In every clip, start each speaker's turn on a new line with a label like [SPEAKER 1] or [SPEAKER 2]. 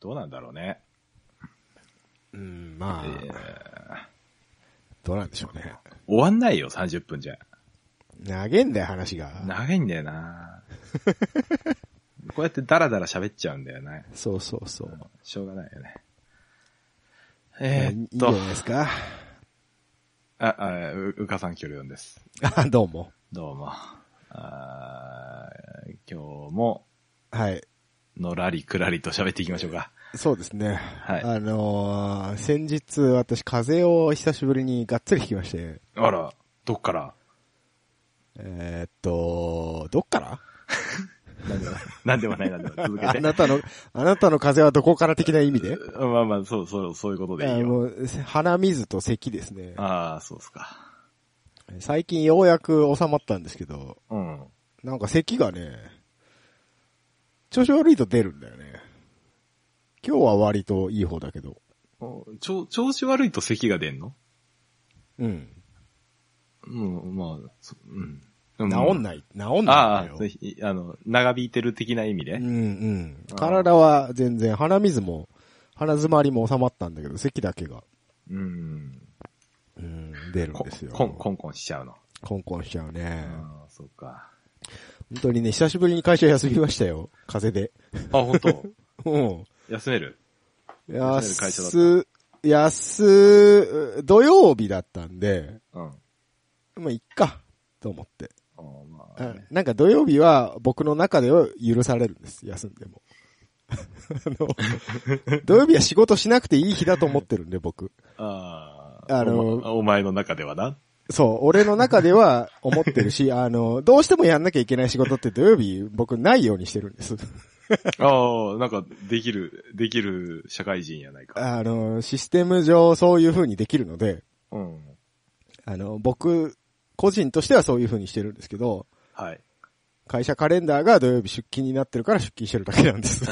[SPEAKER 1] どうなんだろうね。
[SPEAKER 2] うん、まあ、
[SPEAKER 1] えー
[SPEAKER 2] どうなんでしょうね。
[SPEAKER 1] 終わんないよ、30分じゃ。
[SPEAKER 2] 長えんだよ、話が。
[SPEAKER 1] 長いんだよ なこうやってダラダラ喋っちゃうんだよね。
[SPEAKER 2] そうそうそう。
[SPEAKER 1] しょうがないよね。
[SPEAKER 2] え
[SPEAKER 1] えー
[SPEAKER 2] いいん
[SPEAKER 1] っ
[SPEAKER 2] じゃ
[SPEAKER 1] と
[SPEAKER 2] な、いですか。
[SPEAKER 1] あ、あ、ううかさんきょりょんです。
[SPEAKER 2] あ、どうも。
[SPEAKER 1] どうも。あー今日も、
[SPEAKER 2] はい。
[SPEAKER 1] のらりくらりと喋っていきましょうか。
[SPEAKER 2] そうですね。
[SPEAKER 1] はい
[SPEAKER 2] あのー先日私風邪を久しぶりにがっつりひきまして、
[SPEAKER 1] あら、どっから
[SPEAKER 2] えーっと、どっから
[SPEAKER 1] なんでもない、なんでもない。続け
[SPEAKER 2] あ
[SPEAKER 1] て。
[SPEAKER 2] なたの、あなたの風邪はどこから的な意味 で
[SPEAKER 1] まあまあ、そう、そう、そういうことでいい
[SPEAKER 2] あ
[SPEAKER 1] よ。
[SPEAKER 2] もう鼻水と咳ですね。
[SPEAKER 1] ああ、そうっすか。
[SPEAKER 2] 最近ようやく収まったんですけど、
[SPEAKER 1] うん。
[SPEAKER 2] なんか咳がね、調子悪いと出るんだよね。今日は割といい方だけど。
[SPEAKER 1] お調調子悪いと咳が出んの
[SPEAKER 2] うん。
[SPEAKER 1] うん、まあ、そうん。治
[SPEAKER 2] 治ん
[SPEAKER 1] ない。
[SPEAKER 2] ない、治んないんだ
[SPEAKER 1] あ
[SPEAKER 2] よ
[SPEAKER 1] あ、。ぜひあの、長引いてる的な意味で。
[SPEAKER 2] うんうん。
[SPEAKER 1] あー
[SPEAKER 2] 体は全然、鼻水も、鼻詰まりも収まったんだけど、咳だけが、
[SPEAKER 1] うん。
[SPEAKER 2] うん、出るん
[SPEAKER 1] こ
[SPEAKER 2] ですよ。
[SPEAKER 1] こん、こんこんしちゃうの。
[SPEAKER 2] コンコンしちゃうね。
[SPEAKER 1] ああ、そうか。
[SPEAKER 2] 本当にね、久しぶりに会社休みましたよ。風邪で。
[SPEAKER 1] あ、本当
[SPEAKER 2] うん。
[SPEAKER 1] 休める休める会社だった
[SPEAKER 2] 安、安、土曜日だったんで、
[SPEAKER 1] うん。あ
[SPEAKER 2] まあ、いっか、と思って。
[SPEAKER 1] あまあ
[SPEAKER 2] あ
[SPEAKER 1] ね、
[SPEAKER 2] なんか土曜日は僕の中では許されるんです、休んでも。あの、土曜日は仕事しなくていい日だと思ってるんで、僕。
[SPEAKER 1] ああ、
[SPEAKER 2] あの
[SPEAKER 1] お前お前の中では な。
[SPEAKER 2] そう、俺の中では思って るし、あの、どうしてもやんなきゃいけない仕事って土曜日僕ないようにしてるんです。
[SPEAKER 1] ああ、なんか、できる、できる社会人やないか。
[SPEAKER 2] あの、システム上そういう風にできるので、
[SPEAKER 1] うん。
[SPEAKER 2] あの、僕、個人としてはそういう風にしてるんですけど、
[SPEAKER 1] はい。
[SPEAKER 2] 会社カレンダーが土曜日出勤になってるから出勤してるだけなん です。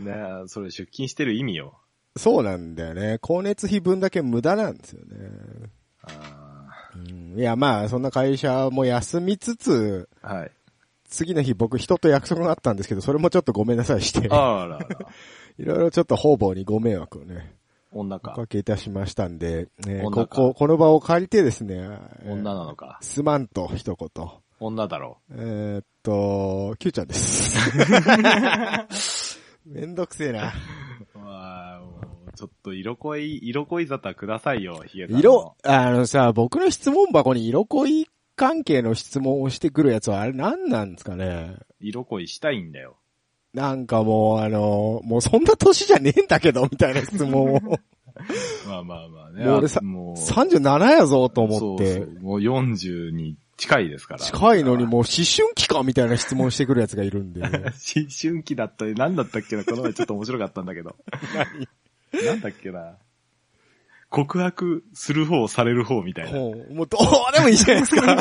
[SPEAKER 1] ねえ、それ出勤してる意味よ。
[SPEAKER 2] そうなんだよね。光熱費分だけ無駄なんですよね。
[SPEAKER 1] あ
[SPEAKER 2] うんいや、まあ、そんな会社も休みつつ、
[SPEAKER 1] あ、はい。
[SPEAKER 2] 次の日僕人と約束があったんですけど、それもちょっとごめんなさいして、
[SPEAKER 1] あららら、
[SPEAKER 2] いろいろちょっと方々にご迷惑をね、
[SPEAKER 1] 女
[SPEAKER 2] お
[SPEAKER 1] か。
[SPEAKER 2] かけいたしましたんで、ね、
[SPEAKER 1] 女
[SPEAKER 2] こ
[SPEAKER 1] か
[SPEAKER 2] こ、この場を借りてですね、えー
[SPEAKER 1] 女なのか。
[SPEAKER 2] すまんと、一言。
[SPEAKER 1] 女だろ
[SPEAKER 2] えーっと、キューちゃ んです。めんどくせえな。
[SPEAKER 1] う。わあ、もうちょっと色恋、色恋沙汰くださいよ、ヒゲさんの。
[SPEAKER 2] 色、あのさ、僕の質問箱に色恋関係の質問をしてくるやつはあれ何なんですかね
[SPEAKER 1] 色恋したいんだよ。
[SPEAKER 2] なんかもうあの、もうそんな年じゃねえんだけど、みたいな質 問を。
[SPEAKER 1] まあまあまあね。
[SPEAKER 2] もう俺
[SPEAKER 1] あ
[SPEAKER 2] さ
[SPEAKER 1] もう
[SPEAKER 2] 37やぞと思っ
[SPEAKER 1] そう
[SPEAKER 2] て
[SPEAKER 1] そ。うもう40に近いですから。
[SPEAKER 2] 近い のにもう思春期かみたいな質問してくるやつがいるんで。
[SPEAKER 1] 思春期だったり、何だったっけな、この前ちょっと面白かったんだけど。何だっけな。告白する方、される方みたいな。
[SPEAKER 2] もう、もうどうでもいいじゃないですか。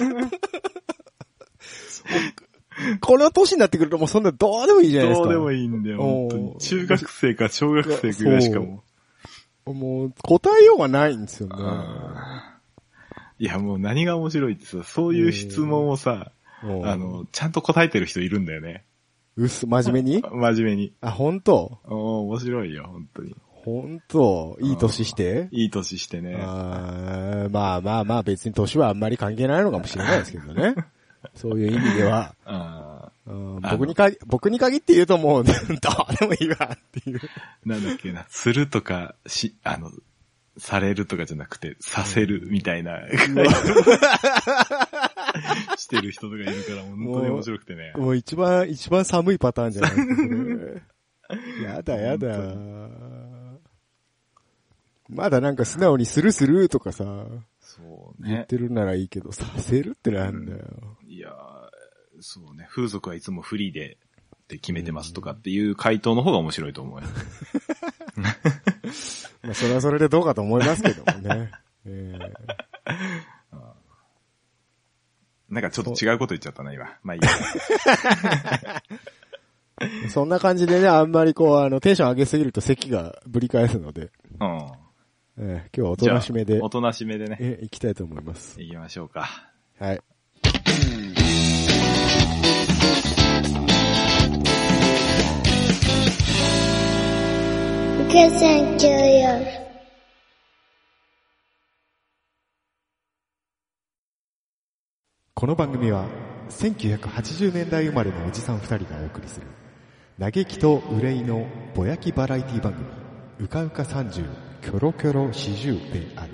[SPEAKER 2] この年になってくるともうそんなどうでもいいじゃないです
[SPEAKER 1] ど
[SPEAKER 2] か。
[SPEAKER 1] うでも
[SPEAKER 2] い
[SPEAKER 1] いいんだよ、
[SPEAKER 2] お
[SPEAKER 1] 本
[SPEAKER 2] ー
[SPEAKER 1] 当に。中学生か小学生ぐらいしかも。
[SPEAKER 2] い。もう答えようがないんですよね。
[SPEAKER 1] いや、もう何が面白いってさ、そういう質問をさ、
[SPEAKER 2] もう
[SPEAKER 1] あ、の、ちゃんと答えてる人いるんだよね。
[SPEAKER 2] うっす、真面目に
[SPEAKER 1] 真面目に。
[SPEAKER 2] あ、本当
[SPEAKER 1] おー面白いよ、本当に。
[SPEAKER 2] 本当いい年して
[SPEAKER 1] いい歳してね。
[SPEAKER 2] あーまあまあまあ別に年はあんまり関係ないのかもしれないですけど ね。そういう意味では、
[SPEAKER 1] あー
[SPEAKER 2] うん
[SPEAKER 1] あの
[SPEAKER 2] 僕にかぎ、僕に限って言うともう、 どうでもいいわっていう。
[SPEAKER 1] なんだっけな、するとか、し、あの、されるとかじゃなくて、させるみたいな、してる人とかいるから、本当に面白くてね。
[SPEAKER 2] もう一番、一番寒いパターンじゃないですかこ れやだやだ
[SPEAKER 1] 本当。
[SPEAKER 2] まだなんか素直にスルスルとかさ、
[SPEAKER 1] そう
[SPEAKER 2] 言っ
[SPEAKER 1] ね。
[SPEAKER 2] てるならいいけど、させるってなんだよ。
[SPEAKER 1] いやーそうね。風俗はいつもフリーでって決めてますとかっていう回答の方が面白いと 思うよ。
[SPEAKER 2] まあそれはそれでどうかと思いますけども ね。ええ
[SPEAKER 1] なんかちょっと違うこと言っちゃったな、今。まあいいや。
[SPEAKER 2] そんな感じでね、あんまりこう、あの、テンション上げすぎると咳がぶり返すので、
[SPEAKER 1] うん。
[SPEAKER 2] えー今日はおと
[SPEAKER 1] じゃあ
[SPEAKER 2] なしめで
[SPEAKER 1] お、となしめでね。
[SPEAKER 2] えー、行きたいと思います。
[SPEAKER 1] 行きましょうか。
[SPEAKER 2] はい。
[SPEAKER 3] 「
[SPEAKER 4] Kissing Cheerios.
[SPEAKER 2] 「この番組は1980年代生まれのおじさん2人がお送りする嘆きと憂いのぼやきバラエティ番組「うかうか30キョロキョロ40」である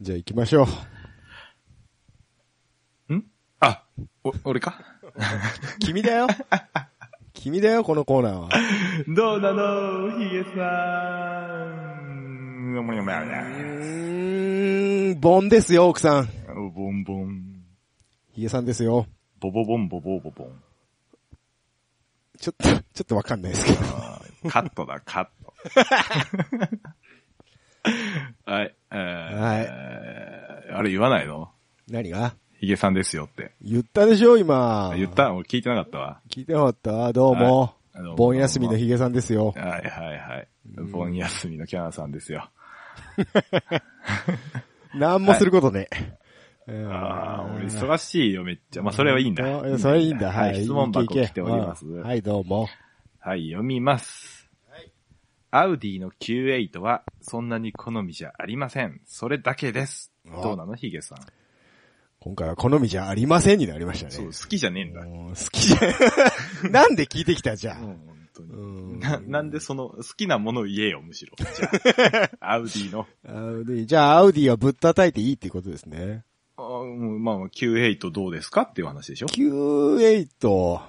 [SPEAKER 2] じゃあ行きましょう
[SPEAKER 1] あ、お、俺か
[SPEAKER 2] 君 だよ君だよこのコーナーは
[SPEAKER 1] どうなのヒゲさん。もにょもにょも
[SPEAKER 2] う
[SPEAKER 1] に
[SPEAKER 2] ーんボンですよ奥さん
[SPEAKER 1] ょボンボン。
[SPEAKER 2] ヒゲさんですよ
[SPEAKER 1] ボボボンボボボボン。
[SPEAKER 2] ちょっとちょっとわかんないですけど
[SPEAKER 1] あーカット だ、カット。はい、えー、
[SPEAKER 2] はい
[SPEAKER 1] い。あれ言わないの
[SPEAKER 2] 何が
[SPEAKER 1] ヒゲさんですよって。
[SPEAKER 2] 言ったでしょ今
[SPEAKER 1] 言った俺聞いてなかったわ。
[SPEAKER 2] 聞いてなかったどうも
[SPEAKER 1] はいあの
[SPEAKER 2] 盆休みのヒゲさんですよ
[SPEAKER 1] はいはいはい。盆休みのキャナさんですよ。
[SPEAKER 2] なんもすることね。
[SPEAKER 1] ああ、俺忙しいよ、めっちゃ。まあ、それはいいんだ。
[SPEAKER 2] あそれいいんだ。はい。
[SPEAKER 1] 質問箱
[SPEAKER 2] いけいけ
[SPEAKER 1] 来ております。
[SPEAKER 2] うんはい、どうも。
[SPEAKER 1] はい、読みます。アウディの Q8 はそんなに好みじゃありません。それだけです。
[SPEAKER 2] あ
[SPEAKER 1] どうなのヒゲさん。
[SPEAKER 2] 今回は好みじゃありませんになりましたね。
[SPEAKER 1] そう、好きじゃねえんだ。うん
[SPEAKER 2] もう好きじゃ、 なんで聞いてきたじゃん。
[SPEAKER 1] 本当
[SPEAKER 2] う
[SPEAKER 1] に。
[SPEAKER 2] ん
[SPEAKER 1] な、なんでその好きなものを言えよ、むしろ。じゃあ、アウディの。
[SPEAKER 2] アウディじゃあ、アウディはぶったたいていいっていうことですね。
[SPEAKER 1] あうんまあまあ、Q8 どうですかっていう話でしょ
[SPEAKER 2] Q8、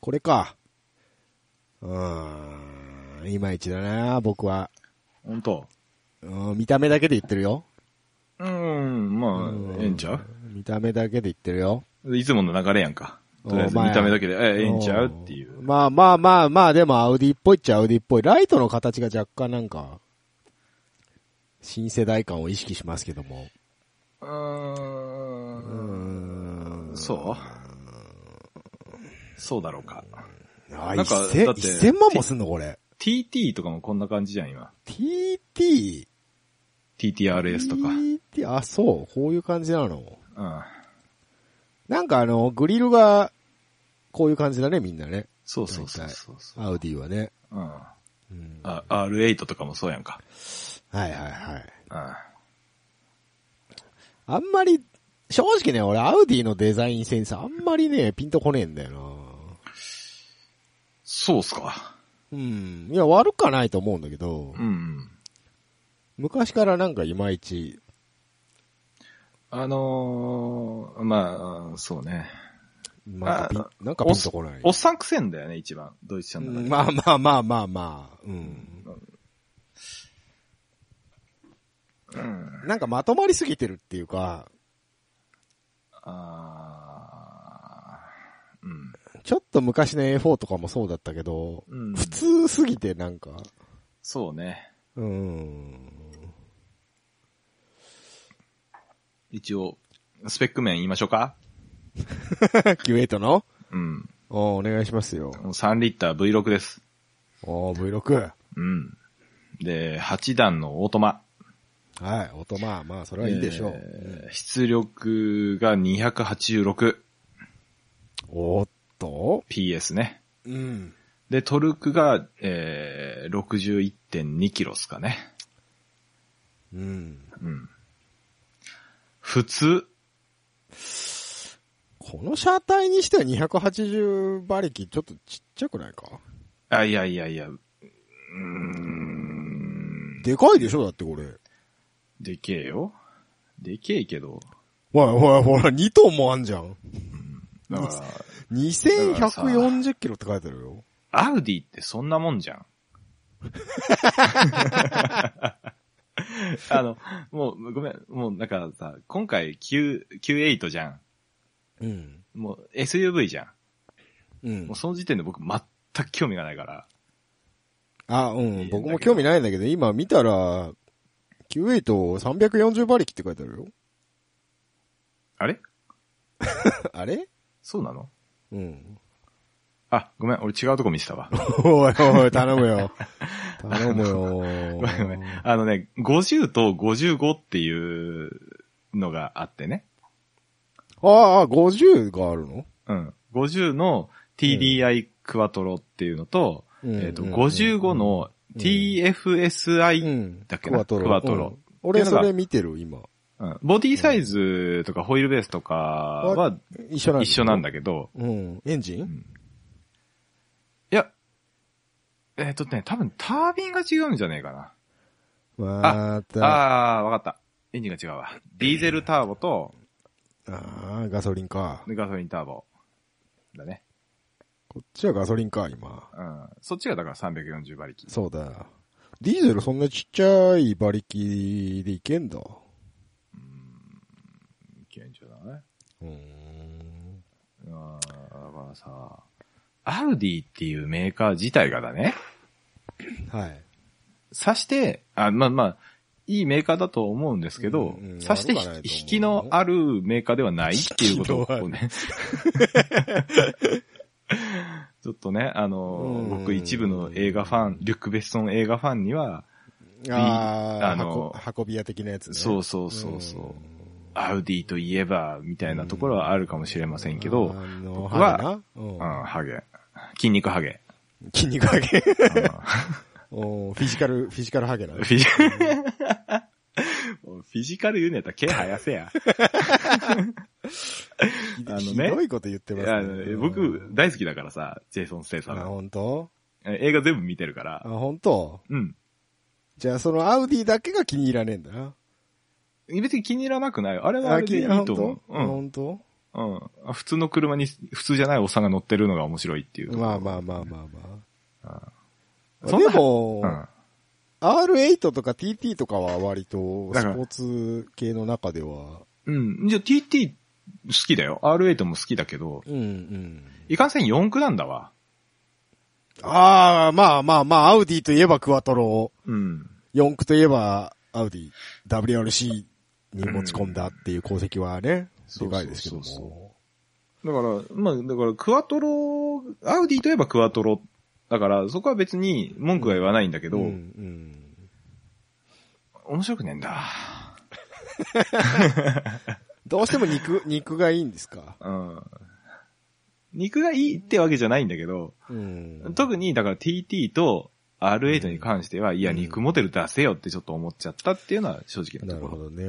[SPEAKER 2] これか。うーん、いまいちだな、僕は。
[SPEAKER 1] 本当
[SPEAKER 2] うん、見た目だけで言ってるよ。
[SPEAKER 1] うーん、まあ、ええんちゃ
[SPEAKER 2] 見た目だけで言ってるよ。
[SPEAKER 1] ういつもの流れやんか。とりあえず
[SPEAKER 2] お前
[SPEAKER 1] 見た目だけで、ええええんちゃうっていう。
[SPEAKER 2] まあまあまあまあ、でもアウディっぽいっちゃアウディっぽい。ライトの形が若干なんか、新世代感を意識しますけども。
[SPEAKER 1] うーん。そうそうだろうか。
[SPEAKER 2] あ、
[SPEAKER 1] なんか
[SPEAKER 2] 1000
[SPEAKER 1] だって
[SPEAKER 2] 1000万もすんのこれ。
[SPEAKER 1] TT とかもこんな感じじゃん、今。
[SPEAKER 2] TT。
[SPEAKER 1] TTRS とか。
[SPEAKER 2] TT、あ、そう。こういう感じなの。
[SPEAKER 1] うん。
[SPEAKER 2] なんかあの、グリルが、こういう感じだね、みんなね。
[SPEAKER 1] そうそうそうそうそう。
[SPEAKER 2] アウディはね。
[SPEAKER 1] うん。
[SPEAKER 2] うん
[SPEAKER 1] あ、R8 とかもそうやんか。
[SPEAKER 2] はいはいはい。
[SPEAKER 1] うん。
[SPEAKER 2] あんまり、正直ね、俺アウディのデザインセンスあんまりね、ピンとこねえんだよな。
[SPEAKER 1] そうっすか。
[SPEAKER 2] うん。いや、悪くはないと思うんだけど、
[SPEAKER 1] うん。
[SPEAKER 2] 昔からなんかいまいち、
[SPEAKER 1] あのー、まあ、そうね。
[SPEAKER 2] なんかピン
[SPEAKER 1] あ
[SPEAKER 2] なんかピンとこない。
[SPEAKER 1] おっさんくせえんだよね、一番。ドイツちゃんの中で。
[SPEAKER 2] まあまあまあまあまあ、うん。なんかまとまりすぎてるっていうか、
[SPEAKER 1] あー
[SPEAKER 2] ちょっと昔の A4 とかもそうだったけど、
[SPEAKER 1] うん。うん。
[SPEAKER 2] 普通すぎてなんか、
[SPEAKER 1] そうね。
[SPEAKER 2] うん。
[SPEAKER 1] 一応、スペック面言いましょうか。
[SPEAKER 2] キュエイトの
[SPEAKER 1] うん。
[SPEAKER 2] おお願いしますよ。
[SPEAKER 1] 3リッター V6 です。
[SPEAKER 2] おー V6。
[SPEAKER 1] うん。で、8段のオートマ。
[SPEAKER 2] はい、音まあまあ、それはいいでしょう。
[SPEAKER 1] えー出力が 286PS
[SPEAKER 2] おーっと
[SPEAKER 1] ね。
[SPEAKER 2] うん。
[SPEAKER 1] で、トルクが、えー、61.2キロですかね。
[SPEAKER 2] うん。
[SPEAKER 1] うん。普通、
[SPEAKER 2] この車体にしては280馬力ちょっとちっちゃくないか
[SPEAKER 1] あ、いやいやいや、
[SPEAKER 2] でかいでしょだってこれ。
[SPEAKER 1] でけえよ。でけえけど。
[SPEAKER 2] ほらほらほら、2トンもあんじゃん。
[SPEAKER 1] だから
[SPEAKER 2] 2140キロって書いてあるよ。
[SPEAKER 1] アウディってそんなもんじゃ ん。あの、もう、ごめん、もうなんかさ、今回 Q、Q8 じゃん。
[SPEAKER 2] うん。
[SPEAKER 1] もう SUV じゃ。
[SPEAKER 2] うんん
[SPEAKER 1] もう。その時点で僕全く興味がないから。
[SPEAKER 2] あ、う
[SPEAKER 1] いいんだけ
[SPEAKER 2] ん。
[SPEAKER 1] ど
[SPEAKER 2] 僕も興味ないんだけど、今見たら、98,340馬力って書いてあるよ。
[SPEAKER 1] あれ
[SPEAKER 2] あれ
[SPEAKER 1] そうなの
[SPEAKER 2] うん。
[SPEAKER 1] あ、ごめん、俺違うとこ見せた わ。
[SPEAKER 2] おいおい、頼むよ。頼むよ
[SPEAKER 1] ごめんごめん。あのね、50と55っていうのがあってね。
[SPEAKER 2] ああ、50があるの
[SPEAKER 1] うん。50の TDI ククワトロっていうのと、
[SPEAKER 2] うん
[SPEAKER 1] えっと、55の TFSI、
[SPEAKER 2] ん
[SPEAKER 1] だっけ
[SPEAKER 2] ク
[SPEAKER 1] な
[SPEAKER 2] ワトロ。
[SPEAKER 1] クワトロ
[SPEAKER 2] うん俺
[SPEAKER 1] っていうのが
[SPEAKER 2] それ見てる、今。
[SPEAKER 1] うんボディサイズとかホイールベースとかは
[SPEAKER 2] 一緒なんだ。
[SPEAKER 1] 一緒なんだけど、
[SPEAKER 2] うん。エンジ
[SPEAKER 1] う
[SPEAKER 2] ン
[SPEAKER 1] んいや、えっとね、多分タービンが違うんじゃねえかな。
[SPEAKER 2] また、あ
[SPEAKER 1] あー、わかった。エンジンが違うわ。ディーゼルターボと
[SPEAKER 2] あー、ガソリンか。
[SPEAKER 1] ガソリンターボ。だね。
[SPEAKER 2] こっちはガソリンか、今。
[SPEAKER 1] うん。そっちがだから340馬力。
[SPEAKER 2] そうだ。ディーゼルそんなちっちゃい馬力でいけんだ。
[SPEAKER 1] いけんじゃないう
[SPEAKER 2] ー
[SPEAKER 1] う
[SPEAKER 2] ん。
[SPEAKER 1] ん。だからさ、アルディっていうメーカー自体がだね、
[SPEAKER 2] はい。
[SPEAKER 1] さして、あ、まあまあ、いいメーカーだと思うんですけど
[SPEAKER 2] うんう、ん
[SPEAKER 1] さして
[SPEAKER 2] 悪くはないと思う
[SPEAKER 1] ひ引きのあるメーカーではないっていうことを ね。ちょっとね、あの、
[SPEAKER 2] うん
[SPEAKER 1] 僕一部の映画ファン、リュック・ベッソン映画ファンには、
[SPEAKER 2] ああ、
[SPEAKER 1] あの
[SPEAKER 2] 運運び屋的なやつね。
[SPEAKER 1] そうそうそうそう
[SPEAKER 2] うん。
[SPEAKER 1] アウディといえば、みたいなところはあるかもしれませんけど、
[SPEAKER 2] あの
[SPEAKER 1] 僕は
[SPEAKER 2] ハゲ
[SPEAKER 1] うん、
[SPEAKER 2] な
[SPEAKER 1] ハゲ。筋肉ハゲ。
[SPEAKER 2] うん筋肉ハゲ。
[SPEAKER 1] うん
[SPEAKER 2] うんフィジカル、フィジカルハ ゲな
[SPEAKER 1] フ。ィジフィジカル言うのやったら毛生やせや。あのね
[SPEAKER 2] ひどいこと言って
[SPEAKER 1] い
[SPEAKER 2] ま
[SPEAKER 1] やあ
[SPEAKER 2] す
[SPEAKER 1] の
[SPEAKER 2] ね。
[SPEAKER 1] 僕、大好きだからさ、ジェイソン・ステイさ
[SPEAKER 2] あ、
[SPEAKER 1] ん。
[SPEAKER 2] 本当
[SPEAKER 1] 映画全部見てるか
[SPEAKER 2] あ、
[SPEAKER 1] ら。
[SPEAKER 2] 本当
[SPEAKER 1] うん。
[SPEAKER 2] じゃあそのアウディだけが気に入らねえんだな。
[SPEAKER 1] 別に気に入らなくないよ。あれはあれでいい
[SPEAKER 2] あ
[SPEAKER 1] と思
[SPEAKER 2] 本
[SPEAKER 1] う。
[SPEAKER 2] 当本当
[SPEAKER 1] うん。うんあ。普通の車に、普通じゃないおっさんが乗ってるのが面白いっていう。
[SPEAKER 2] まあまあまあまあまあ。
[SPEAKER 1] そんな
[SPEAKER 2] でも、
[SPEAKER 1] うん。
[SPEAKER 2] R8 とか TT とかは割と
[SPEAKER 1] だ
[SPEAKER 2] ス
[SPEAKER 1] か
[SPEAKER 2] ポ
[SPEAKER 1] ら
[SPEAKER 2] ーツ系の中では、
[SPEAKER 1] うん。じゃあ TT 好きだよ。R8 も好きだけど、
[SPEAKER 2] うんうん。
[SPEAKER 1] いかんせん4区なんだわ。
[SPEAKER 2] ああ、まあまあまあ、アウディといえばクワトロ、
[SPEAKER 1] うん。
[SPEAKER 2] 四駆といえばアウディ、WRC に持ち込んだっていう功績はね、
[SPEAKER 1] そ
[SPEAKER 2] で
[SPEAKER 1] う
[SPEAKER 2] かいですけど
[SPEAKER 1] そうそう
[SPEAKER 2] も。
[SPEAKER 1] だから、まあ、だから、クワトロ、アウディといえばクワトロ。だから、そこは別に文句は言わないんだけど、
[SPEAKER 2] うんうん。
[SPEAKER 1] 面白くねえんだ。
[SPEAKER 2] どうして も肉、肉がいいんですか
[SPEAKER 1] うん。肉がいいってわけじゃないんだけど、
[SPEAKER 2] うん。
[SPEAKER 1] 特に、だから TT と R8 に関しては、いや、肉モデル出せよってちょっと思っちゃったっていうのは正直な
[SPEAKER 2] な
[SPEAKER 1] と
[SPEAKER 2] る
[SPEAKER 1] こ
[SPEAKER 2] ほ
[SPEAKER 1] ろ。
[SPEAKER 2] どね。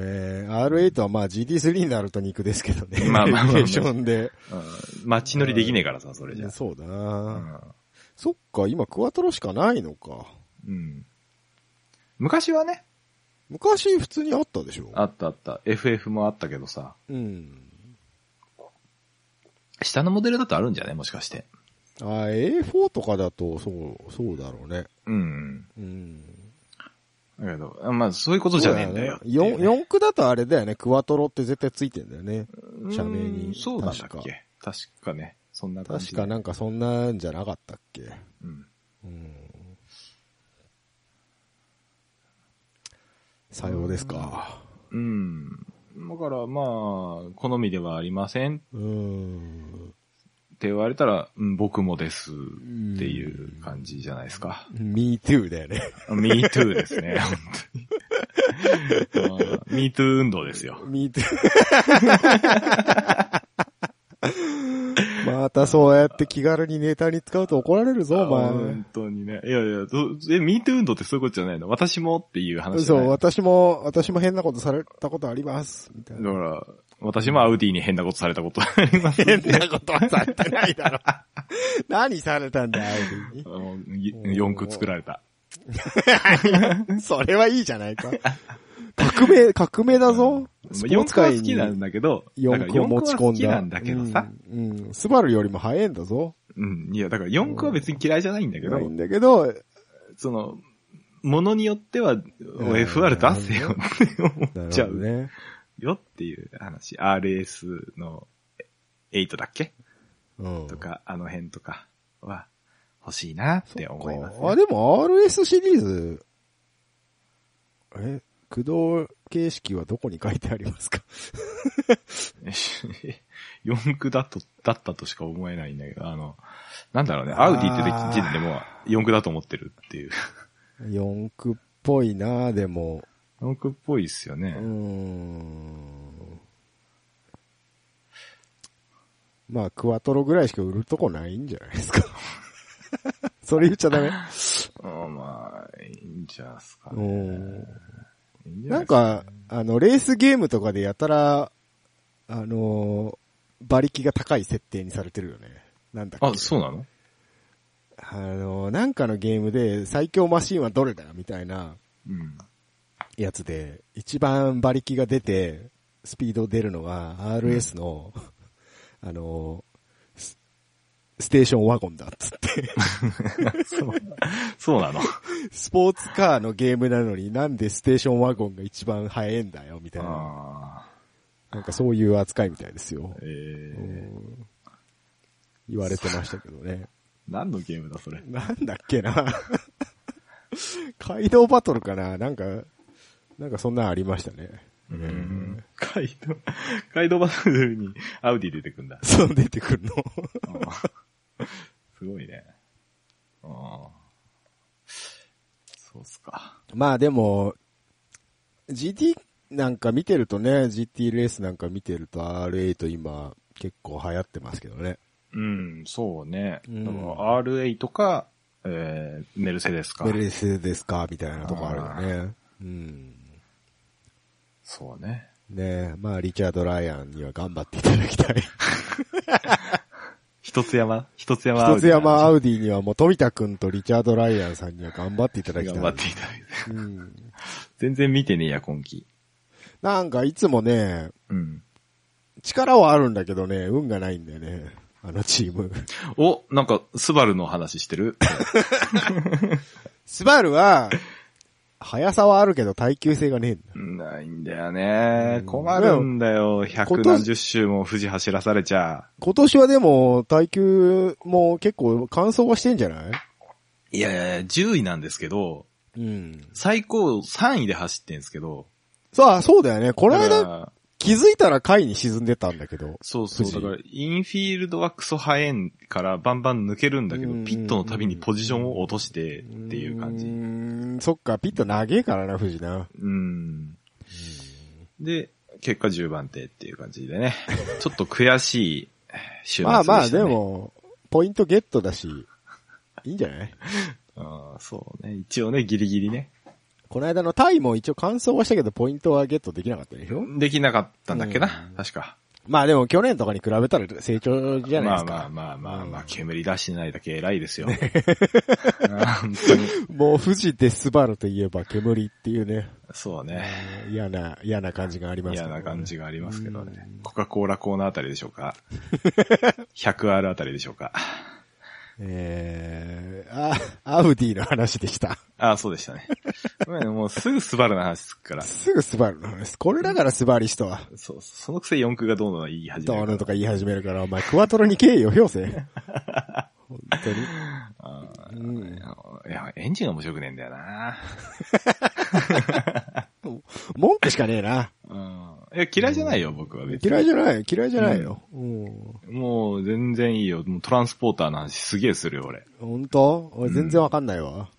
[SPEAKER 2] R8 はまあ GT3 になると肉ですけどね。
[SPEAKER 1] まあまあまあまあ
[SPEAKER 2] ロケーションで。
[SPEAKER 1] うん。街乗りできねえからさ、それじゃ。
[SPEAKER 2] そうだ
[SPEAKER 1] う
[SPEAKER 2] な、
[SPEAKER 1] ん
[SPEAKER 2] そっか、今クワトロしかないのか。
[SPEAKER 1] うん。昔はね、
[SPEAKER 2] 昔普通にあったでしょ
[SPEAKER 1] あったあった。FF もあったけどさ、
[SPEAKER 2] うん。
[SPEAKER 1] 下のモデルだとあるんじゃねもしかして。
[SPEAKER 2] あ、A4 とかだと、そう、そうだろうね。
[SPEAKER 1] うん。
[SPEAKER 2] うん。
[SPEAKER 1] だけど、あまあ、そういうことじゃねえんだよっていうね、
[SPEAKER 2] 4、四駆だとあれだよね。クワトロって絶対ついてんだよね。
[SPEAKER 1] うん
[SPEAKER 2] 社名に
[SPEAKER 1] そうなんだっけ確かね。そんな感じ
[SPEAKER 2] 確
[SPEAKER 1] で。
[SPEAKER 2] かなんかそんなんじゃなかったっけ。
[SPEAKER 1] うん。
[SPEAKER 2] うん。さようですか。
[SPEAKER 1] うん。だから、まあ、好みではありませんっ
[SPEAKER 2] うん。
[SPEAKER 1] て言われたら、うん、僕もですっていう感じじゃないですか。
[SPEAKER 2] me too だよね。
[SPEAKER 1] me too ですね、 本当に。まあ、me too 運動ですよ。
[SPEAKER 2] me too. またそうやって気軽にネタに使うと怒られるぞ、お前。
[SPEAKER 1] 本当にね。いやいや、どえ、me too 運動ってそういうことじゃないの私もっていう話じゃ
[SPEAKER 2] そ、
[SPEAKER 1] ないう
[SPEAKER 2] 私も、私も変なことされたことあります。みたい
[SPEAKER 1] だ
[SPEAKER 2] な。
[SPEAKER 1] から、私もアウディに変なことされたことあります。
[SPEAKER 2] 変なことはされてないだろ。 何されたんだよ、
[SPEAKER 1] あのい四駆作られた。
[SPEAKER 2] アイ ビーそれはいいじゃないか。革命、革命だぞ。スポー
[SPEAKER 1] 四
[SPEAKER 2] ツ
[SPEAKER 1] 駆は
[SPEAKER 2] 界
[SPEAKER 1] 好
[SPEAKER 2] に
[SPEAKER 1] きなんだけど、
[SPEAKER 2] 四駆を持ち込ん
[SPEAKER 1] だ
[SPEAKER 2] だ。
[SPEAKER 1] から四駆は好きなんだけどさ。
[SPEAKER 2] うん。うん。スバルよりも早いんだぞ。
[SPEAKER 1] うん。いや、だから四駆は別に嫌いじゃないんだけど
[SPEAKER 2] 早い、んだけど、
[SPEAKER 1] その、ものによっては、FR 出せよって
[SPEAKER 2] な
[SPEAKER 1] 思っちゃ
[SPEAKER 2] るほど
[SPEAKER 1] う
[SPEAKER 2] ね。
[SPEAKER 1] よっていう話。RS の8だっけ
[SPEAKER 2] うん。
[SPEAKER 1] とか、あの辺とかは欲しいなって思いますね、
[SPEAKER 2] あ、でも RS シリーズ、え、駆動形式はどこに書いてありますか
[SPEAKER 1] 四駆だと、だったとしか思えないんだけど、あの、なんだろうね、アウディって言ってる時点でもう四駆だと思ってるっていう。
[SPEAKER 2] 四駆っぽいなでも。
[SPEAKER 1] 四駆っぽいっすよ
[SPEAKER 2] う
[SPEAKER 1] ね
[SPEAKER 2] ー。ん。まあ、クワトロぐらいしか売るとこないんじゃないですか。 それ言っちゃダメ。
[SPEAKER 1] うん、まあ、いいんじゃないですか
[SPEAKER 2] う
[SPEAKER 1] ね。
[SPEAKER 2] ん
[SPEAKER 1] いいじゃ
[SPEAKER 2] ないん
[SPEAKER 1] ですね、
[SPEAKER 2] か、あの、レースゲームとかでやたら、あのー馬力が高い設定にされてるよね。なんだっけ
[SPEAKER 1] あ、そうなの
[SPEAKER 2] あのーなんかのゲームで最強マシンはどれだみたいな
[SPEAKER 1] うん。
[SPEAKER 2] やつで、一番馬力が出て、スピード出るのが RS の、 あのースステーションワゴンだっつって。
[SPEAKER 1] そうそうなの。
[SPEAKER 2] スポーツカーのゲームなのになんでステーションワゴンが一番早いんだよ、みたいな。
[SPEAKER 1] あ
[SPEAKER 2] なんかそういう扱いみたいですよ
[SPEAKER 1] ー。えー、
[SPEAKER 2] うん言われてましたけどね。
[SPEAKER 1] 何のゲームだ、それ。
[SPEAKER 2] なんだっけな。 街道バトルかななんか、なんかそんなんありましたね。
[SPEAKER 1] うん。カイド、カイドバトルにアウディ出てくんだ。
[SPEAKER 2] そう出てくるの。
[SPEAKER 1] うん すごいね。うんそうっすか。
[SPEAKER 2] まあでも、GT なんか見てるとね、GT レースなんか見てると R8 今結構流行ってますけどね。
[SPEAKER 1] うん、そうね。
[SPEAKER 2] うん
[SPEAKER 1] だから RA か、えー、メルセデスか
[SPEAKER 2] メ。ルセデスかみたいなとこあるよね。うん。
[SPEAKER 1] そうね。
[SPEAKER 2] ねえ、まあリチャード・ライアンには頑張っていただきたい。
[SPEAKER 1] 一つ山一つ山
[SPEAKER 2] 一つ山ア
[SPEAKER 1] ウ
[SPEAKER 2] ウディにはもう富田くんとリチャード・ライアンさんには頑張っていた
[SPEAKER 1] デ
[SPEAKER 2] だ
[SPEAKER 1] ィ
[SPEAKER 2] きたい。
[SPEAKER 1] 頑張っていただいて。
[SPEAKER 2] うん。
[SPEAKER 1] 全然見てねえや、今季。
[SPEAKER 2] なんかいつもね、
[SPEAKER 1] うん。
[SPEAKER 2] 力はあるんだけどね、運がないんだよね。あのチーム。
[SPEAKER 1] お、なんか、スバルの話してる
[SPEAKER 2] スバルは、速さはあるけど耐久性がねえんだ。
[SPEAKER 1] ないんだよね
[SPEAKER 2] う。ん
[SPEAKER 1] 困るんだよ。百
[SPEAKER 2] 今年
[SPEAKER 1] 何十周も富士走らされちゃ。
[SPEAKER 2] 今年はでも、耐久も結構乾燥はしてんじゃないう
[SPEAKER 1] いやいやいや、10位なんですけど、
[SPEAKER 2] うん。
[SPEAKER 1] 最高3位で走ってんすけど。
[SPEAKER 2] さあ、そうだよね。この
[SPEAKER 1] だか
[SPEAKER 2] 間、
[SPEAKER 1] ら
[SPEAKER 2] 気づいたら回に沈んでたんだけど。
[SPEAKER 1] そうそう。
[SPEAKER 2] 藤
[SPEAKER 1] だ
[SPEAKER 2] 井
[SPEAKER 1] から、インフィールドはクソ早いからバンバン抜けるんだけど
[SPEAKER 2] うんうん、
[SPEAKER 1] ピットの度にポジションを落としてっていう感
[SPEAKER 2] う
[SPEAKER 1] じ。
[SPEAKER 2] ーん、そっか、ピット長えからな、富士な。
[SPEAKER 1] うん。で、結果10番手っていう感じで ね。ちょっと悔しい週末でした、ね。
[SPEAKER 2] まあまあ、で。も、ポイントゲットだし、いいんじゃない
[SPEAKER 1] あーそうね。一応ね、ギリギリね。
[SPEAKER 2] この間のタイも一応完走はしたけど、ポイントはゲットできなかったでしょ
[SPEAKER 1] できなかったんだっけな、
[SPEAKER 2] うん
[SPEAKER 1] 確か。
[SPEAKER 2] まあでも去年とかに比べたら成長じゃないで
[SPEAKER 1] ますあ
[SPEAKER 2] か。
[SPEAKER 1] まあまあまあま
[SPEAKER 2] う
[SPEAKER 1] あ
[SPEAKER 2] ん、
[SPEAKER 1] 煙出してないだけ偉いですよ。あー本当に。
[SPEAKER 2] もう富士でスバルといえば煙っていうね、
[SPEAKER 1] そうね。
[SPEAKER 2] 嫌な、嫌な感じがありますけ
[SPEAKER 1] 嫌
[SPEAKER 2] どね
[SPEAKER 1] な感じがありますけどね
[SPEAKER 2] うん。
[SPEAKER 1] コカ・コーラコーナーあたりでしょう か ?100R あたりでしょうか
[SPEAKER 2] えー、あ、アウディの話でした。
[SPEAKER 1] ああ、そうでしたね。ごめんねもうすぐスバルの話すっから。
[SPEAKER 2] すぐスバルの話です。これだからスバリストは。
[SPEAKER 1] そう、そのくせ四駆がどうの言い始め
[SPEAKER 2] どう
[SPEAKER 1] るか
[SPEAKER 2] のとか言い始めるから、お前クワトロに敬意を表せ。本
[SPEAKER 1] あ
[SPEAKER 2] 当に。うん
[SPEAKER 1] ーいや、エンジンが面白くねえんだよな。
[SPEAKER 2] 文句しかねえな。
[SPEAKER 1] うん。いや、嫌いじゃないよ、僕は別に。
[SPEAKER 2] 嫌いじゃないよ、嫌いじゃないよ。うん。
[SPEAKER 1] もう全然いいよ。もうトランスポーターの話すげえするよ、俺。
[SPEAKER 2] 本当俺全然わかんないわ。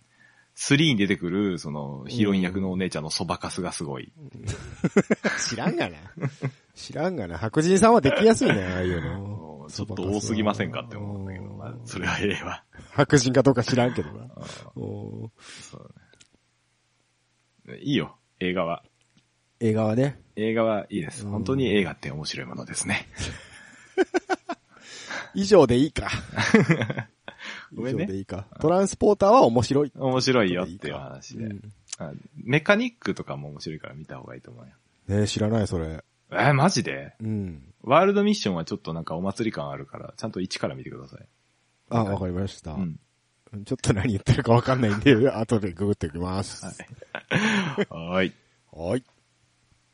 [SPEAKER 1] 3に出てくる、その、ヒロイン役のお姉ちゃんのそばかすがすごい。
[SPEAKER 2] 知らんがな。知らんがな。白人さんはできやすいね、ああいうの
[SPEAKER 1] も。うちょっと多すぎませんかって思うんだけど、
[SPEAKER 2] うん
[SPEAKER 1] まあ、それはええわ。
[SPEAKER 2] 白人かどうか知らんけどな。うん
[SPEAKER 1] いいよ、映画は。
[SPEAKER 2] 映画はね。
[SPEAKER 1] 映画はいいです。
[SPEAKER 2] うん
[SPEAKER 1] 本当に映画って面白いものですね。
[SPEAKER 2] 以上でいい か。
[SPEAKER 1] ごめんね
[SPEAKER 2] 以上でいいか。トランスポーターは面白い。
[SPEAKER 1] 面白いよっていう話で。
[SPEAKER 2] うん
[SPEAKER 1] あメカニックとかも面白いから見た方がいいと思うよ。
[SPEAKER 2] ね知らない、それ。
[SPEAKER 1] えーマジで
[SPEAKER 2] うん。
[SPEAKER 1] ワールドミッションはちょっとなんかお祭り感あるから、ちゃんと一から見てください。
[SPEAKER 2] あ、わかりました
[SPEAKER 1] う。ん。
[SPEAKER 2] ちょっと何言ってるかわかんないんで、 後でググっておきます。
[SPEAKER 1] はーい。
[SPEAKER 2] はい。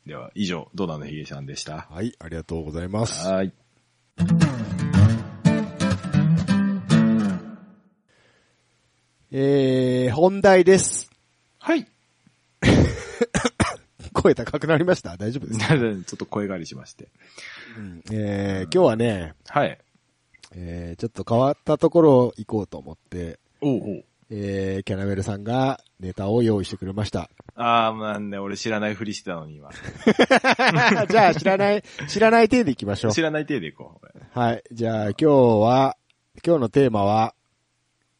[SPEAKER 1] では、以上、ドダのヒゲさんでした。
[SPEAKER 2] はい、ありがとうございます。
[SPEAKER 1] はーい。
[SPEAKER 2] えー、本題です。
[SPEAKER 1] はい。
[SPEAKER 2] 声高くなりました大丈夫 ですか、
[SPEAKER 1] なのでちょっと声変わりしまして。
[SPEAKER 2] うんえー、今日はね、
[SPEAKER 1] はい。
[SPEAKER 2] えー、ちょっと変わったところ行こうと思って、
[SPEAKER 1] おうおう。
[SPEAKER 2] えー、キャラメルさんがネタを用意してくれま した。
[SPEAKER 1] あー、まあね、俺知らないふりしてたのに今。
[SPEAKER 2] じゃあ知らない、知らない体で行きましょう
[SPEAKER 1] 知。らない体でいこう。俺
[SPEAKER 2] はい。じゃあ今日は、今日のテーマは、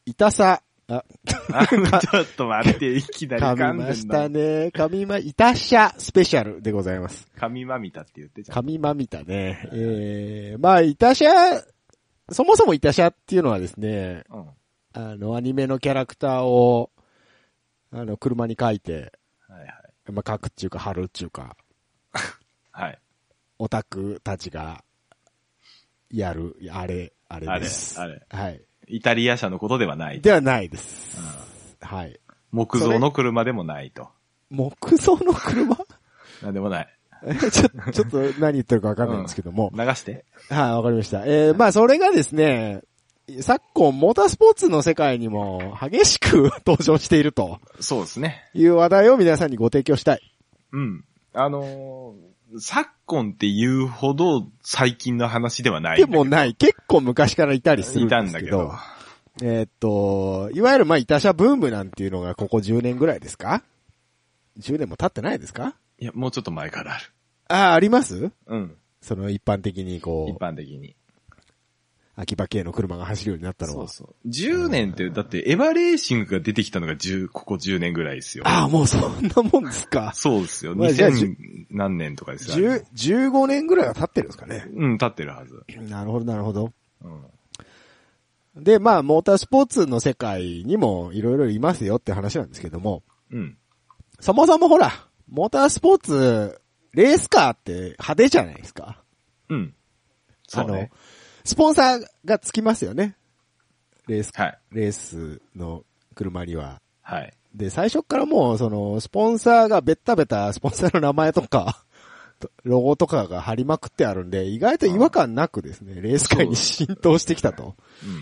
[SPEAKER 2] 痛さ。あ、
[SPEAKER 1] あちょっと待って、いきなり噛
[SPEAKER 2] 噛
[SPEAKER 1] ん
[SPEAKER 2] み
[SPEAKER 1] でん
[SPEAKER 2] まし
[SPEAKER 1] な
[SPEAKER 2] たね。噛みま、痛さスペシャルでございます。
[SPEAKER 1] 噛みまみたって言ってちゃん
[SPEAKER 2] 噛みまみたね。えー、まあ、痛さ、そもそも痛さっていうのはですね、
[SPEAKER 1] と。うん。
[SPEAKER 2] あの、アニメのキャラクターを、あの、車に書いて、
[SPEAKER 1] はいはい。
[SPEAKER 2] まあ、書くっていうか、貼るっていうか、
[SPEAKER 1] はい。
[SPEAKER 2] オタクたちが、やる、あれ、あれです。
[SPEAKER 1] あれ
[SPEAKER 2] はい。
[SPEAKER 1] イタリア車のことではない。
[SPEAKER 2] ではないです。
[SPEAKER 1] うん
[SPEAKER 2] はい。
[SPEAKER 1] 木造の車でもないと。
[SPEAKER 2] 木造の 車
[SPEAKER 1] なんでもない。
[SPEAKER 2] ちょ、ちょっと何言ってるかわかんないんですけども。
[SPEAKER 1] 流して。
[SPEAKER 2] はい、わかりました。えー、まあ、それがですね、昨今、モータースポーツの世界にも激しく登場していると
[SPEAKER 1] そうですね。
[SPEAKER 2] いう話題を皆さんにご提供したい。
[SPEAKER 1] うん。あのー昨今って言うほど最近の話ではないん
[SPEAKER 2] で
[SPEAKER 1] だけど。
[SPEAKER 2] もない。結構昔からいたりする
[SPEAKER 1] い
[SPEAKER 2] ん
[SPEAKER 1] た
[SPEAKER 2] で
[SPEAKER 1] ん
[SPEAKER 2] す
[SPEAKER 1] だ
[SPEAKER 2] け
[SPEAKER 1] け
[SPEAKER 2] ど
[SPEAKER 1] ど。。
[SPEAKER 2] えーっと、いわゆるまあ、いたしゃブームなんていうのがここ10年ぐらいですか ?10 年も経ってないですか
[SPEAKER 1] いや、もうちょっと前からある。
[SPEAKER 2] ああ、あります
[SPEAKER 1] うん。
[SPEAKER 2] その一般的に
[SPEAKER 1] 一
[SPEAKER 2] こう、
[SPEAKER 1] 般的に。
[SPEAKER 2] 秋葉系の車が走るようになったの
[SPEAKER 1] そ
[SPEAKER 2] は
[SPEAKER 1] う。そう。10年って、だってエヴァレーシングが出てきたのが10、ここ10年ぐらいですよ。
[SPEAKER 2] ああ、もうそんなもんですか。
[SPEAKER 1] そうですよ。
[SPEAKER 2] まあじゃあ
[SPEAKER 1] 2000何年とかですよ。
[SPEAKER 2] 10 15年ぐらいは経ってるんですかね。
[SPEAKER 1] うん、経ってるはず。
[SPEAKER 2] なるほど、なるほど。
[SPEAKER 1] うん。
[SPEAKER 2] で、まあ、モータースポーツの世界にもいろいろいますよって話なんですけども、
[SPEAKER 1] うん。
[SPEAKER 2] そもそもほら、モータースポーツ、レースカーって派手じゃないですか。
[SPEAKER 1] うん。そうね。
[SPEAKER 2] スポンサーがつきますよね。レース、
[SPEAKER 1] はい。
[SPEAKER 2] レースの車には。
[SPEAKER 1] はい。
[SPEAKER 2] で、最初からもう、その、スポンサーがベッタベタ、スポンサーの名前とか、 とロゴとかが貼りまくってあるんで、意外と違和感なくですね、レース界に浸透してきたと
[SPEAKER 1] うんうん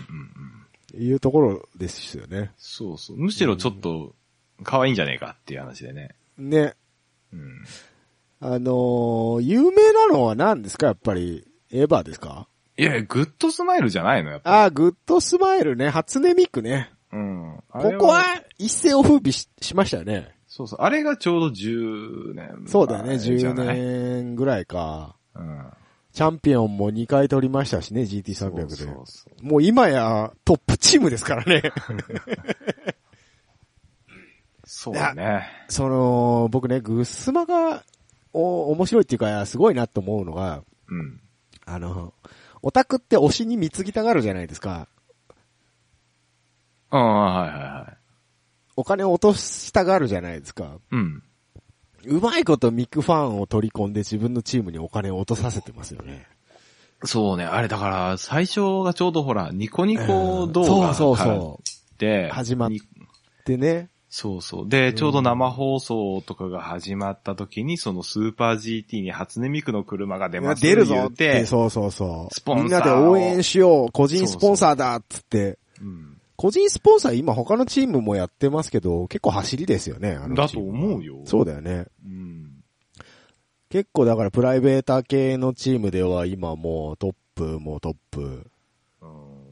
[SPEAKER 1] うん。
[SPEAKER 2] いうところですよね。
[SPEAKER 1] そうそう。むしろちょっと、可愛いんじゃねえかっていう話でね。
[SPEAKER 2] ね。
[SPEAKER 1] うん。
[SPEAKER 2] あのー有名なのは何ですかやっぱり、エヴァですか
[SPEAKER 1] いやいや、グッドスマイルじゃないのやっぱ。
[SPEAKER 2] ああ、グッドスマイルね、初音ミクね。
[SPEAKER 1] うん。あ
[SPEAKER 2] こ
[SPEAKER 1] れ
[SPEAKER 2] こは一世を風靡ししましたよね。
[SPEAKER 1] そうそう。あれがちょうど10年。
[SPEAKER 2] そうだよね、
[SPEAKER 1] じゃ
[SPEAKER 2] 10
[SPEAKER 1] ない。
[SPEAKER 2] 年ぐらいか。
[SPEAKER 1] うん。
[SPEAKER 2] チャンピオンも2回取りましたしね、GT300
[SPEAKER 1] そ
[SPEAKER 2] で。
[SPEAKER 1] うそうそう
[SPEAKER 2] もう今やトップチームですか らね。
[SPEAKER 1] そうだね。
[SPEAKER 2] その、僕ね、グッスマが、お、面白いっていうか、すごいなと思うのが、
[SPEAKER 1] うん。
[SPEAKER 2] あの、オタクって推しに貢ぎたがるじゃないですか。
[SPEAKER 1] ああ、はいはいはい。
[SPEAKER 2] お金を落としたがるじゃないですか。
[SPEAKER 1] うん。
[SPEAKER 2] うまいことミクファンを取り込んで自分のチームにお金を落とさせてますよね。
[SPEAKER 1] そうね。あれだから、最初がちょうどほら、ニコニコ動
[SPEAKER 2] うん
[SPEAKER 1] 画
[SPEAKER 2] そう
[SPEAKER 1] か
[SPEAKER 2] そう
[SPEAKER 1] ら
[SPEAKER 2] そ
[SPEAKER 1] で、
[SPEAKER 2] 始まっ
[SPEAKER 1] に
[SPEAKER 2] う。でね、
[SPEAKER 1] そうそう。で、ちょうど生放送とかが始まった時に、そのスーパー GT に初音ミクの車が出ます
[SPEAKER 2] 出るぞ
[SPEAKER 1] 言
[SPEAKER 2] っ
[SPEAKER 1] う
[SPEAKER 2] て、そうそうそう。
[SPEAKER 1] スポンサーを
[SPEAKER 2] みんなで応援しよう、個人スポンサーだっつって。
[SPEAKER 1] うん
[SPEAKER 2] 個人スポンサー今他のチームもやってますけど、結構走りですよね、あの
[SPEAKER 1] だ
[SPEAKER 2] チ
[SPEAKER 1] と
[SPEAKER 2] ームは
[SPEAKER 1] 思うよ。
[SPEAKER 2] そうだよね。
[SPEAKER 1] うん。
[SPEAKER 2] 結構だからプライベーター系のチームでは今もうトップもトップ。
[SPEAKER 1] うん。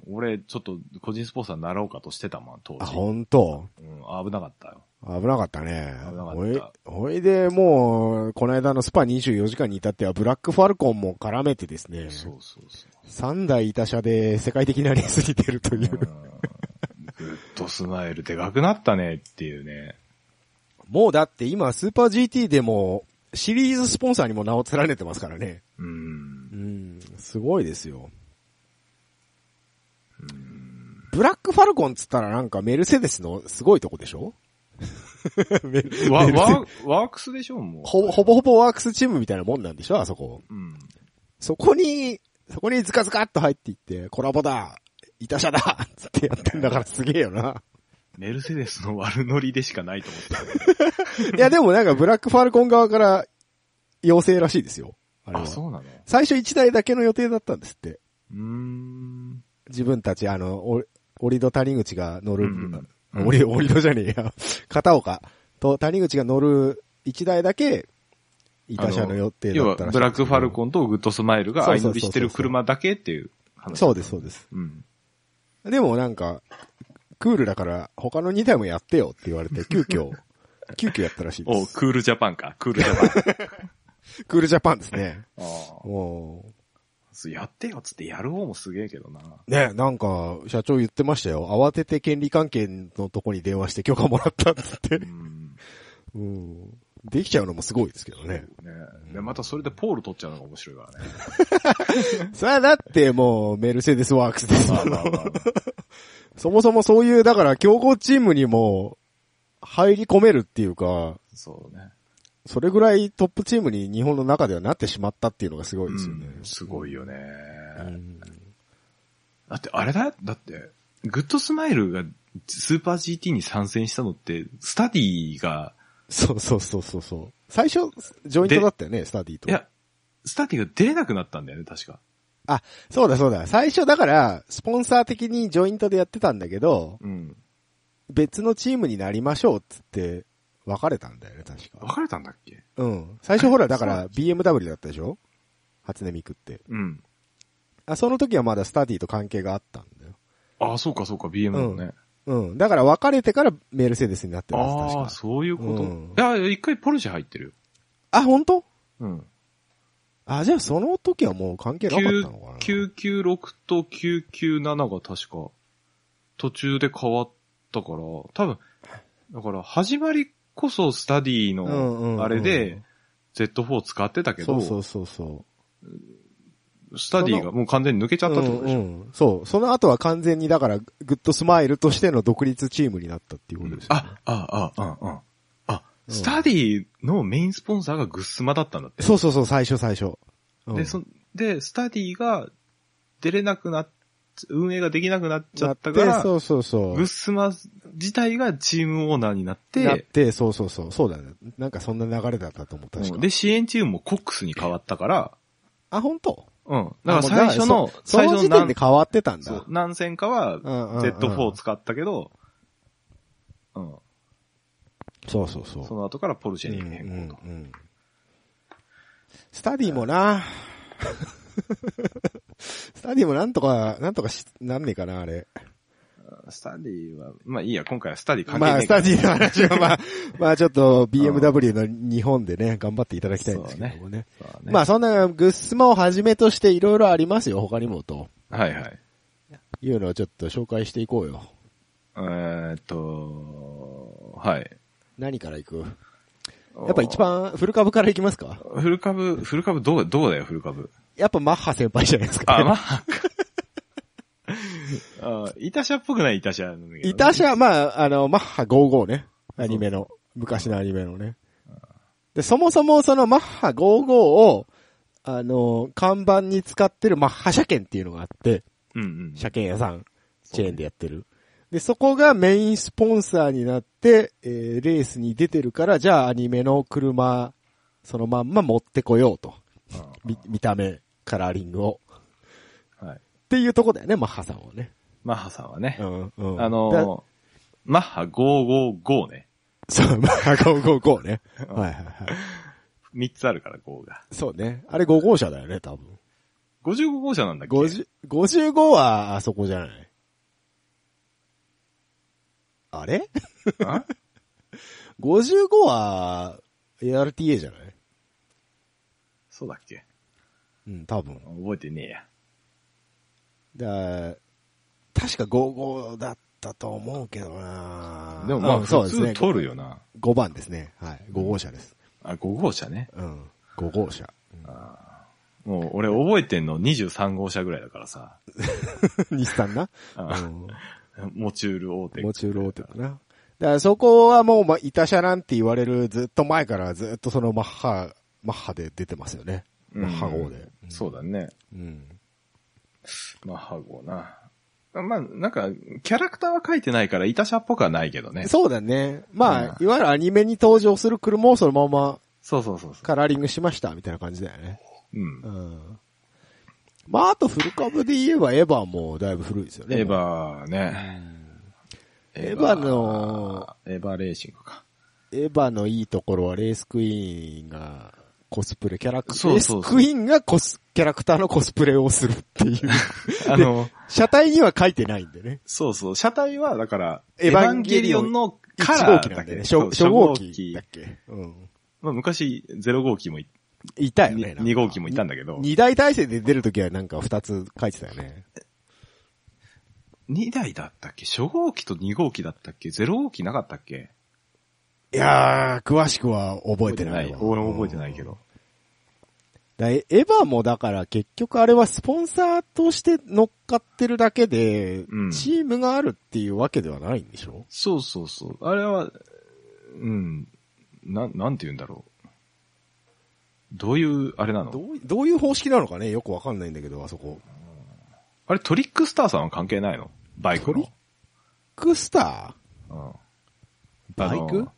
[SPEAKER 1] 俺、ちょっと、個人スポンサーになろうかとしてたもん、当時。
[SPEAKER 2] あ、本当
[SPEAKER 1] うん、危なかったよ。
[SPEAKER 2] 危なかったね。
[SPEAKER 1] 危なかった
[SPEAKER 2] ほい、ほいでもう、この間のスパ24時間に至ってはブラックファルコンも絡めてですね、
[SPEAKER 1] そうそうそう。
[SPEAKER 2] 3台いた車で世界的なレースに出るという
[SPEAKER 1] うん、グッドスマイルでかくなったねっていうね。
[SPEAKER 2] もうだって今スーパー GT でもシリーズスポンサーにも名を連ねてますからね。
[SPEAKER 1] う。
[SPEAKER 2] うんん、すごいですよ。ブラックファルコンっつったらなんかメルセデスのすごいとこでしょメル
[SPEAKER 1] わ、
[SPEAKER 2] メルセ
[SPEAKER 1] わ、ワークスでしょ、もう。
[SPEAKER 2] ほぼ、ほぼほぼワークスチームみたいなもんなんでしょあそこ。
[SPEAKER 1] うん。
[SPEAKER 2] そこに、そこにズカズカっと入っていって、コラボだイタシャだつってやってんだからすげえよな。
[SPEAKER 1] メルセデスの悪ノリでしかないと思ってた。
[SPEAKER 2] いやでもなんかブラックファルコン側から要請らしいですよ。あれは
[SPEAKER 1] あ、そうなの
[SPEAKER 2] 最初1台だけの予定だったんですって。
[SPEAKER 1] うーん。
[SPEAKER 2] 自分たち、あの、お折戸谷口が乗る、
[SPEAKER 1] うんうんうん
[SPEAKER 2] 折戸、折戸じゃねえや、 片岡と谷口が乗る一台だけ、イタ車の予定だ
[SPEAKER 1] 要
[SPEAKER 2] っ
[SPEAKER 1] は、
[SPEAKER 2] たら
[SPEAKER 1] ブラックファル
[SPEAKER 2] ン。
[SPEAKER 1] コンとグッドスマイルが相乗りしてる車だけっていう話。
[SPEAKER 2] そうです、そうです。
[SPEAKER 1] うん。
[SPEAKER 2] でもなんか、クールだから他の2台もやってよって言われて、急遽、 急遽やったらしいで
[SPEAKER 1] お
[SPEAKER 2] す。
[SPEAKER 1] クールジャパンか。クールジャパン。
[SPEAKER 2] クールジャパンですね。
[SPEAKER 1] あー
[SPEAKER 2] もう、
[SPEAKER 1] そうやってよっつってやる方もすげえけどな。
[SPEAKER 2] ね、なんか、社長言ってましたよ。慌てて権利関係のとこに電話して許可もらったっつっ
[SPEAKER 1] う
[SPEAKER 2] て。
[SPEAKER 1] ん。
[SPEAKER 2] うん。できちゃうのもすごいですけどね。
[SPEAKER 1] ねで、またそれでポール取っちゃうのが面白いからね。
[SPEAKER 2] それはだってもう、メルセデスワークスです
[SPEAKER 1] ま
[SPEAKER 2] もん
[SPEAKER 1] あまあまあ
[SPEAKER 2] そもそもそういう、だから、強豪チームにも、入り込めるっていうか、
[SPEAKER 1] そうね。
[SPEAKER 2] それぐらいトップチームに日本の中ではなってしまったっていうのがすごいですよね。
[SPEAKER 1] うんすごいよね。
[SPEAKER 2] うん
[SPEAKER 1] だってあれだよだって、グッドスマイルがスーパー GT に参戦したのって、スタディが、
[SPEAKER 2] そうそうそうそうそう。最初、ジョイントだったよね、スタディと。
[SPEAKER 1] いや、スタディが出れなくなったんだよね、確か。
[SPEAKER 2] そうだそうだ。最初だから、スポンサー的にジョイントでやってたんだけど、
[SPEAKER 1] うん。
[SPEAKER 2] 別のチームになりましょうっつって、別れたんだよね、確か。
[SPEAKER 1] 別れたんだっけ
[SPEAKER 2] うん。最初ほら、だか
[SPEAKER 1] そ
[SPEAKER 2] ら BMW だったでしょ初音ミクって。
[SPEAKER 1] うん。
[SPEAKER 2] あ、その時はまだスタディと関係があったんだよ。
[SPEAKER 1] ああ、そうかそうか、BM のね。
[SPEAKER 2] うん。だから別れてからメルセデスになってます、
[SPEAKER 1] あ
[SPEAKER 2] 確
[SPEAKER 1] あ、
[SPEAKER 2] か。
[SPEAKER 1] そういうこと。
[SPEAKER 2] うん
[SPEAKER 1] いや、一回ポルシェ入ってるよ。
[SPEAKER 2] あ、本当？
[SPEAKER 1] うん。
[SPEAKER 2] あ、じゃあその時はもう関係なかったのかな。
[SPEAKER 1] 996と997が確か途中で変わったから、多分、だから始まりこそスタディ
[SPEAKER 2] うんうんうん
[SPEAKER 1] のあれで Z4 使ってたけ
[SPEAKER 2] そ
[SPEAKER 1] ど、
[SPEAKER 2] うそうそうそう。
[SPEAKER 1] スタディがもう完全に抜けちゃったってことでしょ。
[SPEAKER 2] うんうんそう。その後は完全にだから、グッドスマイルとしての独立チームになったっていうことですよ、ね
[SPEAKER 1] あ、あ、あ、あ、あ、あ、スタディのメインスポンサーがグッスマだったんだって。
[SPEAKER 2] そうそうそう、最初最初。うん
[SPEAKER 1] で、そ、で、スタディが出れなくなっ、運営ができなくなっちゃったか
[SPEAKER 2] な
[SPEAKER 1] ら
[SPEAKER 2] て、そうそうそう。
[SPEAKER 1] グッスマ自体がチームオーナーになっ、
[SPEAKER 2] なってて、そうそうそう。そうだね。なんかそんな流れだったと思う、確か。
[SPEAKER 1] うんで、支援チームもコックスに変わったから、
[SPEAKER 2] あ、本当
[SPEAKER 1] うん。だから最初の、
[SPEAKER 2] そ
[SPEAKER 1] 最
[SPEAKER 2] の
[SPEAKER 1] 初
[SPEAKER 2] 時
[SPEAKER 1] の
[SPEAKER 2] 点で
[SPEAKER 1] 何
[SPEAKER 2] 変わってたん
[SPEAKER 1] そう
[SPEAKER 2] だ。
[SPEAKER 1] 何戦かは
[SPEAKER 2] うんうんうん
[SPEAKER 1] Z4 使ったけど、うん。
[SPEAKER 2] そうそうそう。
[SPEAKER 1] その後からポルシェに
[SPEAKER 2] うん
[SPEAKER 1] 変更と。
[SPEAKER 2] うんうんスタディもな スタディもなんとか、なんとかし、なんねえかな、あれ。
[SPEAKER 1] スタディは、まあいいや、今回はスタディ関係
[SPEAKER 2] まあ、
[SPEAKER 1] ない
[SPEAKER 2] スタ
[SPEAKER 1] ィ
[SPEAKER 2] ディの話は まあ、まあちょっと BMW の日本でね、頑張っていただきたいんですけどもね。まあそんなグッスマをはじめとしていろいろありますよ、他にもと。
[SPEAKER 1] はいはい。
[SPEAKER 2] いうのをちょっと紹介していこうよ。
[SPEAKER 1] えーっと、はい。
[SPEAKER 2] 何からいくやっぱ一番、古株からいきますか
[SPEAKER 1] お。フル株、フル株どう、どうだよ、フル株。
[SPEAKER 2] やっぱマッハ先輩じゃないですか、
[SPEAKER 1] あ、
[SPEAKER 2] ね。
[SPEAKER 1] まあ、あイタシャっぽくないイタシャなんだけどね
[SPEAKER 2] いたしは、まあ、あの、マッハ55ね。アニメの、昔のアニメのね。で、そもそもそのマッハ55を、あの、看板に使ってるマッハ車検っていうのがあって、
[SPEAKER 1] うんうん。
[SPEAKER 2] 車検屋さん、チェーンでやってる。で、そこがメインスポンサーになって、えーレースに出てるから、じゃあアニメの車、そのまんま持ってこようと。
[SPEAKER 1] う
[SPEAKER 2] み見た目、カラーリングを。
[SPEAKER 1] んはい。
[SPEAKER 2] っていうとこだよね、マッハさんをね。
[SPEAKER 1] マッハさんはね
[SPEAKER 2] う、ん、うん。
[SPEAKER 1] あ
[SPEAKER 2] だ
[SPEAKER 1] の、マッハ555ね。
[SPEAKER 2] そう、まあ、555ね。はいはいはい。
[SPEAKER 1] 3つあるから、5が。
[SPEAKER 2] そうね。あれ5号車だよね、多分。
[SPEAKER 1] 55号車なんだっけ
[SPEAKER 2] 50 55は、あそこじゃない。あれ
[SPEAKER 1] あ
[SPEAKER 2] ?55 は、ARTA じゃない
[SPEAKER 1] そうだっけ
[SPEAKER 2] うん、多分。
[SPEAKER 1] 覚えてねえや。
[SPEAKER 2] だ確か55だったと思うけどな
[SPEAKER 1] でもまあ、
[SPEAKER 2] うん
[SPEAKER 1] 普
[SPEAKER 2] そう
[SPEAKER 1] 通
[SPEAKER 2] ですね。
[SPEAKER 1] 取るよな。
[SPEAKER 2] 5番ですね。はい。5号車です。
[SPEAKER 1] あ、5号車ね。
[SPEAKER 2] うん。5 号車。
[SPEAKER 1] もう、俺覚えてんの23号車ぐらいだからさ。
[SPEAKER 2] 日産な。
[SPEAKER 1] あ
[SPEAKER 2] うん
[SPEAKER 1] モチュール大手。
[SPEAKER 2] モチュール大手かな。だからそこはもう、ま、いたしゃなんて言われるずっと前からずっとそのマッハ、マッハで出てますよね。
[SPEAKER 1] うん
[SPEAKER 2] マッハ号で。
[SPEAKER 1] そうだね。
[SPEAKER 2] うん。
[SPEAKER 1] マッハ号な。まあ、なんか、キャラクターは書いてないから、いた車っぽくはないけどね。
[SPEAKER 2] そうだね。まあ、
[SPEAKER 1] うん
[SPEAKER 2] いわゆるアニメに登場する車をそのまま
[SPEAKER 1] そうそうそうそ
[SPEAKER 2] カラーリングしましたみたいな感じだよね。
[SPEAKER 1] う。うん
[SPEAKER 2] う。ん。まあ、あと古株で言えばエヴァもだいぶ古いですよね。
[SPEAKER 1] エヴァね。
[SPEAKER 2] エヴァの、
[SPEAKER 1] エヴァレーシングか。
[SPEAKER 2] エヴァのいいところはレースクイーンがコスプレ、キャラクター、
[SPEAKER 1] そ
[SPEAKER 2] レー
[SPEAKER 1] う
[SPEAKER 2] ス
[SPEAKER 1] そうそう
[SPEAKER 2] クイーンがコス、キャラクターのコスプレをするっていう。
[SPEAKER 1] あの、
[SPEAKER 2] 車体には書いてないんでね。
[SPEAKER 1] そうそう。車体は、だから、
[SPEAKER 2] エ
[SPEAKER 1] エ
[SPEAKER 2] ヴ
[SPEAKER 1] ヴ
[SPEAKER 2] ァ
[SPEAKER 1] ァ
[SPEAKER 2] ン
[SPEAKER 1] ン
[SPEAKER 2] ゲ
[SPEAKER 1] ゲ
[SPEAKER 2] リ
[SPEAKER 1] リ
[SPEAKER 2] オ
[SPEAKER 1] オ
[SPEAKER 2] ン
[SPEAKER 1] ンの
[SPEAKER 2] 1
[SPEAKER 1] カ
[SPEAKER 2] 号
[SPEAKER 1] ラ
[SPEAKER 2] 機
[SPEAKER 1] ー
[SPEAKER 2] な
[SPEAKER 1] だ
[SPEAKER 2] ん
[SPEAKER 1] け
[SPEAKER 2] で
[SPEAKER 1] ど
[SPEAKER 2] ね。初
[SPEAKER 1] そう
[SPEAKER 2] 初号機だっけ。うん。
[SPEAKER 1] まあ、昔、ゼロ号機もい
[SPEAKER 2] いたよね。
[SPEAKER 1] 2号機もいたんだけど、
[SPEAKER 2] 二大体制で出るときはなんか二つ書いてたよね。
[SPEAKER 1] 2台だったっけ初号機と2号機だったっけ ?0 号機なかったっけ
[SPEAKER 2] いやー、詳しくは覚えてないわ。
[SPEAKER 1] 俺も覚えてないけど。
[SPEAKER 2] だエエヴァもだから結局あれはスポンサーとして乗っかってるだけで、
[SPEAKER 1] うん
[SPEAKER 2] チームがあるっていうわけではないんでしょ
[SPEAKER 1] そうそうそう。あれは、うん、なん、なんて言うんだろう。どういう、あれな
[SPEAKER 2] ど
[SPEAKER 1] の
[SPEAKER 2] うい、どういう方式なのかねよくわかんないんだけど、あそこ。
[SPEAKER 1] あれトリックスターさんは関係ないのバイク
[SPEAKER 2] トリ
[SPEAKER 1] の
[SPEAKER 2] ッ。クスタ
[SPEAKER 1] うん
[SPEAKER 2] ーバイ
[SPEAKER 1] あ
[SPEAKER 2] ク
[SPEAKER 1] の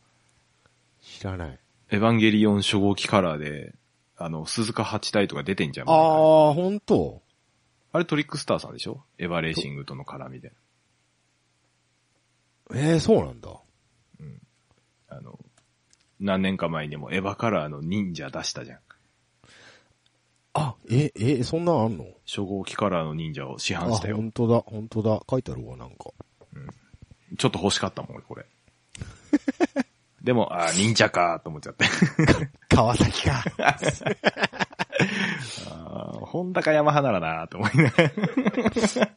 [SPEAKER 2] 知らない。
[SPEAKER 1] エヴァンゲリオン初号機カラーで、あの、鈴鹿八体とか出てんじゃん。
[SPEAKER 2] あ
[SPEAKER 1] あ
[SPEAKER 2] ー、ほんと。
[SPEAKER 1] あれトリックスターさんでしょエヴァレーシングとの絡みで。
[SPEAKER 2] えー、そうなんだ。
[SPEAKER 1] あの、何年か前にもエヴァカラーの忍者出したじゃん。
[SPEAKER 2] あ、え、え、そんなんあんの
[SPEAKER 1] 初号機カラーの忍者を市
[SPEAKER 2] あ、
[SPEAKER 1] 販したよ
[SPEAKER 2] ほ。んとだ、ほんとだ。書いてあるわ、なんか。
[SPEAKER 1] ちょっと欲しかったもん、俺これ。 でも、あー忍者かーと思っちゃって。
[SPEAKER 2] 川 崎か。
[SPEAKER 1] あーホンダかヤマハならなーと思いなが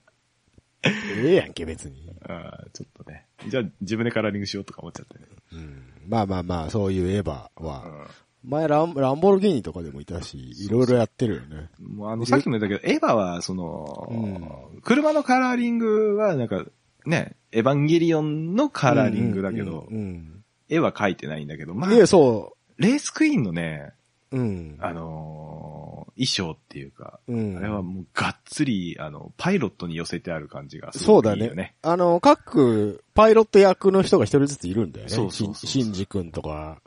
[SPEAKER 2] ええやんけ、別に。
[SPEAKER 1] ら。あーちょっとね。じゃあ自分でカラーリングしようとか思っちゃってね。
[SPEAKER 2] うん。まあまあまあ、そういうエヴァ
[SPEAKER 1] う
[SPEAKER 2] は。前ラン、ランボルギーニとかでもいたし、いろいろやってるよね。
[SPEAKER 1] ん。もうあの、さっきも言ったけど、エヴァは、その、車のカラーリングは、なんか、ね、エヴァンゲリオンのカラーリングだけど
[SPEAKER 2] う、ん。
[SPEAKER 1] 絵は描いてないんだけど、まあ、
[SPEAKER 2] いや、
[SPEAKER 1] レ
[SPEAKER 2] そ
[SPEAKER 1] ースクイーンのね、
[SPEAKER 2] う。うん。
[SPEAKER 1] あのー衣装っていうか、
[SPEAKER 2] うん。
[SPEAKER 1] あれはもうがっつり、あの、パイロットに寄せてある感じがす
[SPEAKER 2] そ
[SPEAKER 1] ご
[SPEAKER 2] う
[SPEAKER 1] く
[SPEAKER 2] だ
[SPEAKER 1] いいよ
[SPEAKER 2] ね。あの、各、パイロット役の人が一人ずついるんだよね。
[SPEAKER 1] そうそうそう
[SPEAKER 2] シンシンジ君とか、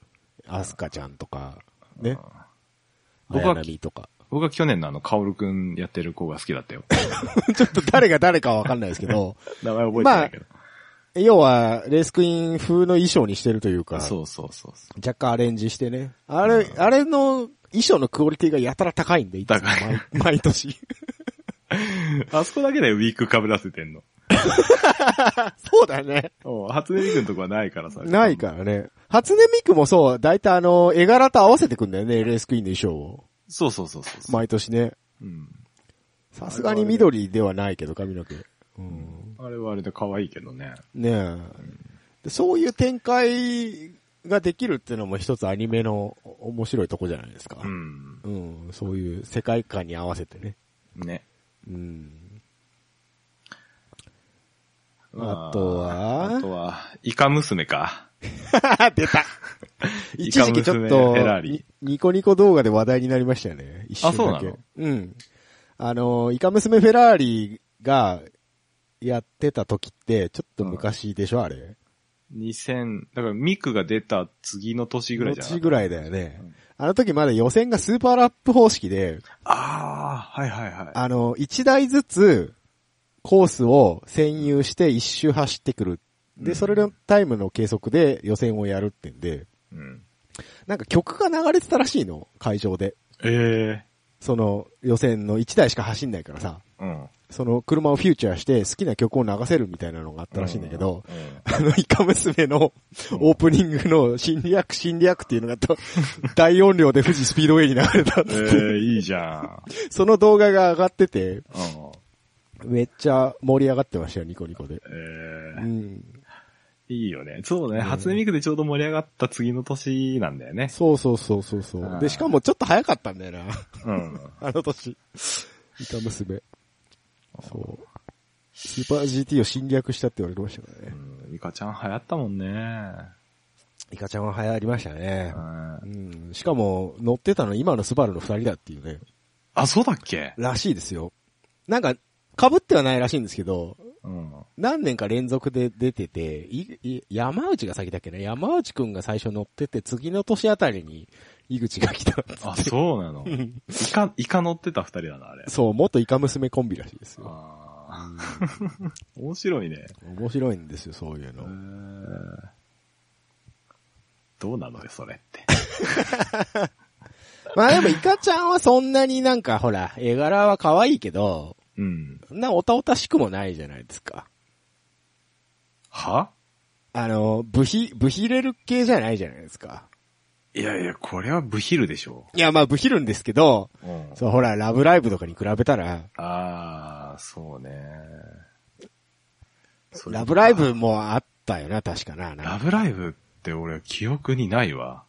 [SPEAKER 2] アスカちゃんとか、ね。
[SPEAKER 1] 僕は
[SPEAKER 2] 綾波とか。
[SPEAKER 1] 僕は去年のあの、カオルくんやってる子が好きだったよ。
[SPEAKER 2] ちょっと誰が誰かはわかんないですけど、
[SPEAKER 1] 名前覚えてないけど。
[SPEAKER 2] 要は、レースクイーン風の衣装にしてるというか、
[SPEAKER 1] そうそうそうそ
[SPEAKER 2] 若干アレンジしてね。あれ、あれの衣装のクオリティがやたら高いんで、いつも
[SPEAKER 1] 高い
[SPEAKER 2] 毎 毎年。
[SPEAKER 1] う。あそこだけでウィーク被らせてんの。
[SPEAKER 2] そうだね。
[SPEAKER 1] おう初音ミクのとこはないからさ。
[SPEAKER 2] ないからね。初音ミクもそう、だいたいあの、絵柄と合わせてくんだよね、レースクイーンの衣装を。
[SPEAKER 1] そうそうそうそうそう、
[SPEAKER 2] 毎年ね。
[SPEAKER 1] うん。
[SPEAKER 2] さすがに緑ではないけど、髪の毛。うん。
[SPEAKER 1] あれはあれで可愛いけどね。
[SPEAKER 2] ねえ。でそういう展開ができるっていうのも一つアニメの面白いとこじゃないですか。
[SPEAKER 1] うん。
[SPEAKER 2] うん、そういう世界観に合わせてね。
[SPEAKER 1] ね。
[SPEAKER 2] うん。
[SPEAKER 1] ま
[SPEAKER 2] あとは
[SPEAKER 1] あとは、イカ娘か。
[SPEAKER 2] 出た一時期ちょっ
[SPEAKER 1] イカ
[SPEAKER 2] と
[SPEAKER 1] 娘フェラーリ
[SPEAKER 2] に、ニコニコ動画で話題になりましたよね。一瞬だけ。
[SPEAKER 1] あそうなの
[SPEAKER 2] うん。あの、イカ娘フェラーリがやってた時って、ちょっと昔でしょ、あれ。
[SPEAKER 1] 2000、だからミクが出た次の年ぐらいじゃ
[SPEAKER 2] 後
[SPEAKER 1] ん。
[SPEAKER 2] ぐらいだよね
[SPEAKER 1] ん。
[SPEAKER 2] あの時まだ予選がスーパーラップ方式で、
[SPEAKER 1] ああ、はいはいはい。
[SPEAKER 2] あの、1台ずつコースを占有して1周走ってくる。
[SPEAKER 1] う
[SPEAKER 2] で、
[SPEAKER 1] ん
[SPEAKER 2] それのタイムの計測で予選をやるってんで、
[SPEAKER 1] うん。
[SPEAKER 2] なんか曲が流れてたらしいの、会場で。
[SPEAKER 1] ええ
[SPEAKER 2] その予選の1台しか走んないからさ、
[SPEAKER 1] うん。
[SPEAKER 2] その車をフューチャーして好きな曲を流せるみたいなのがあったらしいんだけど、
[SPEAKER 1] うん
[SPEAKER 2] あの、イカ娘のオープニングの侵略、侵略っていうのが と大音量で富士スピードウェイに流れたっつ
[SPEAKER 1] ええ
[SPEAKER 2] って、
[SPEAKER 1] いいじゃん。
[SPEAKER 2] その動画が上がってて、
[SPEAKER 1] うん。
[SPEAKER 2] めっちゃ盛り上がってましたよ、ニコニコで。
[SPEAKER 1] ええ
[SPEAKER 2] うん。
[SPEAKER 1] いいよね。そうね。初音ミクでちょうど盛り上がった次の年なんだよね。
[SPEAKER 2] そうそうそうそうそ
[SPEAKER 1] あ
[SPEAKER 2] う。
[SPEAKER 1] ー
[SPEAKER 2] で、しかもちょっと早かったんだよな。
[SPEAKER 1] うん。
[SPEAKER 2] あの年。イカ娘。そう。スーパー GT を侵略したって言われてましたからね。
[SPEAKER 1] イカちゃん流行ったもんね。
[SPEAKER 2] イカちゃんは流行りました
[SPEAKER 1] う
[SPEAKER 2] ね。うんん。しかも、乗ってたの今のスバルの二人だっていうね。
[SPEAKER 1] あ、そうだっけ
[SPEAKER 2] らしいですよ。なんか、被ってはないらしいんですけど、
[SPEAKER 1] うん。
[SPEAKER 2] 何年か連続で出てて、いい山内が先だっけね山内くんが最初乗ってて、次の年あたりに、井口が来たっつって
[SPEAKER 1] あ、そうなの。
[SPEAKER 2] ん
[SPEAKER 1] イカ、イカ乗ってた二人だな、あれ。
[SPEAKER 2] そう、元イカ娘コンビらしいですよ。
[SPEAKER 1] あー面白いね。
[SPEAKER 2] 面白いんですよ、そういうの。
[SPEAKER 1] どうなのよ、それって。
[SPEAKER 2] まあでも、イカちゃんはそんなになんか、ほら、絵柄は可愛いけど、
[SPEAKER 1] うん。
[SPEAKER 2] そんなおたおたしくもないじゃないですか。
[SPEAKER 1] は
[SPEAKER 2] あの、ブヒ、ブヒレル系じゃないじゃないですか。
[SPEAKER 1] いやいや、これはブヒルでしょ
[SPEAKER 2] いや、まあ、ブヒるんですけど、
[SPEAKER 1] う。うん
[SPEAKER 2] そう、ほら、ラブライブとかに比べたら、
[SPEAKER 1] ああ、そうね。それ
[SPEAKER 2] ラブライブもあったよな、確かな。
[SPEAKER 1] ラブライブって俺記憶にないわ。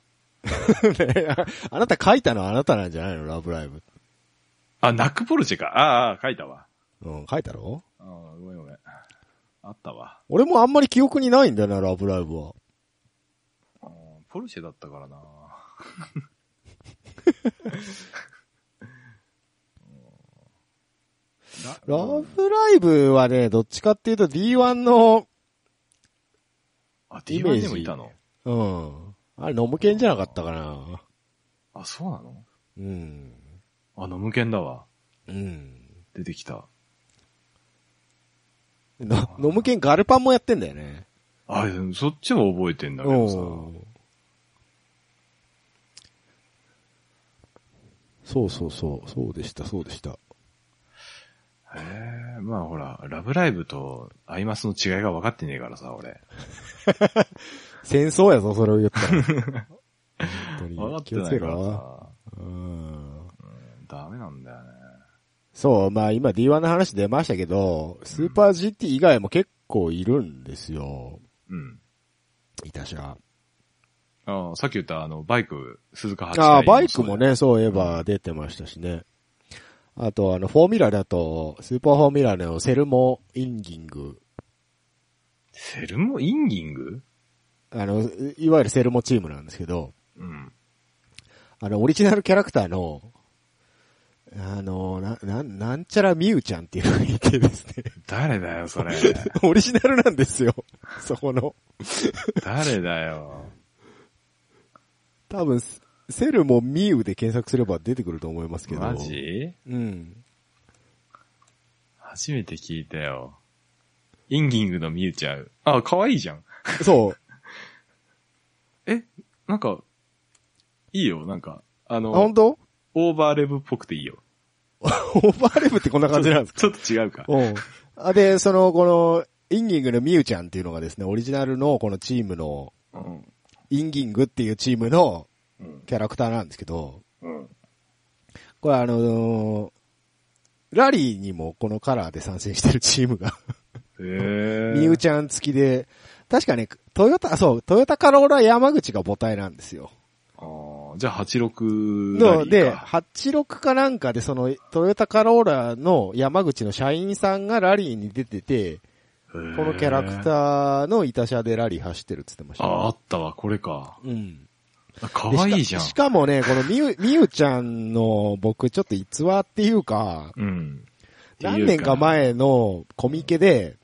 [SPEAKER 2] あなた書いたのはあなたなんじゃないのラブライブ。
[SPEAKER 1] あ、ナックポルチェか。あーあー、書いたわ。
[SPEAKER 2] うん、書いたろ
[SPEAKER 1] あーごめんごめん。あったわ。
[SPEAKER 2] 俺もあんまり記憶にないんだよな、ラブライブは。
[SPEAKER 1] うんポルシェだったからな。
[SPEAKER 2] ラブライブはね、どっちかっていうと D1 の、
[SPEAKER 1] あ、
[SPEAKER 2] イメ
[SPEAKER 1] D1
[SPEAKER 2] ージ
[SPEAKER 1] でもいたの
[SPEAKER 2] うん。あれ、ノムケンじゃなかったかな。
[SPEAKER 1] あ、そうなの
[SPEAKER 2] うん。
[SPEAKER 1] あ、ノムケンだわ。
[SPEAKER 2] うん。
[SPEAKER 1] 出てきた。
[SPEAKER 2] の、ノムケンガルパンもやってんだよね。
[SPEAKER 1] あ、でもそっちも覚えてんだけどさ。
[SPEAKER 2] うん。そうそうそう、そうでした、そうでした。
[SPEAKER 1] へえ、まあほら、ラブライブとアイマスの違いが分かってねえからさ、俺。
[SPEAKER 2] 戦争やぞ、それを言ったら。 本
[SPEAKER 1] 分か
[SPEAKER 2] 当
[SPEAKER 1] って
[SPEAKER 2] に気
[SPEAKER 1] な
[SPEAKER 2] をつけ
[SPEAKER 1] いから
[SPEAKER 2] ろな。
[SPEAKER 1] さ。
[SPEAKER 2] うん。
[SPEAKER 1] ダメなんだよね。
[SPEAKER 2] そう、まあ今 D1 の話出ましたけど、スーパー GT 以外も結構いるんですよ。
[SPEAKER 1] うん。
[SPEAKER 2] いたしゃ。
[SPEAKER 1] ああ、さっき言ったあの、バイク、鈴鹿八
[SPEAKER 2] ああ、バイクも。ね、そういえば出てましたしね。あと、あの、フォーミュラーだと、スーパーフォーミュラーのセルモ・インギング。
[SPEAKER 1] セルモインギング
[SPEAKER 2] あの、いわゆるセルモチームなんですけど、
[SPEAKER 1] うん。
[SPEAKER 2] あの、オリジナルキャラクターの、あの、な、なん、なんちゃらみゆちゃんっていう風にいてですね。
[SPEAKER 1] 誰だよ、そ れ。
[SPEAKER 2] オリジナルなんですよ。そこの。
[SPEAKER 1] 誰だよ。
[SPEAKER 2] 多分、セルもミウで検索すれば出てくると思いますけど。
[SPEAKER 1] マジ
[SPEAKER 2] うん。
[SPEAKER 1] 初めて聞いたよ。インギングのミュちゃう。あ、可愛いじゃん。
[SPEAKER 2] そう。
[SPEAKER 1] え、なんか、いいよ、なんか。あ
[SPEAKER 2] あ、
[SPEAKER 1] の
[SPEAKER 2] 本、当
[SPEAKER 1] オーバーレブっぽくていいよ。
[SPEAKER 2] オーバーレブってこんな感じなん ですか
[SPEAKER 1] ちょっとちょっと違うか。
[SPEAKER 2] うん。あ、で、その、この、インギングのミウちゃんっていうのがですね、オリジナルのこのチームの、
[SPEAKER 1] うん。
[SPEAKER 2] インギングっていうチームの
[SPEAKER 1] うん。
[SPEAKER 2] キャラクターなんですけど、
[SPEAKER 1] うん。
[SPEAKER 2] これあのーラリーにもこのカラーで参戦してるチームが、
[SPEAKER 1] へ え。
[SPEAKER 2] ミウちゃん付きで、確かね、トヨタ、あそう、トヨタカローラ山口が母体なんですよ。
[SPEAKER 1] あーじゃあ86ラリーか。
[SPEAKER 2] ので、86かなんかでそのトヨタカローラの山口の社員さんがラリーに出てて、
[SPEAKER 1] こ
[SPEAKER 2] このキャラク
[SPEAKER 1] ー。
[SPEAKER 2] ターのいた車でラリー走ってるって言ってましたね、
[SPEAKER 1] あ、あったわ、これか。
[SPEAKER 2] うん。
[SPEAKER 1] あ可
[SPEAKER 2] で
[SPEAKER 1] 愛いじゃん
[SPEAKER 2] しか。しかもね、このみゆ、 みゆちゃんの僕ちょっと逸話っていうか、
[SPEAKER 1] うん。
[SPEAKER 2] 何年か
[SPEAKER 1] っ
[SPEAKER 2] 前のコミケで、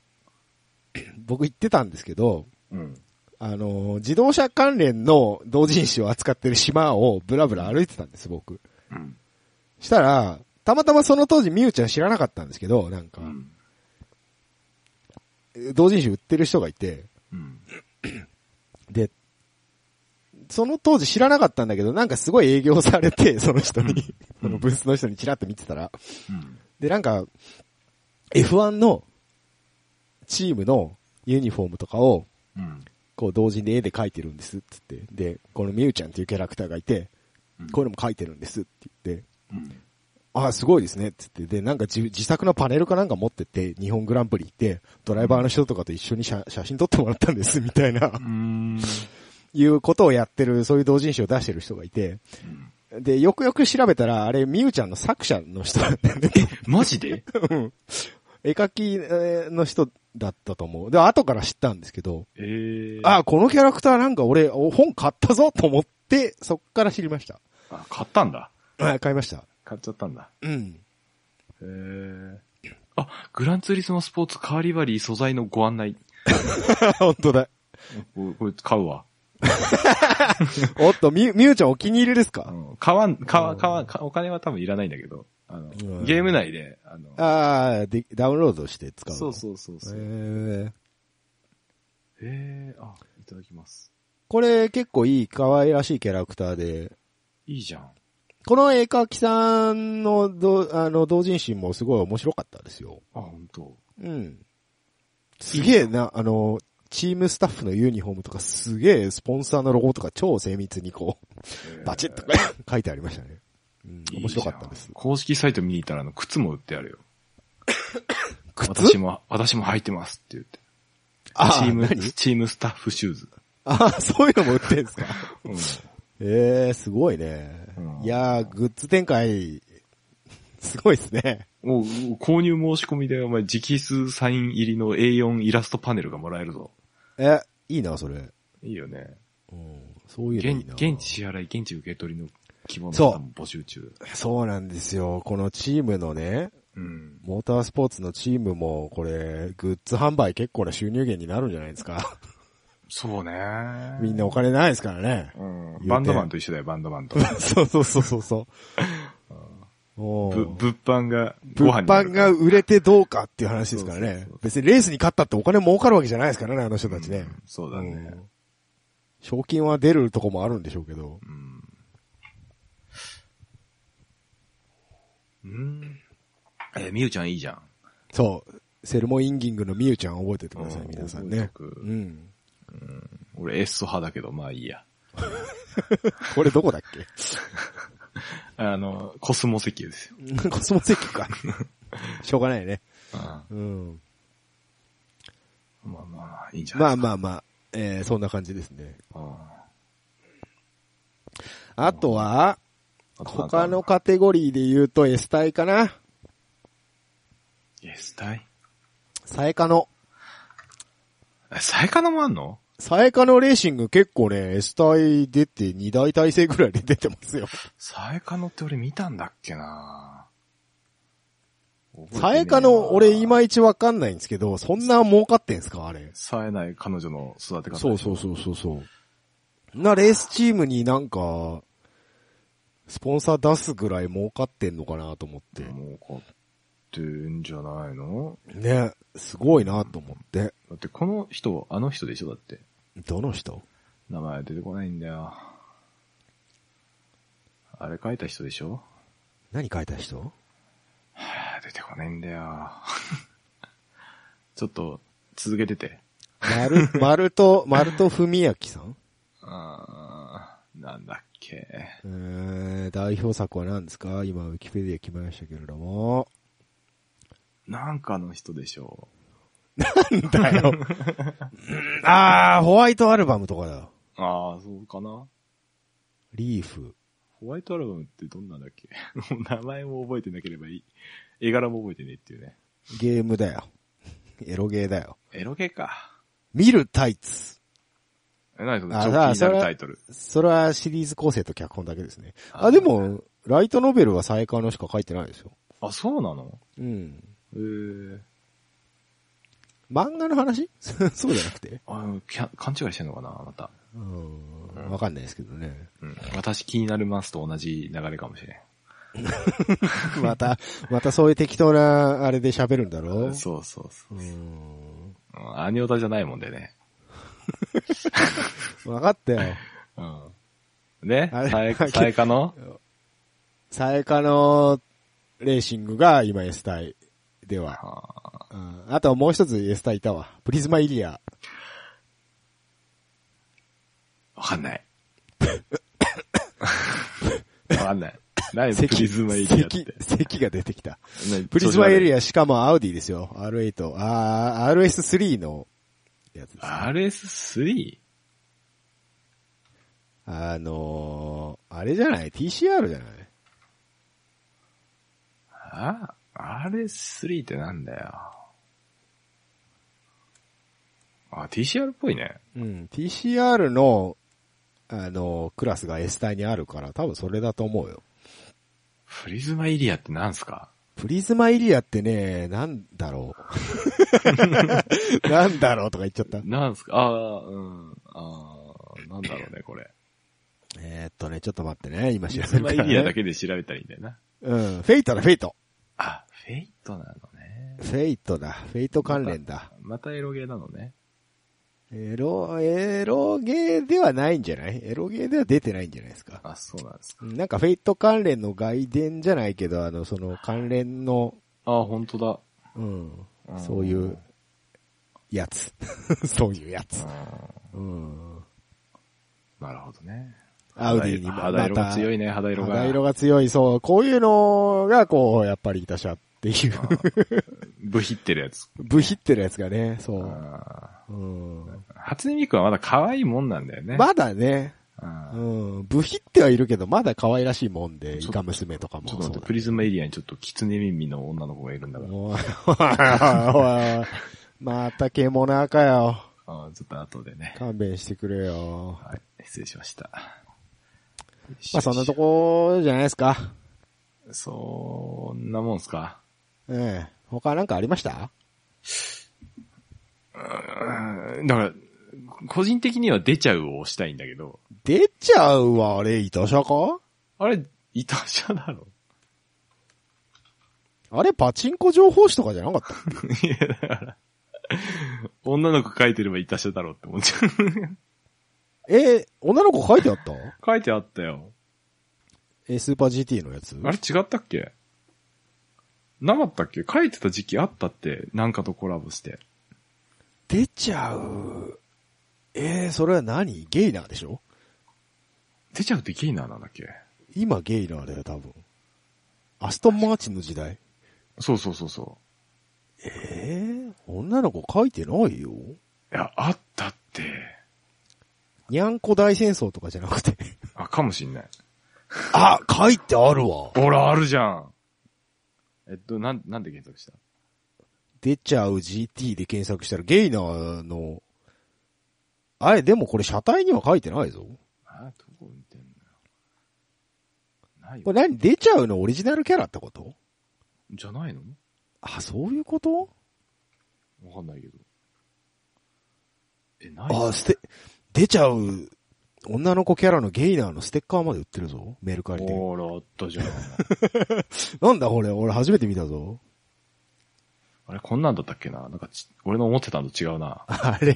[SPEAKER 2] 僕行ってたんですけど、
[SPEAKER 1] ていうか。
[SPEAKER 2] あの、自動車関連の同人誌を扱ってる島をブラブラ歩いてたんです、僕。
[SPEAKER 1] うん。
[SPEAKER 2] したら、たまたまその当時みゆちゃん知らなかったんですけど、なんか
[SPEAKER 1] う、ん。
[SPEAKER 2] 同人誌売ってる人がいて、
[SPEAKER 1] うん。
[SPEAKER 2] で、その当時知らなかったんだけど、なんかすごい営業さ れて、その人に、
[SPEAKER 1] う
[SPEAKER 2] そ
[SPEAKER 1] ん
[SPEAKER 2] のブースの人にチラッと見てたら、
[SPEAKER 1] うん。
[SPEAKER 2] で、なんか、F1 のチームのユニフォームとかを、
[SPEAKER 1] うん。
[SPEAKER 2] こう同時に絵で描いてるんですっつって。で、このみゆちゃんっていうキャラクターがいて、
[SPEAKER 1] うん
[SPEAKER 2] こういうのも描いてるんですって言って、
[SPEAKER 1] うん。
[SPEAKER 2] ああ、すごいですねっつって。で、なんか自自作のパネルかなんか持ってって、日本グランプリ行って、ドライバーの人とかと一緒に写写真撮ってもらったんですみたいな、
[SPEAKER 1] うーん。
[SPEAKER 2] いうことをやってる、そういう同人誌を出してる人がいて、で、よくよく調べたら、あれ、みゆちゃんの作者の人なんだよね。
[SPEAKER 1] マジで
[SPEAKER 2] 絵描きえーの人だったと思う。で、後から知ったんですけど、
[SPEAKER 1] えー、
[SPEAKER 2] あ、このキャラクターなんか俺、お本買ったぞと思って、そっから知りました。
[SPEAKER 1] あ、買ったんだ。
[SPEAKER 2] はい、買いました。
[SPEAKER 1] 買っちゃったんだ。
[SPEAKER 2] うん。
[SPEAKER 1] へーあ、グランツーリスモスポーツカーリバリー素材のご案内。
[SPEAKER 2] 本当だ。
[SPEAKER 1] ここれ買うわ。
[SPEAKER 2] おっと、み、みゆちゃんお気に入りです
[SPEAKER 1] あ
[SPEAKER 2] か
[SPEAKER 1] の買わん、買わ、買わん、お金は多分いらないんだけど、あの
[SPEAKER 2] うん、
[SPEAKER 1] ゲーム内で、あの、
[SPEAKER 2] ああ、で、ダウンロードして使うの。
[SPEAKER 1] そうそうそうそう。
[SPEAKER 2] へー
[SPEAKER 1] えー、あ、いただきます。
[SPEAKER 2] これ結構いい、可愛らしいキャラクターで、
[SPEAKER 1] いいじゃん。
[SPEAKER 2] この絵描きさんの、ど、あの、同人誌もすごい面白かったですよ。
[SPEAKER 1] あ、本当。
[SPEAKER 2] うん。すげえな、あの、チームスタッフのユニフォームとかすげえスポンサーのロゴとか超精密にこう、バチッと書いてありましたね。うん、面白かったです
[SPEAKER 1] いいじゃん。公式サイト見に行ったら、あの、靴も売ってあるよ。私
[SPEAKER 2] 靴
[SPEAKER 1] も、私も履いてますって言って。
[SPEAKER 2] あ
[SPEAKER 1] チー
[SPEAKER 2] ー
[SPEAKER 1] ム、
[SPEAKER 2] 何
[SPEAKER 1] チームスタッフシューズ。
[SPEAKER 2] あー、そういうのも売ってん すか
[SPEAKER 1] うん
[SPEAKER 2] ええー、すごいね。
[SPEAKER 1] うん
[SPEAKER 2] いやー、グッズ展開、すごいですね。
[SPEAKER 1] もう、購入申し込みで、お前、直筆サイン入りの A4 イラストパネルがもらえるぞ。
[SPEAKER 2] え、いいな、それ。
[SPEAKER 1] いいよね。
[SPEAKER 2] うん、そういうのいい
[SPEAKER 1] 現
[SPEAKER 2] な。
[SPEAKER 1] 現地支払い、現地受け取りの希望の
[SPEAKER 2] そう
[SPEAKER 1] 方も募集中。
[SPEAKER 2] そうなんですよ。このチームのね、
[SPEAKER 1] うん。
[SPEAKER 2] モータースポーツのチームも、これ、グッズ販売結構な収入源になるんじゃないですか。
[SPEAKER 1] そうね。
[SPEAKER 2] みんなお金ないですからね。
[SPEAKER 1] うん。
[SPEAKER 2] て
[SPEAKER 1] バンドマンと一緒だよ、バンドマン と。
[SPEAKER 2] そうそうそうそうそう。お
[SPEAKER 1] ぶ
[SPEAKER 2] ー
[SPEAKER 1] 物販が、ご飯
[SPEAKER 2] 物
[SPEAKER 1] になる
[SPEAKER 2] 販が売れてどうかっていう話ですから
[SPEAKER 1] そうそう
[SPEAKER 2] ね
[SPEAKER 1] そう。
[SPEAKER 2] 別にレースに勝ったってお金儲かるわけじゃないですからね、あの人たち
[SPEAKER 1] う
[SPEAKER 2] ね。
[SPEAKER 1] んそうだ
[SPEAKER 2] う
[SPEAKER 1] ね
[SPEAKER 2] ん。賞金は出るとこもあるんでしょうけど。
[SPEAKER 1] うん。えー、みゆちゃんいいじゃん。
[SPEAKER 2] そう。セルモインギングのミユちゃん覚えててくださ
[SPEAKER 1] う
[SPEAKER 2] い、
[SPEAKER 1] ん
[SPEAKER 2] 皆さん
[SPEAKER 1] 覚え
[SPEAKER 2] ね
[SPEAKER 1] と。
[SPEAKER 2] う
[SPEAKER 1] く
[SPEAKER 2] ん。
[SPEAKER 1] 俺エッソ派だけど、まあいいや。
[SPEAKER 2] これどこだっけ
[SPEAKER 1] あの、コスモ石油ですよ。
[SPEAKER 2] コスモ石器か。しょうがないね。
[SPEAKER 1] あ
[SPEAKER 2] うん。
[SPEAKER 1] あまあまあまあ、いいんじゃ
[SPEAKER 2] ま
[SPEAKER 1] な
[SPEAKER 2] あ
[SPEAKER 1] いですか。
[SPEAKER 2] まあまあ、えーそんな感じですね。
[SPEAKER 1] まあ。
[SPEAKER 2] あとは、
[SPEAKER 1] あとなんか
[SPEAKER 2] 他のカテゴリーで言うと S 体かな
[SPEAKER 1] イエスタイ
[SPEAKER 2] サエカの。
[SPEAKER 1] えサイカナもあんの
[SPEAKER 2] サエカのレーシング結構ね、S 体出て2大体制ぐらいで出てますよ。
[SPEAKER 1] サイカノって俺見たんだっけな
[SPEAKER 2] サエカの俺いまいちわかんないんですけど、そんな儲かってんすかあれ。
[SPEAKER 1] 冴えない彼女の育て方。
[SPEAKER 2] そうそうそうそうそう。な、レースチームになんか、スポンサー出すぐらい儲かってんのかなと思って。
[SPEAKER 1] もう買ってんじゃないの
[SPEAKER 2] ね、すごいなと思って。
[SPEAKER 1] だってこの人、あの人でしょだって。
[SPEAKER 2] どの人
[SPEAKER 1] 名前出てこないんだよ。あれ書いた人でしょ
[SPEAKER 2] 何書いた人
[SPEAKER 1] はあ出てこないんだよ。 ちょっと、続けてて。
[SPEAKER 2] 丸、丸と、丸と文明さん
[SPEAKER 1] あーなんだっけ。
[SPEAKER 2] えー、代表作は何ですか今、ウィキペディア来ましたけれども。
[SPEAKER 1] なんかの人でしょ
[SPEAKER 2] だよ。あー、ホワイトアルバムとかだよ。
[SPEAKER 1] う。ああ、そうかな。
[SPEAKER 2] リーフ。
[SPEAKER 1] ホワイトアルバムってどんなんだっけ もう名前も覚えてなければいい。絵柄も覚えてねえっていうね。
[SPEAKER 2] ゲームだよ。エロゲーだよ。
[SPEAKER 1] エロ系か。
[SPEAKER 2] 見るタイツ。
[SPEAKER 1] え、何その
[SPEAKER 2] あ
[SPEAKER 1] 超気に
[SPEAKER 2] そ
[SPEAKER 1] な
[SPEAKER 2] れ
[SPEAKER 1] る
[SPEAKER 2] は
[SPEAKER 1] タイトル。
[SPEAKER 2] それはシリーズ構成と脚本だけですね。
[SPEAKER 1] あ
[SPEAKER 2] あ、でも、ライトノベルは最下のしか書いてないですよ。
[SPEAKER 1] あ、そうなの
[SPEAKER 2] うん。
[SPEAKER 1] えー、
[SPEAKER 2] 漫画の話 そうじゃなくて。
[SPEAKER 1] あきゃ勘違いしてんのかなまた。
[SPEAKER 2] うん。わかんないですけどね。
[SPEAKER 1] うん。私気になりますと同じ流れかもしれん。
[SPEAKER 2] また、またそういう適当な、あれで喋るんだろう
[SPEAKER 1] そうそうそう。
[SPEAKER 2] うん。
[SPEAKER 1] うんアニオタじゃないもんでね。
[SPEAKER 2] わかったよ。
[SPEAKER 1] うん。ね
[SPEAKER 2] あれ
[SPEAKER 1] サ イサイカの
[SPEAKER 2] 最下のレーシングが今 S 隊では。
[SPEAKER 1] あ
[SPEAKER 2] うんあとはもう一つ S 隊いたわ。プリズマイリア。
[SPEAKER 1] ーわかんない。 わかんない。何プリズマエリアって。
[SPEAKER 2] 咳咳が出てきた。
[SPEAKER 1] 何
[SPEAKER 2] プリズマエリ
[SPEAKER 1] ア。
[SPEAKER 2] ア、しかもアウディですよ。R8。あー RS3 のやつです、ね。あ
[SPEAKER 1] RS3?
[SPEAKER 2] のー、あれじゃない ?TCR じゃない
[SPEAKER 1] あ ?RS3 ってなんだよ。あ、TCR っぽいね。
[SPEAKER 2] うん。TCR の、あのークラスが S 帯にあるから、多分それだと思うよ。
[SPEAKER 1] プリズマエリアってなんすか
[SPEAKER 2] プリズマエリアってね、なんだ ろう。なんだろうとか言っちゃった。
[SPEAKER 1] なんすかああ、うん。ああ、なんだろうね、これ。
[SPEAKER 2] えーっとね、ちょっと待ってね。今
[SPEAKER 1] プ
[SPEAKER 2] 調
[SPEAKER 1] リズ
[SPEAKER 2] べる
[SPEAKER 1] マ
[SPEAKER 2] か
[SPEAKER 1] エ
[SPEAKER 2] ら、
[SPEAKER 1] リアだ
[SPEAKER 2] ね。
[SPEAKER 1] けで調べたらいいんだよな。
[SPEAKER 2] うん。フェイトだ、フェイト。
[SPEAKER 1] あ、フェイトなのね。
[SPEAKER 2] フェイトだ。フェイト関連だ。
[SPEAKER 1] またエロゲーなのね。
[SPEAKER 2] エロ、エロゲーではないんじゃないエロゲーでは出てないんじゃないですか。
[SPEAKER 1] あ、そうなんですか。
[SPEAKER 2] なんかフェイト関連の外伝じゃないけど、あの、その関連の、
[SPEAKER 1] あ、本当だ。
[SPEAKER 2] うん
[SPEAKER 1] う、ん
[SPEAKER 2] そういう、や つ。そういうやつ。
[SPEAKER 1] うん
[SPEAKER 2] うん。
[SPEAKER 1] なるほどね。
[SPEAKER 2] アウディにま
[SPEAKER 1] 肌色が強
[SPEAKER 2] い。
[SPEAKER 1] いね、肌色が。
[SPEAKER 2] 肌色が強い、そう。こういうのが、こう、やっぱりいたしゃっていう。
[SPEAKER 1] ブヒってるやつ。
[SPEAKER 2] ブヒってるやつがね、そ
[SPEAKER 1] うん
[SPEAKER 2] う。うん、
[SPEAKER 1] 初音ミクはまだ可愛いもんなんだよね。
[SPEAKER 2] まだね、
[SPEAKER 1] うん
[SPEAKER 2] うん、ブヒってはいるけど、まだ可愛らしいもんで、イ
[SPEAKER 1] ちょ
[SPEAKER 2] カ娘とかも
[SPEAKER 1] ちょっと
[SPEAKER 2] そう
[SPEAKER 1] 待
[SPEAKER 2] だ
[SPEAKER 1] って、プリズムエリアにちょっと狐耳の女の子がいるんだから。
[SPEAKER 2] おいおいおいまた獣赤よ。
[SPEAKER 1] あーちょっと後でね。
[SPEAKER 2] 勘弁してくれよ。
[SPEAKER 1] はい。失礼しました。
[SPEAKER 2] まあそんなとこじゃないですか。
[SPEAKER 1] そんなもんすか
[SPEAKER 2] ええ。他なんかありました
[SPEAKER 1] うん。だから、個人的には出ちゃうを押したいんだけど、
[SPEAKER 2] 出ちゃうわ、あれ、いたしゃか
[SPEAKER 1] あれ、いたしゃだろ
[SPEAKER 2] あれ、パチンコ情報誌とかじゃなかった
[SPEAKER 1] いや、だから、女の子書いてればいたしゃだろって思っちゃう。
[SPEAKER 2] ええ女の子書いてあった
[SPEAKER 1] 書いてあったよ。
[SPEAKER 2] えスーパー GT のやつ
[SPEAKER 1] あれ違ったっけなかったっけ書いてた時期あったって、なんかとコラボして。
[SPEAKER 2] 出ちゃう。ええそれは何ゲイナーでしょ
[SPEAKER 1] 出ちゃうってゲイナーなんだっけ
[SPEAKER 2] 今ゲイナーだよ、多分。アストンマーチンの時代。
[SPEAKER 1] そうそうそうそ
[SPEAKER 2] ええ女の子書いてないよ。
[SPEAKER 1] う。いや、あったって。
[SPEAKER 2] にゃんこ大戦争とかじゃなくて。
[SPEAKER 1] あ、かもしんない。
[SPEAKER 2] あ、書いてあるわ。
[SPEAKER 1] ほら、あるじゃん。えっと、なん、なんで検索した
[SPEAKER 2] 出ちゃう GT で検索したらゲイナーの、あれ、でもこれ車体には書いてないぞ。
[SPEAKER 1] あ、どこ見てんのよ。ない
[SPEAKER 2] こ
[SPEAKER 1] よ。
[SPEAKER 2] れ何出ちゃうのオリジナルキャラってこと
[SPEAKER 1] じゃないの
[SPEAKER 2] あ、そういうこと
[SPEAKER 1] わかんないけど。え、ない
[SPEAKER 2] あ、ステ、出ちゃう女の子キャラのゲイナーのステッカーまで売ってるぞ。メルカリで。
[SPEAKER 1] ほら、あった じゃん。
[SPEAKER 2] なんだこれ、俺初めて見たぞ。
[SPEAKER 1] あれ、こんなんだったっけななんかち、俺の思ってたのと違うな。
[SPEAKER 2] あれ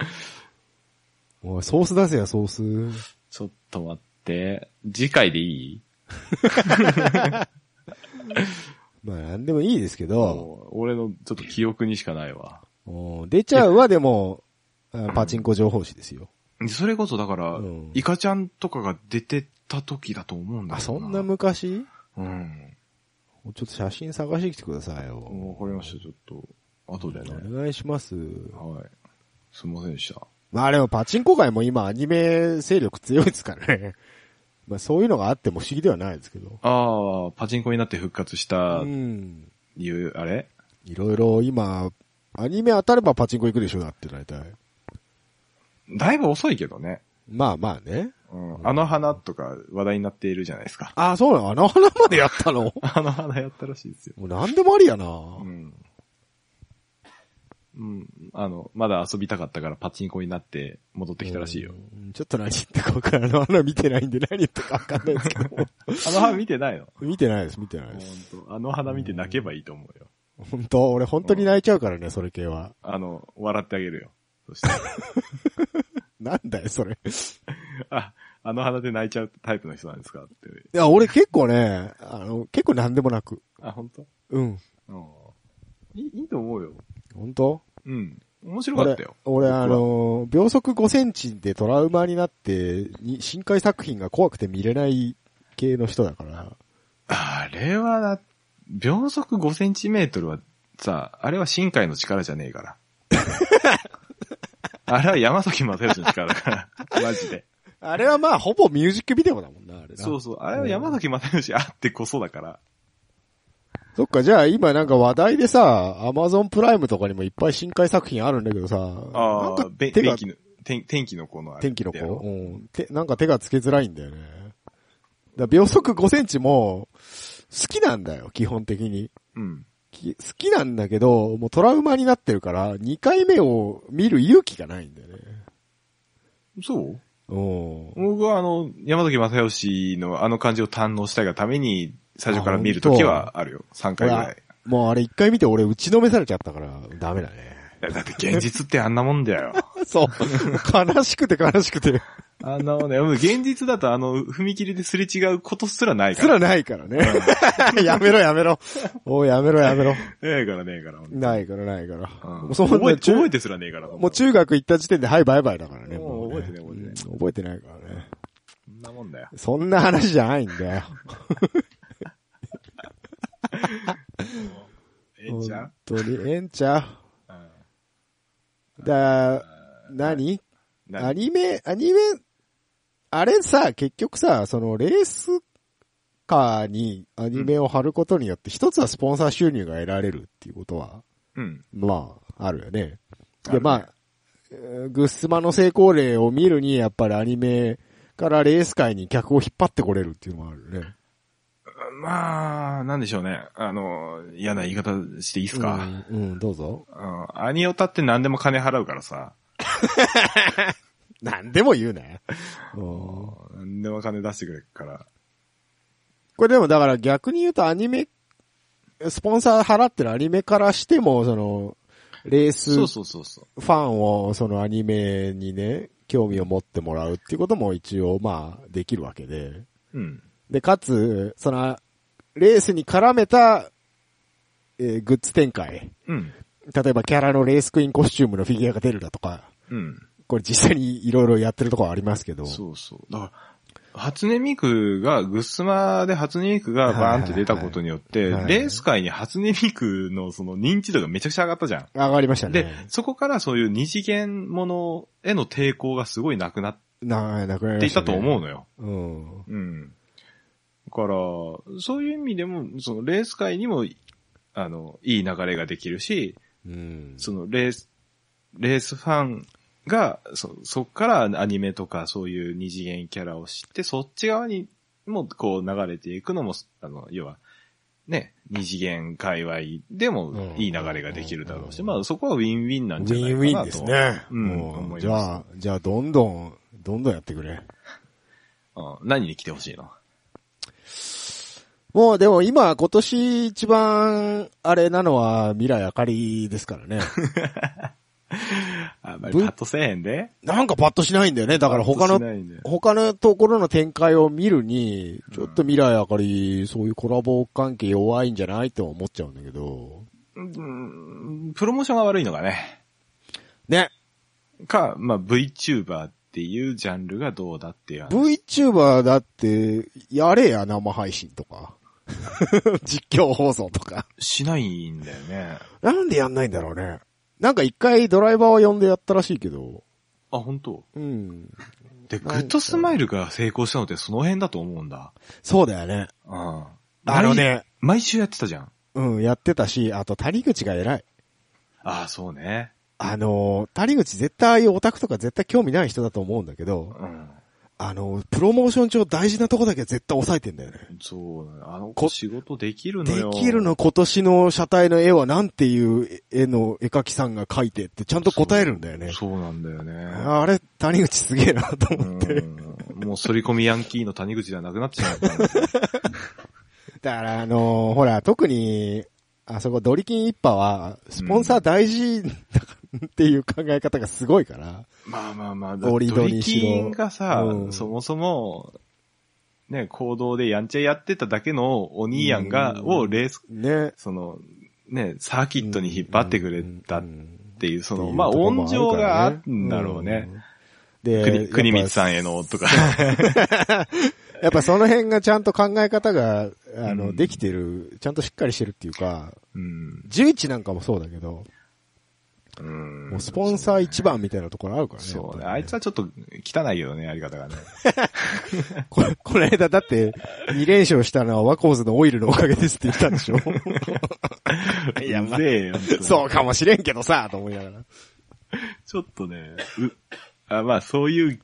[SPEAKER 2] おい、ソース出せや、ソース。
[SPEAKER 1] ちょっと待って。次回でいい
[SPEAKER 2] まあ、なんでもいいですけど、
[SPEAKER 1] もう俺のちょっと記憶にしかないわ。
[SPEAKER 2] お出ちゃうはでも、あパチンコ情報誌ですよ。
[SPEAKER 1] それこそだから、
[SPEAKER 2] うん
[SPEAKER 1] イカちゃんとかが出てた時だと思うんだ
[SPEAKER 2] あ、
[SPEAKER 1] けど
[SPEAKER 2] そんな昔
[SPEAKER 1] うん。
[SPEAKER 2] ちょっと写真探してきてくださいよ。
[SPEAKER 1] わかりました、ちょっと。後でね。
[SPEAKER 2] お願いします。
[SPEAKER 1] はい。すいませんでした。
[SPEAKER 2] まあでもパチンコ界も今アニメ勢力強いですからね。まあそういうのがあっても不思議ではないですけど。
[SPEAKER 1] ああ、パチンコになって復活した
[SPEAKER 2] う、ん。
[SPEAKER 1] いう、あれ
[SPEAKER 2] いろいろ今、アニメ当たればパチンコ行くでしょ、だって大体。
[SPEAKER 1] だいぶ遅いけどね。
[SPEAKER 2] まあまあね。。
[SPEAKER 1] うん。あの花とか話題になっているじゃないですか
[SPEAKER 2] あ、そうなのあの花までやったのも
[SPEAKER 1] あの花やったらしいですよ。
[SPEAKER 2] う何でもありやな。
[SPEAKER 1] うん。うん。あの、まだ遊びたかったからパチンコになって戻ってきたらしいよ。
[SPEAKER 2] うん。ちょっと何言ってか分からない。あの花見てないんで何言ってか分かんないですけど。
[SPEAKER 1] あの花見てないの
[SPEAKER 2] 見てないです、見てないです。
[SPEAKER 1] 本当あの花見て泣けばいいと思うよ。
[SPEAKER 2] 本当俺本当に泣いちゃうからね、それ系は。
[SPEAKER 1] あの、笑ってあげるよ。そ して、
[SPEAKER 2] なんだよ、それ。
[SPEAKER 1] あ、あの花で泣いちゃうタイプの人なんですかって。
[SPEAKER 2] いや、俺結構ね、あの、結構何でもなく。
[SPEAKER 1] あ、本当？
[SPEAKER 2] うん。
[SPEAKER 1] うん。いいいと思うよ。
[SPEAKER 2] 本当
[SPEAKER 1] うん。面 白かっ
[SPEAKER 2] 俺
[SPEAKER 1] たよ。、
[SPEAKER 2] 俺
[SPEAKER 1] 僕は
[SPEAKER 2] あ、の、秒速5センチでトラウマになって、に深海作品が怖くて見れない系の人だから。
[SPEAKER 1] あれはな、秒速5センチメートルはさ、あれは深海の力じゃねえ から。あれは山崎正義の力だから。マジで。
[SPEAKER 2] あれはまあ、ほぼミュージックビデオだもんな、あれな。
[SPEAKER 1] そうそう。あれは山崎正義あってこそだから。
[SPEAKER 2] そっか、じゃあ今なんか話題でさ、アマゾンプライムとかにもいっぱい深海作品あるんだけどさ、な
[SPEAKER 1] あ
[SPEAKER 2] ん
[SPEAKER 1] あ
[SPEAKER 2] か、
[SPEAKER 1] べ
[SPEAKER 2] 手が
[SPEAKER 1] 天気、の、天天気の子のあれ。
[SPEAKER 2] 天気の子うん。て、なんか手がつけづらいんだよね。だから秒速5センチも、好きなんだよ、基本的に。
[SPEAKER 1] うん。
[SPEAKER 2] き好きなんだけど、もうトラウマになってるから、2回目を見る勇気がないんだよね。
[SPEAKER 1] そう
[SPEAKER 2] うん。
[SPEAKER 1] 僕はあの、山崎正義のあの感じを堪能したいがために、最初から見るときはあるよ。3回ぐらい。
[SPEAKER 2] もうあれ1回見て俺打ちのめされちゃったから、ダメだね。
[SPEAKER 1] いやだって現実ってあんなもんだよ。
[SPEAKER 2] そう。悲しくて悲しくて。
[SPEAKER 1] あんなもんだよ。現実だとあの、踏切ですれ違うことすらないか
[SPEAKER 2] す
[SPEAKER 1] ら。
[SPEAKER 2] らないからね。 やめろやめろ。おうやめろやめろ。
[SPEAKER 1] ねえからねえから。ほんと
[SPEAKER 2] ないからないから。
[SPEAKER 1] う
[SPEAKER 2] も
[SPEAKER 1] ん
[SPEAKER 2] うそんな
[SPEAKER 1] 覚えて、
[SPEAKER 2] 中
[SPEAKER 1] 覚えてすらねえから。
[SPEAKER 2] もう中学行った時点ではいバイバイだからね。
[SPEAKER 1] もう
[SPEAKER 2] もね
[SPEAKER 1] 覚えてない覚えてない
[SPEAKER 2] うん覚えてないからね。
[SPEAKER 1] そんなもんだよ。
[SPEAKER 2] そんな話じゃないんだよ。
[SPEAKER 1] ええんちゃん
[SPEAKER 2] 本当に、ええんちゃ
[SPEAKER 1] うん
[SPEAKER 2] う。だ、何
[SPEAKER 1] な
[SPEAKER 2] アニメ、アニメ、あれさ、結局さ、そのレースカーにアニメを貼ることによって、一つはスポンサー収入が得られるっていうことは、
[SPEAKER 1] うん。
[SPEAKER 2] まあ、あるよね。
[SPEAKER 1] ある
[SPEAKER 2] で、
[SPEAKER 1] ね
[SPEAKER 2] まあ、えーグッスマの成功例を見るに、やっぱりアニメからレース界に客を引っ張ってこれるっていうのもあるね。
[SPEAKER 1] まあ、なんでしょうね。あの、嫌な言い方していいっすか。
[SPEAKER 2] うん、うん、どうぞ。
[SPEAKER 1] うんアニオタって何でも金払うからさ。
[SPEAKER 2] なんでも言うね。うん
[SPEAKER 1] 何でも金出してくれるから。
[SPEAKER 2] これでもだから逆に言うとアニメ、スポンサー払ってるアニメからしても、その、レース
[SPEAKER 1] そう
[SPEAKER 2] フ
[SPEAKER 1] そうそうそう。
[SPEAKER 2] ァンをそのアニメにね、興味を持ってもらうっていうことも一応まあできるわけで。
[SPEAKER 1] うん。
[SPEAKER 2] で、かつ、その、レースに絡めた、えーグッズ展開。
[SPEAKER 1] うん。
[SPEAKER 2] 例えばキャラのレースクイーンコスチュームのフィギュアが出るだとか、
[SPEAKER 1] うん。
[SPEAKER 2] これ実際にいろいろやってるところありますけど。
[SPEAKER 1] そうそう。だから、初音ミクが、グッスマで初音ミクがバーンって出たことによって、
[SPEAKER 2] はいはいはい
[SPEAKER 1] レース界に初音ミクのその認知度がめちゃくちゃ上がったじゃん。
[SPEAKER 2] 上がりました
[SPEAKER 1] で
[SPEAKER 2] ね、。
[SPEAKER 1] そこからそういう二次元ものへの抵抗がすごいなくなっ
[SPEAKER 2] な、なくなり
[SPEAKER 1] て
[SPEAKER 2] ま
[SPEAKER 1] い
[SPEAKER 2] した、
[SPEAKER 1] たと
[SPEAKER 2] ね。
[SPEAKER 1] 思うのよ。
[SPEAKER 2] うん。
[SPEAKER 1] うん。だから、そういう意味でも、そのレース界にも、あの、いい流れができるし、
[SPEAKER 2] うん。
[SPEAKER 1] そのレース、レースファンが、そ、そっからアニメとかそういう二次元キャラを知って、そっち側にもこう流れていくのも、あの、要は、ね、二次元界隈でもいい流れができるだろうし、
[SPEAKER 2] うん
[SPEAKER 1] まあそこはウィンウィンなん
[SPEAKER 2] ウ
[SPEAKER 1] じゃない
[SPEAKER 2] ィン
[SPEAKER 1] かなと。
[SPEAKER 2] ウィンですね。
[SPEAKER 1] うん
[SPEAKER 2] も
[SPEAKER 1] 思います
[SPEAKER 2] じゃあ、じゃあ、どんどん、どんどんやってくれ。
[SPEAKER 1] うん。何に来てほしいの
[SPEAKER 2] もう、でも今、今年一番、あれなのは、未来あかりですからね。
[SPEAKER 1] あんまりパッとせえへんで。
[SPEAKER 2] なんかパッとしないんだよね。だから他
[SPEAKER 1] パッとし
[SPEAKER 2] の、
[SPEAKER 1] ないんだよ
[SPEAKER 2] 他のところの展開を見るに、ちょっと未来あかり、そういうコラボ関係弱いんじゃないって思っちゃうんだけど。
[SPEAKER 1] うんプロモーションが悪いのがね。
[SPEAKER 2] ね。
[SPEAKER 1] か、まあ VTuber っていうジャンルがどうだっていう話
[SPEAKER 2] VTuber だって、やれや、生配信とか。実況放送とか。
[SPEAKER 1] しないんだよね。
[SPEAKER 2] なんでやんないんだろうね。なんか一回ドライバーを呼んでやったらしいけど。
[SPEAKER 1] あ、本当。
[SPEAKER 2] うん。
[SPEAKER 1] で、グッドスマイルが成功したのってその辺だと思うんだ。
[SPEAKER 2] そうだよね。
[SPEAKER 1] うん。
[SPEAKER 2] あのね
[SPEAKER 1] 毎。毎週やってたじゃん。
[SPEAKER 2] うん、やってたし、あと谷口が偉い。
[SPEAKER 1] ああ、そうね。
[SPEAKER 2] あのー、谷口絶対ああいうオタクとか絶対興味ない人だと思うんだけど、
[SPEAKER 1] うん。
[SPEAKER 2] あのー、プロモーション上大事なとこだけは絶対抑えてんだよね。
[SPEAKER 1] そうなの。あの
[SPEAKER 2] こ
[SPEAKER 1] 子仕事できるの
[SPEAKER 2] で
[SPEAKER 1] よ。
[SPEAKER 2] きるの今年の車体の絵はなんていう絵の絵描きさんが描いてってちゃんと答えるんだよね。
[SPEAKER 1] そうなんだよね。
[SPEAKER 2] あれ、谷口すげえなと
[SPEAKER 1] う
[SPEAKER 2] 思って。
[SPEAKER 1] ん。もう反り込みヤンキーの谷口ではなくなっち ゃうからね。
[SPEAKER 2] だから、あのーほら、特に、あそこドリキン一派は、スポンサー大事だからっていう考え方がすごいから、
[SPEAKER 1] まあまあまあ、だ
[SPEAKER 2] オ
[SPEAKER 1] ド
[SPEAKER 2] リド
[SPEAKER 1] リ
[SPEAKER 2] にしろ
[SPEAKER 1] キンがさ、
[SPEAKER 2] うん
[SPEAKER 1] そもそも、ね、行動でやんちゃやってただけのお兄やんが、
[SPEAKER 2] うん
[SPEAKER 1] をレース、
[SPEAKER 2] ね。
[SPEAKER 1] その、ね、サーキットに引っ張ってくれたっていう、そ
[SPEAKER 2] って
[SPEAKER 1] の、
[SPEAKER 2] いう
[SPEAKER 1] まあ、
[SPEAKER 2] とこ
[SPEAKER 1] 温
[SPEAKER 2] も
[SPEAKER 1] 情
[SPEAKER 2] るか
[SPEAKER 1] が
[SPEAKER 2] ら
[SPEAKER 1] あ
[SPEAKER 2] ね
[SPEAKER 1] るんだろうね。。
[SPEAKER 2] うんで、
[SPEAKER 1] 国国光
[SPEAKER 2] ん。
[SPEAKER 1] さんへのとか。
[SPEAKER 2] やっぱその辺がちゃんと考え方が、あ
[SPEAKER 1] う
[SPEAKER 2] の、
[SPEAKER 1] ん
[SPEAKER 2] できてる、ちゃんとしっかりしてるっていうか、
[SPEAKER 1] うん。
[SPEAKER 2] 11なんかもそうだけど、
[SPEAKER 1] うん
[SPEAKER 2] もうスポンサー一番みたいなところあるからね。
[SPEAKER 1] そうね。
[SPEAKER 2] やっぱ
[SPEAKER 1] あ
[SPEAKER 2] り
[SPEAKER 1] いつはちょっと汚いけどね、やり方がね。
[SPEAKER 2] これ、この間だって、2連勝したのはワコーズのオイルのおかげですって言ったんで しょい や、まあ
[SPEAKER 1] う、ぜえよ。
[SPEAKER 2] そうかもしれんけどさ、と思いながら。
[SPEAKER 1] ちょっとね、う、あまあ、そういう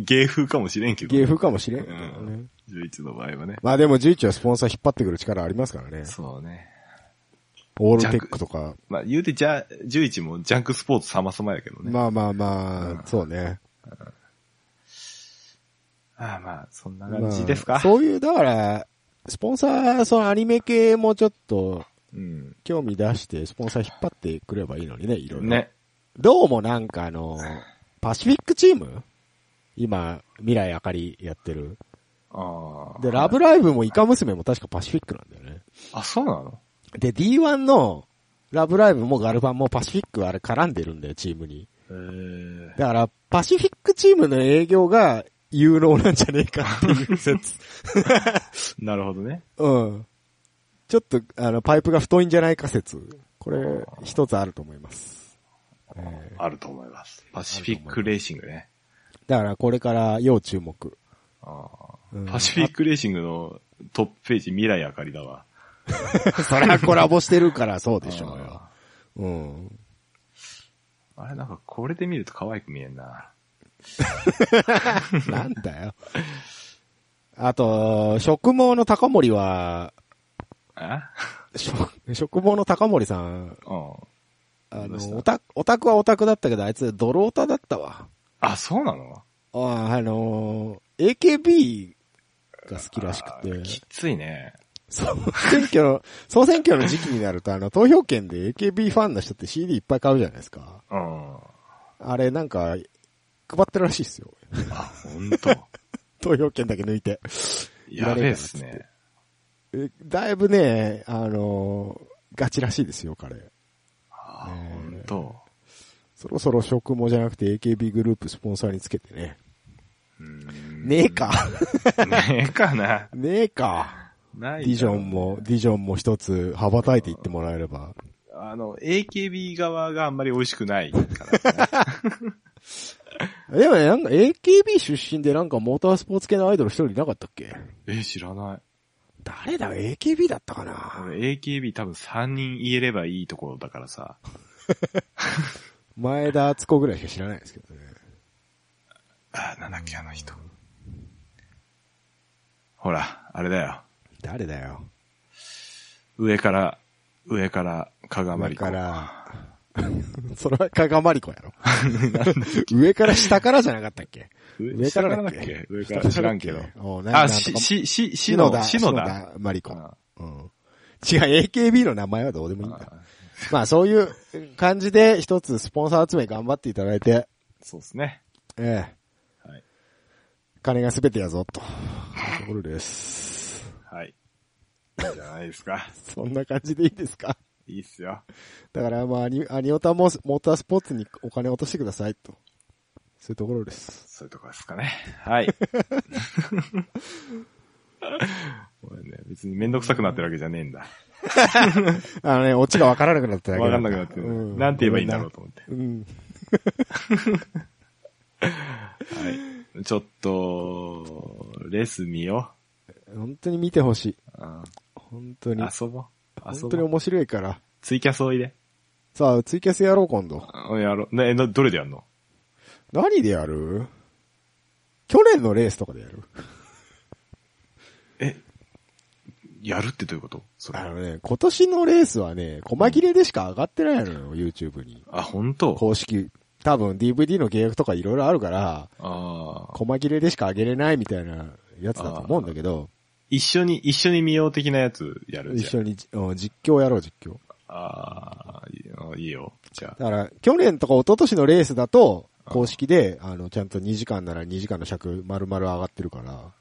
[SPEAKER 1] 芸風かもしれんけど、
[SPEAKER 2] 芸風かもしれんけ
[SPEAKER 1] う
[SPEAKER 2] どね。
[SPEAKER 1] ん。11の場合はね。
[SPEAKER 2] まあでも11はスポンサー引っ張ってくる力ありますからね。
[SPEAKER 1] そうね。
[SPEAKER 2] オールテックとか。
[SPEAKER 1] まあ、言うて、じゃ、11もジャンクスポーツ様々やけどね。
[SPEAKER 2] まあまあまあ、そうね。
[SPEAKER 1] ああまあ、そんな感じですか、
[SPEAKER 2] まあそういう、だから、スポンサー、そのアニメ系もちょっと
[SPEAKER 1] うん。
[SPEAKER 2] 興味出して、スポンサー引っ張ってくればいいのにね、いろいろ。
[SPEAKER 1] ね。
[SPEAKER 2] どうもなんかあの、パシフィックチーム今、未来あかりやってる。
[SPEAKER 1] ああ。
[SPEAKER 2] で、ラブライブもイカ娘も確かパシフィックなんだよね。
[SPEAKER 1] あ、そうなの
[SPEAKER 2] で、D1 のラブライブもガルパンもパシフィックあれ絡んでるんだよ、チームに。
[SPEAKER 1] ええ
[SPEAKER 2] だから、パシフィックチームの営業が有能なんじゃねえかっていう説。
[SPEAKER 1] なるほどね。
[SPEAKER 2] うん。ちょっと、あの、パイプが太いんじゃないか説。これ、一つあると思います。えー
[SPEAKER 1] あると思います。パシフィックレーシングね。
[SPEAKER 2] だから、これから要注目。
[SPEAKER 1] ああ
[SPEAKER 2] うん
[SPEAKER 1] パシフィックレーシングのトップページ未来あかりだわ。
[SPEAKER 2] そりゃコラボしてるからそうでしょうよ。うん。
[SPEAKER 1] あれなんかこれで見ると可愛く見えんな。
[SPEAKER 2] なんだよ。あと、食毛の高森は、
[SPEAKER 1] え
[SPEAKER 2] 食食毛の高森さん、
[SPEAKER 1] うん。
[SPEAKER 2] あ
[SPEAKER 1] どうし
[SPEAKER 2] の、
[SPEAKER 1] た
[SPEAKER 2] オタク、オタクはオタクだったけど、あいつ、ドロータだったわ。
[SPEAKER 1] あ、そうなの
[SPEAKER 2] あーあのー、AKB が好きらしく
[SPEAKER 1] あー
[SPEAKER 2] て、
[SPEAKER 1] きついね。
[SPEAKER 2] そう、選挙の、総選挙の時期になると、あの、投票券で AKB ファンの人って CD いっぱい買うじゃないですか。
[SPEAKER 1] うん。あ、
[SPEAKER 2] あれ、なんか、配ってるらしいですよ。
[SPEAKER 1] ほんと。
[SPEAKER 2] 投票券だけ抜いて。
[SPEAKER 1] やべえっすね。
[SPEAKER 2] えだいぶね、あのーガチらしいですよ、彼。
[SPEAKER 1] あ、ほんと。
[SPEAKER 2] そろそろ食毛じゃなくて AKB グループスポンサーにつけてね。
[SPEAKER 1] うーん
[SPEAKER 2] ね え。か。
[SPEAKER 1] ねえかな。
[SPEAKER 2] ねえか。
[SPEAKER 1] ないだろう
[SPEAKER 2] ディジョンも、ディジョンも一つ羽ばたいていってもらえれば。
[SPEAKER 1] あの、AKB 側があんまり美味しくないから、ね。
[SPEAKER 2] でもね、なんか AKB 出身でなんかモータースポーツ系のアイドル一人いなかったっけ
[SPEAKER 1] え、知らない。
[SPEAKER 2] 誰だ ?AKB だったかな
[SPEAKER 1] 俺 AKB 多分3人言えればいいところだからさ。
[SPEAKER 2] 前田敦子ぐらいしか知らないですけどね。
[SPEAKER 1] あ、なんだっけ、あの人。ほら、あれだよ。
[SPEAKER 2] 誰だよ。
[SPEAKER 1] 上から、上から、かがま
[SPEAKER 2] 上
[SPEAKER 1] りこ。
[SPEAKER 2] から、 それは加賀まりこ やろ。上から下からじゃなかったっけ
[SPEAKER 1] 上からだっけ上から知らんけど。
[SPEAKER 2] おうなんなん
[SPEAKER 1] あ、
[SPEAKER 2] とか
[SPEAKER 1] し、し、し、しのだ、しのだ。
[SPEAKER 2] 篠田まりこ。
[SPEAKER 1] あ
[SPEAKER 2] うん。違う、AKB の名前はどうでもいいんだ。まあそういう感じで一つスポンサー集め頑張っていただいて、
[SPEAKER 1] そうですね。
[SPEAKER 2] ええ。
[SPEAKER 1] はい。
[SPEAKER 2] 金が全てやぞ、と。ところです。
[SPEAKER 1] はい。いいんじゃないですか。
[SPEAKER 2] そんな感じでいいですか
[SPEAKER 1] いいっすよ。
[SPEAKER 2] だからまあ、アニアニオタもモータースポーツにお金を落としてください、と。そういうところです。
[SPEAKER 1] そういうとこですかね。はい。これね、別にめんどくさくなってるわけじゃねえんだ。
[SPEAKER 2] あのね、オチがわからなくなっただけ
[SPEAKER 1] わか
[SPEAKER 2] だ
[SPEAKER 1] んなくなってる。なんて言えばいいんだろう。と思って。
[SPEAKER 2] うん。
[SPEAKER 1] はい。ちょっと、レース見よ
[SPEAKER 2] 本当に見てほしい。
[SPEAKER 1] う。うん
[SPEAKER 2] 本当に。
[SPEAKER 1] 遊ぼう。遊
[SPEAKER 2] 本当に
[SPEAKER 1] ぼう。
[SPEAKER 2] 面白いから。
[SPEAKER 1] ツイキャスおいで。
[SPEAKER 2] さあ、ツイキャスやろう、今度。
[SPEAKER 1] うんやろう。ね、などれでやんの
[SPEAKER 2] 何でやる去年のレースとかでやる
[SPEAKER 1] え、やるってどういうことそれ
[SPEAKER 2] あ。のね、今年のレースはね、細切れでしか上がってないのよ、YouTube に。
[SPEAKER 1] あ、本当
[SPEAKER 2] 公式。多分 DVD の契約とかいろいろあるから、
[SPEAKER 1] ああ。
[SPEAKER 2] 細切れでしか上げれないみたいなやつだと思うんだけど、
[SPEAKER 1] 一緒に、一緒に見よう的なやつやるじゃん
[SPEAKER 2] 一緒にじ、うん実況やろう、実況。
[SPEAKER 1] ああ、いいよいいよ。じゃあ。
[SPEAKER 2] だから、去年とか一昨年のレースだと、公式で、あの、ちゃんと2時間なら2時間の尺丸々上がってるから、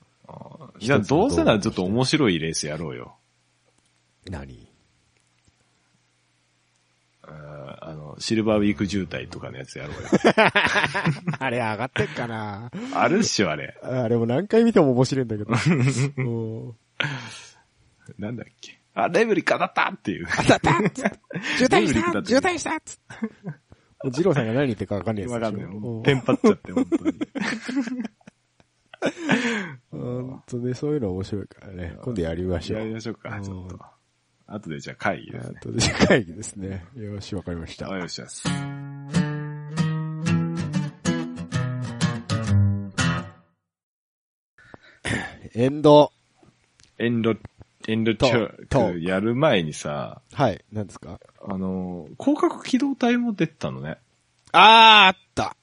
[SPEAKER 1] じゃあどうせならちょっと面白いレースやろうよ。
[SPEAKER 2] 何
[SPEAKER 1] あーあの、シルバーウィーク渋滞とかのやつやろ うよ。
[SPEAKER 2] あれ上がってっかな
[SPEAKER 1] あるっしょ、あれ。
[SPEAKER 2] あれも何回見ても面白いんだけ ど。うん
[SPEAKER 1] なんだっけ。あ、レブリック当たったっていう。
[SPEAKER 2] 当 たった渋滞
[SPEAKER 1] レブ
[SPEAKER 2] し
[SPEAKER 1] リックだったて
[SPEAKER 2] 渋滞したつってもう二郎さんが何言ってるかわかんないやつ
[SPEAKER 1] わ
[SPEAKER 2] で
[SPEAKER 1] か
[SPEAKER 2] し
[SPEAKER 1] ん
[SPEAKER 2] ょ
[SPEAKER 1] ない。
[SPEAKER 2] う
[SPEAKER 1] も
[SPEAKER 2] ん
[SPEAKER 1] うテンパっちゃって、本当に。
[SPEAKER 2] うんとね、そういうの面白いからね。今度やりましょう。
[SPEAKER 1] やりましょう
[SPEAKER 2] う
[SPEAKER 1] か、
[SPEAKER 2] ん
[SPEAKER 1] ちょっと。後でじゃあ会議ですね。
[SPEAKER 2] とで、会議ですね。よし、わかりました。
[SPEAKER 1] お願いします。
[SPEAKER 2] エンド。
[SPEAKER 1] エンド、エンドチャ
[SPEAKER 2] ト
[SPEAKER 1] ークやる前にさ、
[SPEAKER 2] はい、何ですか
[SPEAKER 1] あの、広角機動隊も出てたのね。
[SPEAKER 2] あー、あった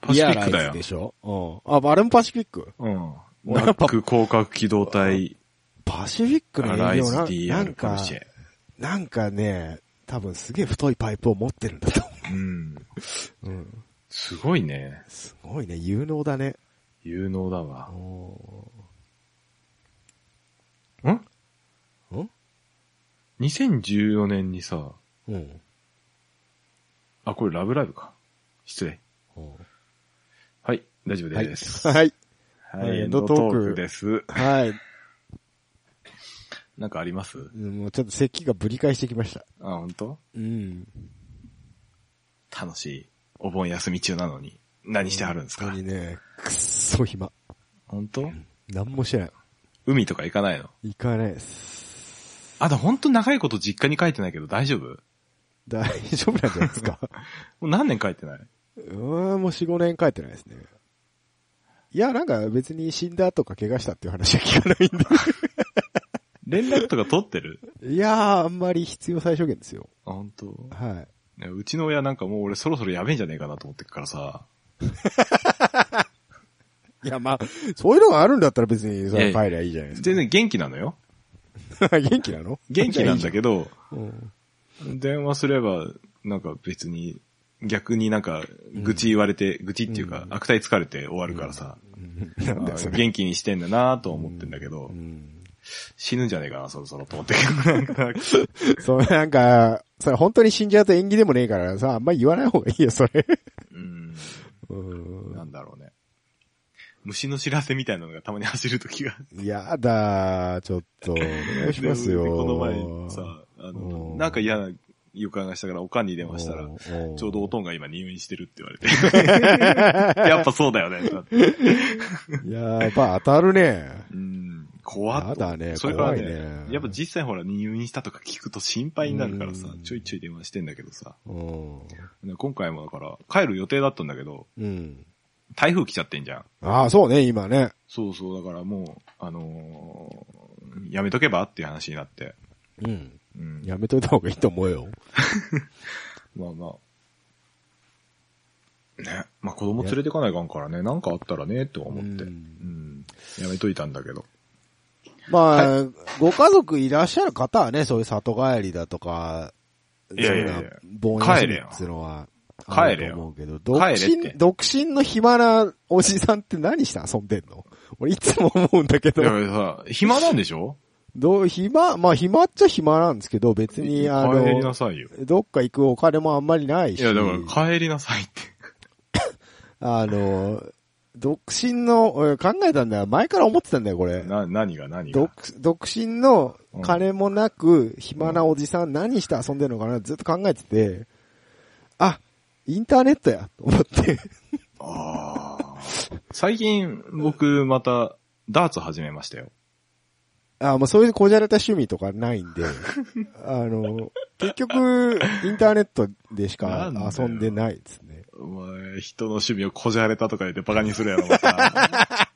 [SPEAKER 1] パシフィックだよ
[SPEAKER 2] で。しょうん。あ、あれもパシフィック
[SPEAKER 1] うん。
[SPEAKER 2] もうや
[SPEAKER 1] ナ
[SPEAKER 2] っぱ
[SPEAKER 1] ック広角機動隊、
[SPEAKER 2] パシフィック
[SPEAKER 1] ア
[SPEAKER 2] の
[SPEAKER 1] ラ
[SPEAKER 2] 営
[SPEAKER 1] イ
[SPEAKER 2] 業
[SPEAKER 1] ズ
[SPEAKER 2] な、な
[SPEAKER 1] DR
[SPEAKER 2] ん
[SPEAKER 1] ポル
[SPEAKER 2] か、
[SPEAKER 1] シェ。
[SPEAKER 2] なんかね、多分すげえ太いパイプを持ってるんだと思
[SPEAKER 1] うん。
[SPEAKER 2] う。うん。
[SPEAKER 1] すごいね。
[SPEAKER 2] すごいね、有能だね。
[SPEAKER 1] 有能だわ。
[SPEAKER 2] お
[SPEAKER 1] ん
[SPEAKER 2] ーん
[SPEAKER 1] ?2014 年にさ、
[SPEAKER 2] うん。
[SPEAKER 1] あ、これラブライブか。失礼。
[SPEAKER 2] おー
[SPEAKER 1] はい、大丈夫
[SPEAKER 2] はい
[SPEAKER 1] です。
[SPEAKER 2] はい。
[SPEAKER 1] はいい、エンドトークです。
[SPEAKER 2] はい。
[SPEAKER 1] なんかあります
[SPEAKER 2] もうちょっと咳がぶり返してきました。
[SPEAKER 1] あ、本当？
[SPEAKER 2] うん。
[SPEAKER 1] 楽しい。お盆休み中なのに。何してはるんですか、
[SPEAKER 2] 本当にね、くっそ暇。
[SPEAKER 1] 本当
[SPEAKER 2] なんもしてない。
[SPEAKER 1] 海とか行かないの
[SPEAKER 2] 行かないです。
[SPEAKER 1] あと本当長いこと実家に帰ってないけど大丈夫も
[SPEAKER 2] 大丈夫なんじゃないですか。
[SPEAKER 1] う何年帰ってないう
[SPEAKER 2] ーん、もう4、5年帰ってないですね。いや、なんか別に死んだとか怪我したっていう話は聞かないんで。
[SPEAKER 1] 連絡とか取って る
[SPEAKER 2] いやー、あんまり必要最小限ですよ。
[SPEAKER 1] あ本当
[SPEAKER 2] は
[SPEAKER 1] い
[SPEAKER 2] い。
[SPEAKER 1] やうちの親なんかもう俺そろそろやべえんじゃねえかなと思ってっからさ。
[SPEAKER 2] いや、まあ、そういうのがあるんだったら別に、それ
[SPEAKER 1] いや
[SPEAKER 2] 帰りゃいいじゃないですか。
[SPEAKER 1] 全然元気なのよ。
[SPEAKER 2] 元気なの
[SPEAKER 1] 元気なんだけど、
[SPEAKER 2] ど。うん
[SPEAKER 1] 電話すれば、なんか別に、逆になんか、愚痴言われて、愚痴っていうか、悪態疲れて終わるからさ、
[SPEAKER 2] なんだよ、
[SPEAKER 1] あ
[SPEAKER 2] それ。
[SPEAKER 1] 元気にしてんだなと思ってんだけど、
[SPEAKER 2] うん
[SPEAKER 1] 死ぬんじゃねえかな、そろそろと思ってるなんか
[SPEAKER 2] そう、なんか、それ本当に死んじゃうと縁起でもねえからさ、あんまり言わない方がいいよ、それ。
[SPEAKER 1] うん、
[SPEAKER 2] うん
[SPEAKER 1] なんだろうね。虫の知らせみたいなのがたまに走るときが。
[SPEAKER 2] やだー、ちょっと。お願いしますよ。
[SPEAKER 1] でこの前さ、あ
[SPEAKER 2] う
[SPEAKER 1] の、
[SPEAKER 2] ん
[SPEAKER 1] なんか嫌な予感がしたから、おかんに電話したら、
[SPEAKER 2] お
[SPEAKER 1] ち
[SPEAKER 2] ーおー
[SPEAKER 1] ょうどおとんが今入院してるって言われて。 やっぱそうだよねってなって。
[SPEAKER 2] いやー、やっぱ当たるね。
[SPEAKER 1] うん、怖っと
[SPEAKER 2] やだね
[SPEAKER 1] それからね
[SPEAKER 2] 怖いね
[SPEAKER 1] やっぱ実際ほら入院したとか聞くと心配になるからさ
[SPEAKER 2] う、ん
[SPEAKER 1] ちょいちょい電話してんだけどさ、
[SPEAKER 2] うん。
[SPEAKER 1] ね今回もだから帰る予定だったんだけど、
[SPEAKER 2] うん。
[SPEAKER 1] 台風来ちゃってんじゃん。
[SPEAKER 2] ああ、そうね、今ね。
[SPEAKER 1] そうそう、だからもう、あのーやめとけばっていう話になって。
[SPEAKER 2] うん。
[SPEAKER 1] うん。
[SPEAKER 2] やめといた方がいいと思うよ。
[SPEAKER 1] まあまあ。ね。まあ子供連れてかないかんからね、なんかあったらね、とは思って。うん
[SPEAKER 2] う
[SPEAKER 1] ん。やめといたんだけど。
[SPEAKER 2] まあ、ご家族いらっしゃる方はね、そういう里帰りだとか、
[SPEAKER 1] いやいやいや
[SPEAKER 2] そううのは盆休みっていうのは、あると思うけど、独
[SPEAKER 1] 帰れよ帰れっ
[SPEAKER 2] 身
[SPEAKER 1] て、
[SPEAKER 2] 独身の暇なおじさんって何して遊んでんの俺いつも思うんだけ
[SPEAKER 1] いや
[SPEAKER 2] ど、
[SPEAKER 1] いやさ、暇なんでしょ
[SPEAKER 2] どう、暇、まあ暇っちゃ暇なんですけど、別にあ
[SPEAKER 1] 帰りな
[SPEAKER 2] の、
[SPEAKER 1] さいよ。
[SPEAKER 2] どっか行くお金もあんまりないし、
[SPEAKER 1] いや、だから帰りなさいって。
[SPEAKER 2] あの、独身の、俺考えたんだよ。前から思ってたんだよ、これ。
[SPEAKER 1] な、何が何
[SPEAKER 2] 独
[SPEAKER 1] が。
[SPEAKER 2] 独身の金もなく、暇なおじさん何して遊んでるのかなずっと考えてて、あ、インターネットや、と思って。
[SPEAKER 1] ああ。最近、僕、また、ダーツ始めましたよ。
[SPEAKER 2] あ、もうそういうこじゃれた趣味とかな いんで、あの、結局、インターネットでしか
[SPEAKER 1] なんだよ
[SPEAKER 2] 遊んでないですね。
[SPEAKER 1] お前、人の趣味をこじゃれたとか言ってバカにするやろ、また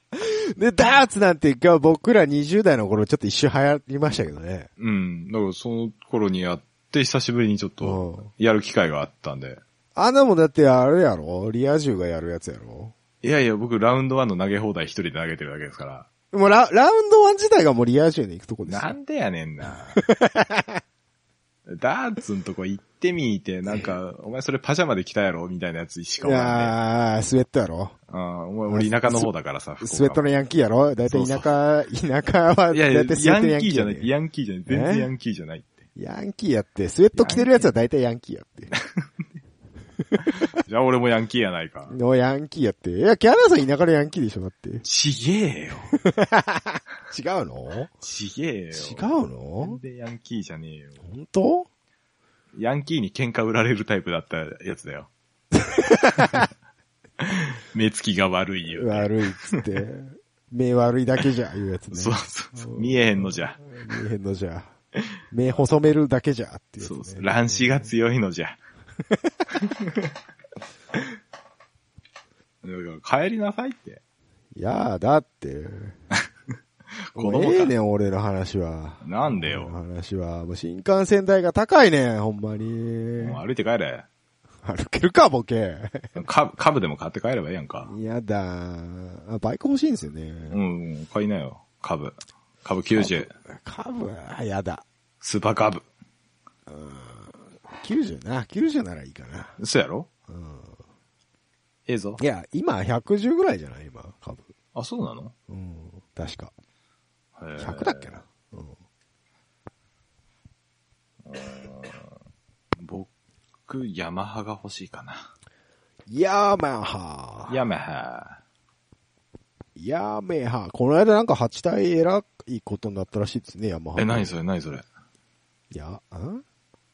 [SPEAKER 2] で、ダーツなんてが僕ら20代の頃ちょっと一瞬流行りましたけどね。
[SPEAKER 1] うん。だから、その頃にやって、久しぶりにちょっ
[SPEAKER 2] う
[SPEAKER 1] と
[SPEAKER 2] ん、
[SPEAKER 1] やる機会があったんで。
[SPEAKER 2] あんなもんだってあれやろリア充がやるやつやろ
[SPEAKER 1] いやいや、僕、ラウンド1の投げ放題一人で投げてるだけですから。
[SPEAKER 2] もうララウンドワン自体がもうリア充に行くとこですよ。
[SPEAKER 1] なんでやねん な。ダーツんとこ行ってみーて、なんか、お前それパジャマで来たやろみたいなやつしか
[SPEAKER 2] い
[SPEAKER 1] おらんね。
[SPEAKER 2] やー、スウェットやろ
[SPEAKER 1] あーお前俺田舎の方だからさ、
[SPEAKER 2] スウェットの
[SPEAKER 1] の
[SPEAKER 2] ヤンキーやろだいたい田舎、田舎は、だい
[SPEAKER 1] いやいや、ヤ
[SPEAKER 2] たいスウェッ
[SPEAKER 1] ン
[SPEAKER 2] トのヤン
[SPEAKER 1] キー
[SPEAKER 2] キー
[SPEAKER 1] じ
[SPEAKER 2] や
[SPEAKER 1] ゃな
[SPEAKER 2] ね
[SPEAKER 1] い、ヤンキーじゃない、全
[SPEAKER 2] え
[SPEAKER 1] 然ヤンキーじゃないって。
[SPEAKER 2] ヤンキーやって、スウェット着てるやつはだいたいヤンキーやって。
[SPEAKER 1] じゃあ俺もヤンキーやないか。
[SPEAKER 2] のヤンキーやって。いや、キャラさん田舎のヤンキーでしょだって。違う
[SPEAKER 1] ちげえよ。
[SPEAKER 2] の
[SPEAKER 1] ちげえよ。
[SPEAKER 2] 違
[SPEAKER 1] う
[SPEAKER 2] うの
[SPEAKER 1] 全然ヤンキーじゃねえよ。
[SPEAKER 2] 本当
[SPEAKER 1] ヤンキーに喧嘩売られるタイプだったやつだ よ。目つきが悪いよ、ね。
[SPEAKER 2] 悪いっつって。目悪いだけじゃ、いうやつね。
[SPEAKER 1] そうそうそう。見えへんのじゃ。
[SPEAKER 2] 見えへんのじゃ。目細めるだけじゃ、っていうやつ
[SPEAKER 1] そ
[SPEAKER 2] ね。
[SPEAKER 1] うそう。乱視が強いの じゃ。だから帰りなさいって。
[SPEAKER 2] いやー、だって。
[SPEAKER 1] 子
[SPEAKER 2] もうええ
[SPEAKER 1] 供
[SPEAKER 2] ね
[SPEAKER 1] か。
[SPEAKER 2] ん、俺の話は。
[SPEAKER 1] なんで
[SPEAKER 2] こ
[SPEAKER 1] よ。
[SPEAKER 2] の話は、もう新幹線代が高いねん、ほんまに。
[SPEAKER 1] もう歩いて帰れ。
[SPEAKER 2] 歩けるか、ボケ。
[SPEAKER 1] カカブでも買って帰ればいいやんか。
[SPEAKER 2] やだーあバイク欲しいんですよ
[SPEAKER 1] う
[SPEAKER 2] ね。
[SPEAKER 1] ん、うん買いなよ。カブ。カブ90。
[SPEAKER 2] カブはやだ。
[SPEAKER 1] スーパーカブ。
[SPEAKER 2] 90な、90ならいいかな。
[SPEAKER 1] そうやろうん。ええぞ
[SPEAKER 2] い。や、今110ぐらいじゃない今、カブ。
[SPEAKER 1] あ、そうなの
[SPEAKER 2] うん、確か。
[SPEAKER 1] へえ
[SPEAKER 2] 100だっけな。うん
[SPEAKER 1] 僕、ヤマハが欲しいかな。
[SPEAKER 2] ヤーマハ。
[SPEAKER 1] ヤマハ。
[SPEAKER 2] いやーめーはー、この間なんか8体偉いことになったらしいですね、ヤマハ。
[SPEAKER 1] え、何それ何それ
[SPEAKER 2] いや、ん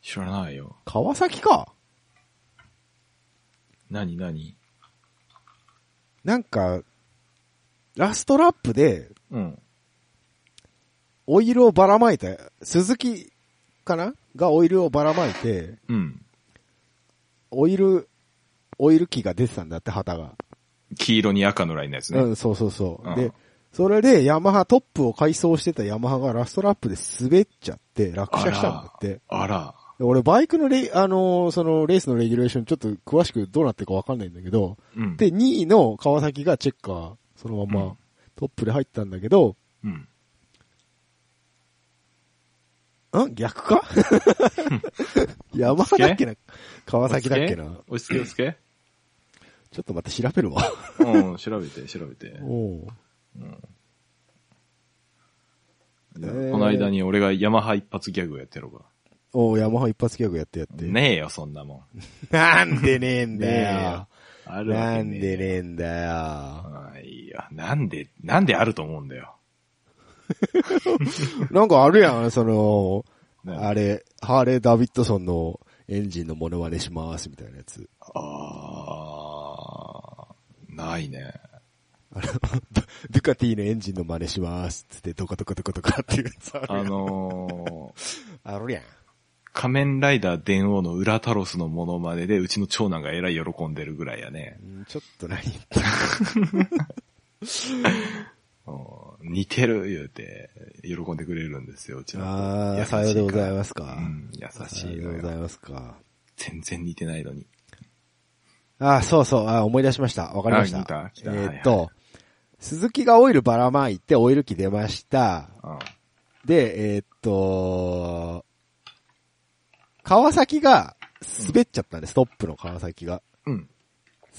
[SPEAKER 1] 知らないよ。
[SPEAKER 2] 川崎か。
[SPEAKER 1] 何何
[SPEAKER 2] なんか、ラストラップで、
[SPEAKER 1] うん。
[SPEAKER 2] オイルをばらまいた、鈴木かながオイルをばらまいて、
[SPEAKER 1] うん。
[SPEAKER 2] オイル、オイル機が出てたんだって、旗が。
[SPEAKER 1] 黄色に赤のラインのやつね。
[SPEAKER 2] うん、そうそうそう。
[SPEAKER 1] うん
[SPEAKER 2] で、それでヤマハ、トップを改装してたヤマハがラストラップで滑っちゃって、落車したんだって。
[SPEAKER 1] あら。
[SPEAKER 2] で俺、バイクのレイ、あのーその、レースのレギュレーションちょっと詳しくどうなってるかわかんないんだけど、
[SPEAKER 1] うん。
[SPEAKER 2] で、2位の川崎がチェッカー、そのま
[SPEAKER 1] う
[SPEAKER 2] ま
[SPEAKER 1] ん
[SPEAKER 2] トップで入ったんだけど、
[SPEAKER 1] うん。
[SPEAKER 2] ん逆か ヤマハだっけな川崎だっけな
[SPEAKER 1] 押し付け押し付
[SPEAKER 2] ちょっと待って調べるわ。
[SPEAKER 1] けうん、調べて、調べて。
[SPEAKER 2] おう
[SPEAKER 1] で
[SPEAKER 2] えー
[SPEAKER 1] この間に俺がヤマハ一発ギャグをやってやろうか。
[SPEAKER 2] おうヤマハ一発ギャグやってやって。
[SPEAKER 1] ねえよ、そんなもん。
[SPEAKER 2] なんでねえんだよ
[SPEAKER 1] ね。あるわ
[SPEAKER 2] な
[SPEAKER 1] け
[SPEAKER 2] ん
[SPEAKER 1] ね
[SPEAKER 2] で
[SPEAKER 1] え
[SPEAKER 2] ねえんだよ。
[SPEAKER 1] ああいや、なんで、なんであると思うんだよ。
[SPEAKER 2] なんかあるやん、その、
[SPEAKER 1] ね
[SPEAKER 2] あれ、ハーレー・ダビッドソンのエンジンのモノマネしますみたいなやつ。
[SPEAKER 1] あーないね。
[SPEAKER 2] あの、ドドゥカティのエンジンの真似しますっつってドカドカドカドカっていうやつある
[SPEAKER 1] あ
[SPEAKER 2] やん。
[SPEAKER 1] のー、
[SPEAKER 2] あるやん。
[SPEAKER 1] 仮面ライダー電王の裏タロスのモノマネで、うちの長男がえらい喜んでるぐらいやね。
[SPEAKER 2] うんちょっと何言って
[SPEAKER 1] うん似てる言うて、喜んでくれるんですよ、うちの子。
[SPEAKER 2] あ
[SPEAKER 1] 優しい
[SPEAKER 2] あ、
[SPEAKER 1] か
[SPEAKER 2] さ
[SPEAKER 1] ら
[SPEAKER 2] ようでございます
[SPEAKER 1] う
[SPEAKER 2] か。
[SPEAKER 1] ん、優
[SPEAKER 2] さ
[SPEAKER 1] しい
[SPEAKER 2] よ
[SPEAKER 1] の
[SPEAKER 2] うでござ
[SPEAKER 1] よ。
[SPEAKER 2] いますか。
[SPEAKER 1] 全然似てないのに。
[SPEAKER 2] ああ、そうそう、ああ、思い出しました。わかりました。
[SPEAKER 1] あ来た来た
[SPEAKER 2] えーっ
[SPEAKER 1] は
[SPEAKER 2] と、鈴木がオイルばらまいてオイル機出ました。
[SPEAKER 1] うん。
[SPEAKER 2] で、えーっと、川崎が滑っちゃったんです、ストップの川崎が。
[SPEAKER 1] うん。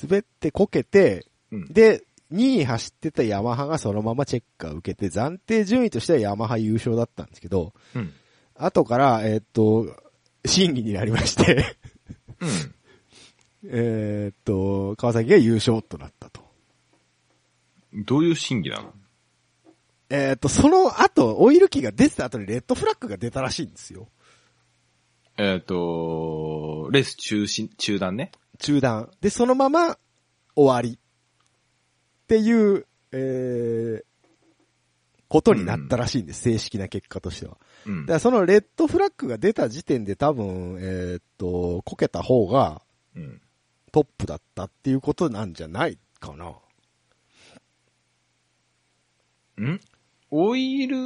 [SPEAKER 2] 滑ってこけて、
[SPEAKER 1] うん。
[SPEAKER 2] で、2位走ってたヤマハがそのままチェッカー受けて、暫定順位としてはヤマハ優勝だったんですけど、
[SPEAKER 1] うん。
[SPEAKER 2] 後から、えーっと、審議になりまして、
[SPEAKER 1] うん。
[SPEAKER 2] えーっと、川崎が優勝となったと。
[SPEAKER 1] どういう審議なの
[SPEAKER 2] えーっと、その後、オイル機が出てた後にレッドフラッグが出たらしいんですよ。
[SPEAKER 1] えっ、と、レース中止、中断ね。
[SPEAKER 2] 中断。で、そのまま終わり。っていう、えー、ことになったらしいんです、正式な結果としては。
[SPEAKER 1] うん
[SPEAKER 2] だか。らそのレッドフラッグが出た時点で多分、えーっと、こけた方が
[SPEAKER 1] うん。
[SPEAKER 2] トップだったっていうことなんじゃないかな。
[SPEAKER 1] んオイル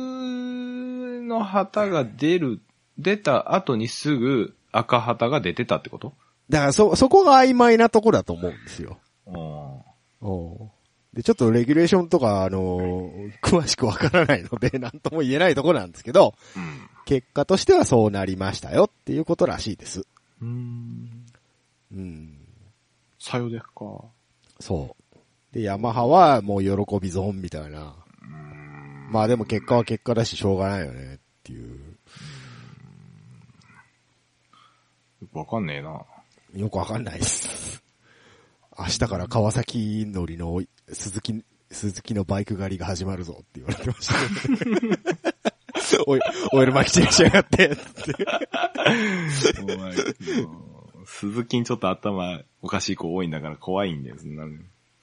[SPEAKER 1] の旗が出る、出た後にすぐ赤旗が出てたってこと
[SPEAKER 2] だからそ、そこが曖昧なとこだと思うんですよ。
[SPEAKER 1] う
[SPEAKER 2] おで、ちょっとレギュレーションとか、あのー詳しくわからないので、なんとも言えないとこなんですけど、
[SPEAKER 1] ん。
[SPEAKER 2] 結果としてはそうなりましたよっていうことらしいです。
[SPEAKER 1] うん。
[SPEAKER 2] うん。
[SPEAKER 1] さよでか。
[SPEAKER 2] そう。で、ヤマハはもう喜び損みたいな。まあでも結果は結果だし、しょうがないよねっていう。
[SPEAKER 1] よくわかんねえな。
[SPEAKER 2] よくわかんないです。 明日から川崎乗りの鈴木、鈴木のバイク狩りが始まるぞって言われてました、 ね。おい、オイル巻き散らしやがってって。
[SPEAKER 1] お前、鈴木にちょっと頭おかしい子多いんだから怖いんだよ、そんなの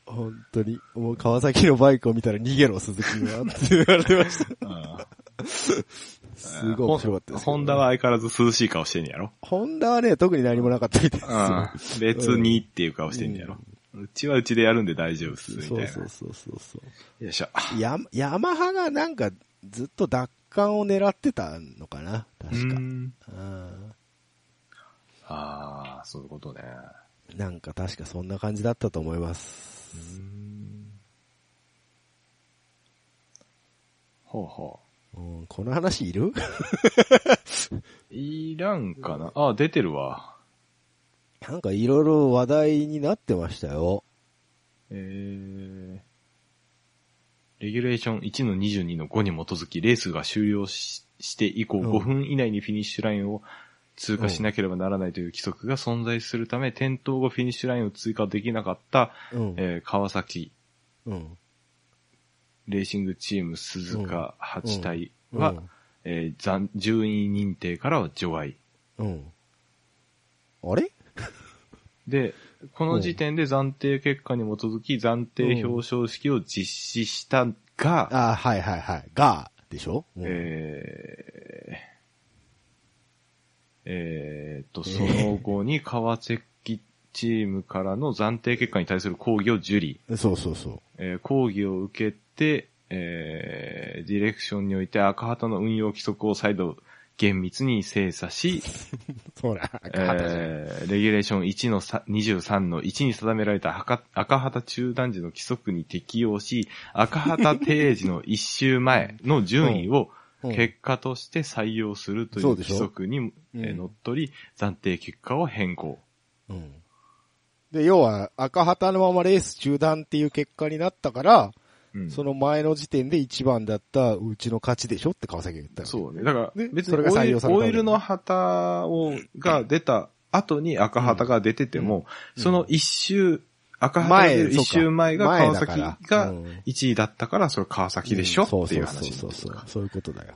[SPEAKER 2] 本当に、もう川崎のバイクを見たら逃げろ、鈴木はって言われてました。
[SPEAKER 1] あ
[SPEAKER 2] すごい面白かったですけ
[SPEAKER 1] ホ
[SPEAKER 2] どね、
[SPEAKER 1] ンダは相変わらず涼しい顔してんやろ
[SPEAKER 2] ホンダはね、特に何もなかったみたいですよ。
[SPEAKER 1] うん。別にっていう顔してんやろ、うちはうちでやるんで大丈夫っす、みたい
[SPEAKER 2] そう
[SPEAKER 1] な。
[SPEAKER 2] そうそうそうそ
[SPEAKER 1] よいしょ。
[SPEAKER 2] う。や、ヤマハがなんかずっと奪還を狙ってたのかな確か。
[SPEAKER 1] うん
[SPEAKER 2] うん
[SPEAKER 1] ああ、そういうことね。
[SPEAKER 2] なんか確かそんな感じだったと思います。
[SPEAKER 1] ほうほ
[SPEAKER 2] うん、この話いる
[SPEAKER 1] う。いらんかな。あ、出てるわ。
[SPEAKER 2] なんかいろいろ話題になってましたよ。
[SPEAKER 1] えー、レギュレーション1の22の5に基づき、レースが終了しして以降、
[SPEAKER 2] うん
[SPEAKER 1] 5分以内にフィニッシュラインを通過しなければならないという規則が存在するため、転倒後フィニッシュラインを追加できなかった、
[SPEAKER 2] うん。
[SPEAKER 1] えー川崎
[SPEAKER 2] うん。
[SPEAKER 1] レーシングチーム鈴鹿8体
[SPEAKER 2] うん
[SPEAKER 1] は、えー残、順位認定からは除外。
[SPEAKER 2] うん。あれ
[SPEAKER 1] で、この時点で暫定結果に基づき暫定表彰式を実施したが、
[SPEAKER 2] あーはいはいはい。が、でしょ、うん
[SPEAKER 1] えー、えーっと、その後に川崎チームからの暫定結果に対する抗議を受理。
[SPEAKER 2] そうそうそう。
[SPEAKER 1] えー抗議を受けて、えーディレクションにおいて赤旗の運用規則を再度厳密に精査し、
[SPEAKER 2] そうだ、赤旗じゃん
[SPEAKER 1] えーレギュレーション1のさ23の1に定められた赤赤旗中断時の規則に適用し、赤旗定時 の1周前の順位を
[SPEAKER 2] うん
[SPEAKER 1] 結果として採用するとい
[SPEAKER 2] そううでしょ
[SPEAKER 1] 規則に、えー
[SPEAKER 2] うん
[SPEAKER 1] 乗っ取り、暫定結果を変更。
[SPEAKER 2] うん。で、要は、赤旗のままレース中断っていう結果になったから、
[SPEAKER 1] うん
[SPEAKER 2] その前の時点で一番だったうちの勝ちでしょって川崎が言ったう。
[SPEAKER 1] そうね。だから
[SPEAKER 2] ね、
[SPEAKER 1] 別に
[SPEAKER 2] それが
[SPEAKER 1] オ
[SPEAKER 2] 採
[SPEAKER 1] イ
[SPEAKER 2] 用
[SPEAKER 1] ル
[SPEAKER 2] されたわ
[SPEAKER 1] オ
[SPEAKER 2] け
[SPEAKER 1] イルの旗を、が出た後に赤旗が出てても、
[SPEAKER 2] うん
[SPEAKER 1] その一周、赤旗が出る
[SPEAKER 2] そう
[SPEAKER 1] 一
[SPEAKER 2] か
[SPEAKER 1] 周前が川
[SPEAKER 2] 前
[SPEAKER 1] 崎
[SPEAKER 2] だから
[SPEAKER 1] が
[SPEAKER 2] うん
[SPEAKER 1] 1位だったから、それ川崎でしょっていう話。
[SPEAKER 2] そうそうそうそう。そういうことだよ。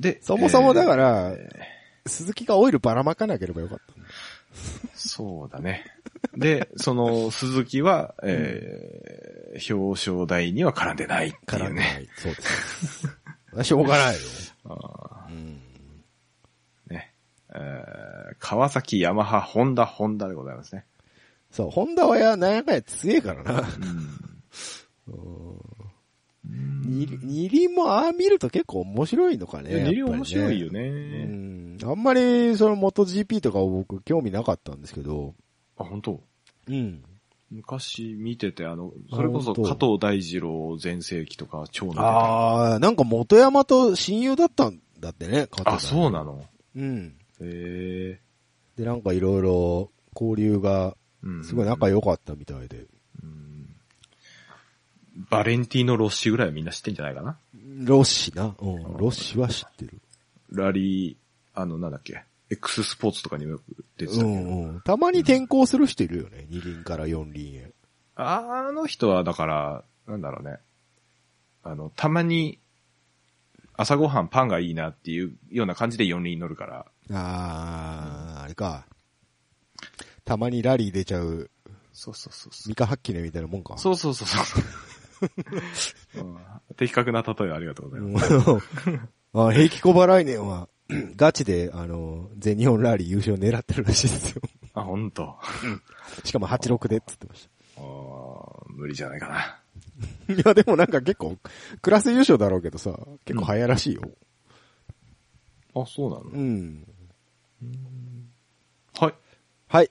[SPEAKER 1] で、、
[SPEAKER 2] そもそもだからら、鈴木がオイルばらまかなければよかった。
[SPEAKER 1] そうだね。で、その鈴木は、えー、表彰台には絡んでないっていうね。。
[SPEAKER 2] そうです。しょうがないよ。うん
[SPEAKER 1] ねえー川崎、ヤマハ、ホンダ、ホンダでございますね。
[SPEAKER 2] そう、ホンダはや、なんやかんや強えからな。二輪二輪もああ見ると結構面白いのかね。
[SPEAKER 1] いや、
[SPEAKER 2] や
[SPEAKER 1] 二
[SPEAKER 2] っぱり
[SPEAKER 1] 輪
[SPEAKER 2] ね
[SPEAKER 1] 面白いよね。
[SPEAKER 2] うんあんまり、その、元 GP とかを僕、興味なかったんですけど。
[SPEAKER 1] あ、本当
[SPEAKER 2] うん。
[SPEAKER 1] 昔見てて、あの、それこそ
[SPEAKER 2] 本当
[SPEAKER 1] 加藤大二郎全盛期とか超見てた。
[SPEAKER 2] ああ、なんか元山と親友だったんだってね、加藤さん
[SPEAKER 1] あ、そうなの
[SPEAKER 2] うん。
[SPEAKER 1] へえ。
[SPEAKER 2] で、なんかいろいろ、交流が、
[SPEAKER 1] うん
[SPEAKER 2] すごい仲良かったみたいで。
[SPEAKER 1] うんバレンティーノ・ロッシぐらいはみんな知ってんじゃないかな
[SPEAKER 2] ロッシな。うん。ロッシは知ってる。
[SPEAKER 1] ラリー、あの、なんだっけ、X スポーツとかにもよく出てたけ
[SPEAKER 2] う
[SPEAKER 1] ど。
[SPEAKER 2] んうん。たまに転校する人いるよね。二輪から四輪へ。
[SPEAKER 1] あの人は、だから、なんだろうね。あの、たまに、朝ごはんパンがいいなっていうような感じで4輪に乗るから、
[SPEAKER 2] ああ、あれか。たまにラリー出ちゃう、
[SPEAKER 1] そうそうそうそう
[SPEAKER 2] ミ。カハッキネみたいなもんか。
[SPEAKER 1] そうそうそうそう、 うん的確な例えありがとうございます。
[SPEAKER 2] うん。あ平気小払い年は、 ガチで、あの、全日本ラリー優勝狙ってるらしいですよ。
[SPEAKER 1] あ、本当。
[SPEAKER 2] しかも86でって言ってまし
[SPEAKER 1] あー無理じゃないかな。
[SPEAKER 2] た。いや、でもなんか結構、クラス優勝だろうけどさ、結構早いらしいよ。
[SPEAKER 1] あ、そうなの、
[SPEAKER 2] うん。
[SPEAKER 1] はい。
[SPEAKER 2] はい。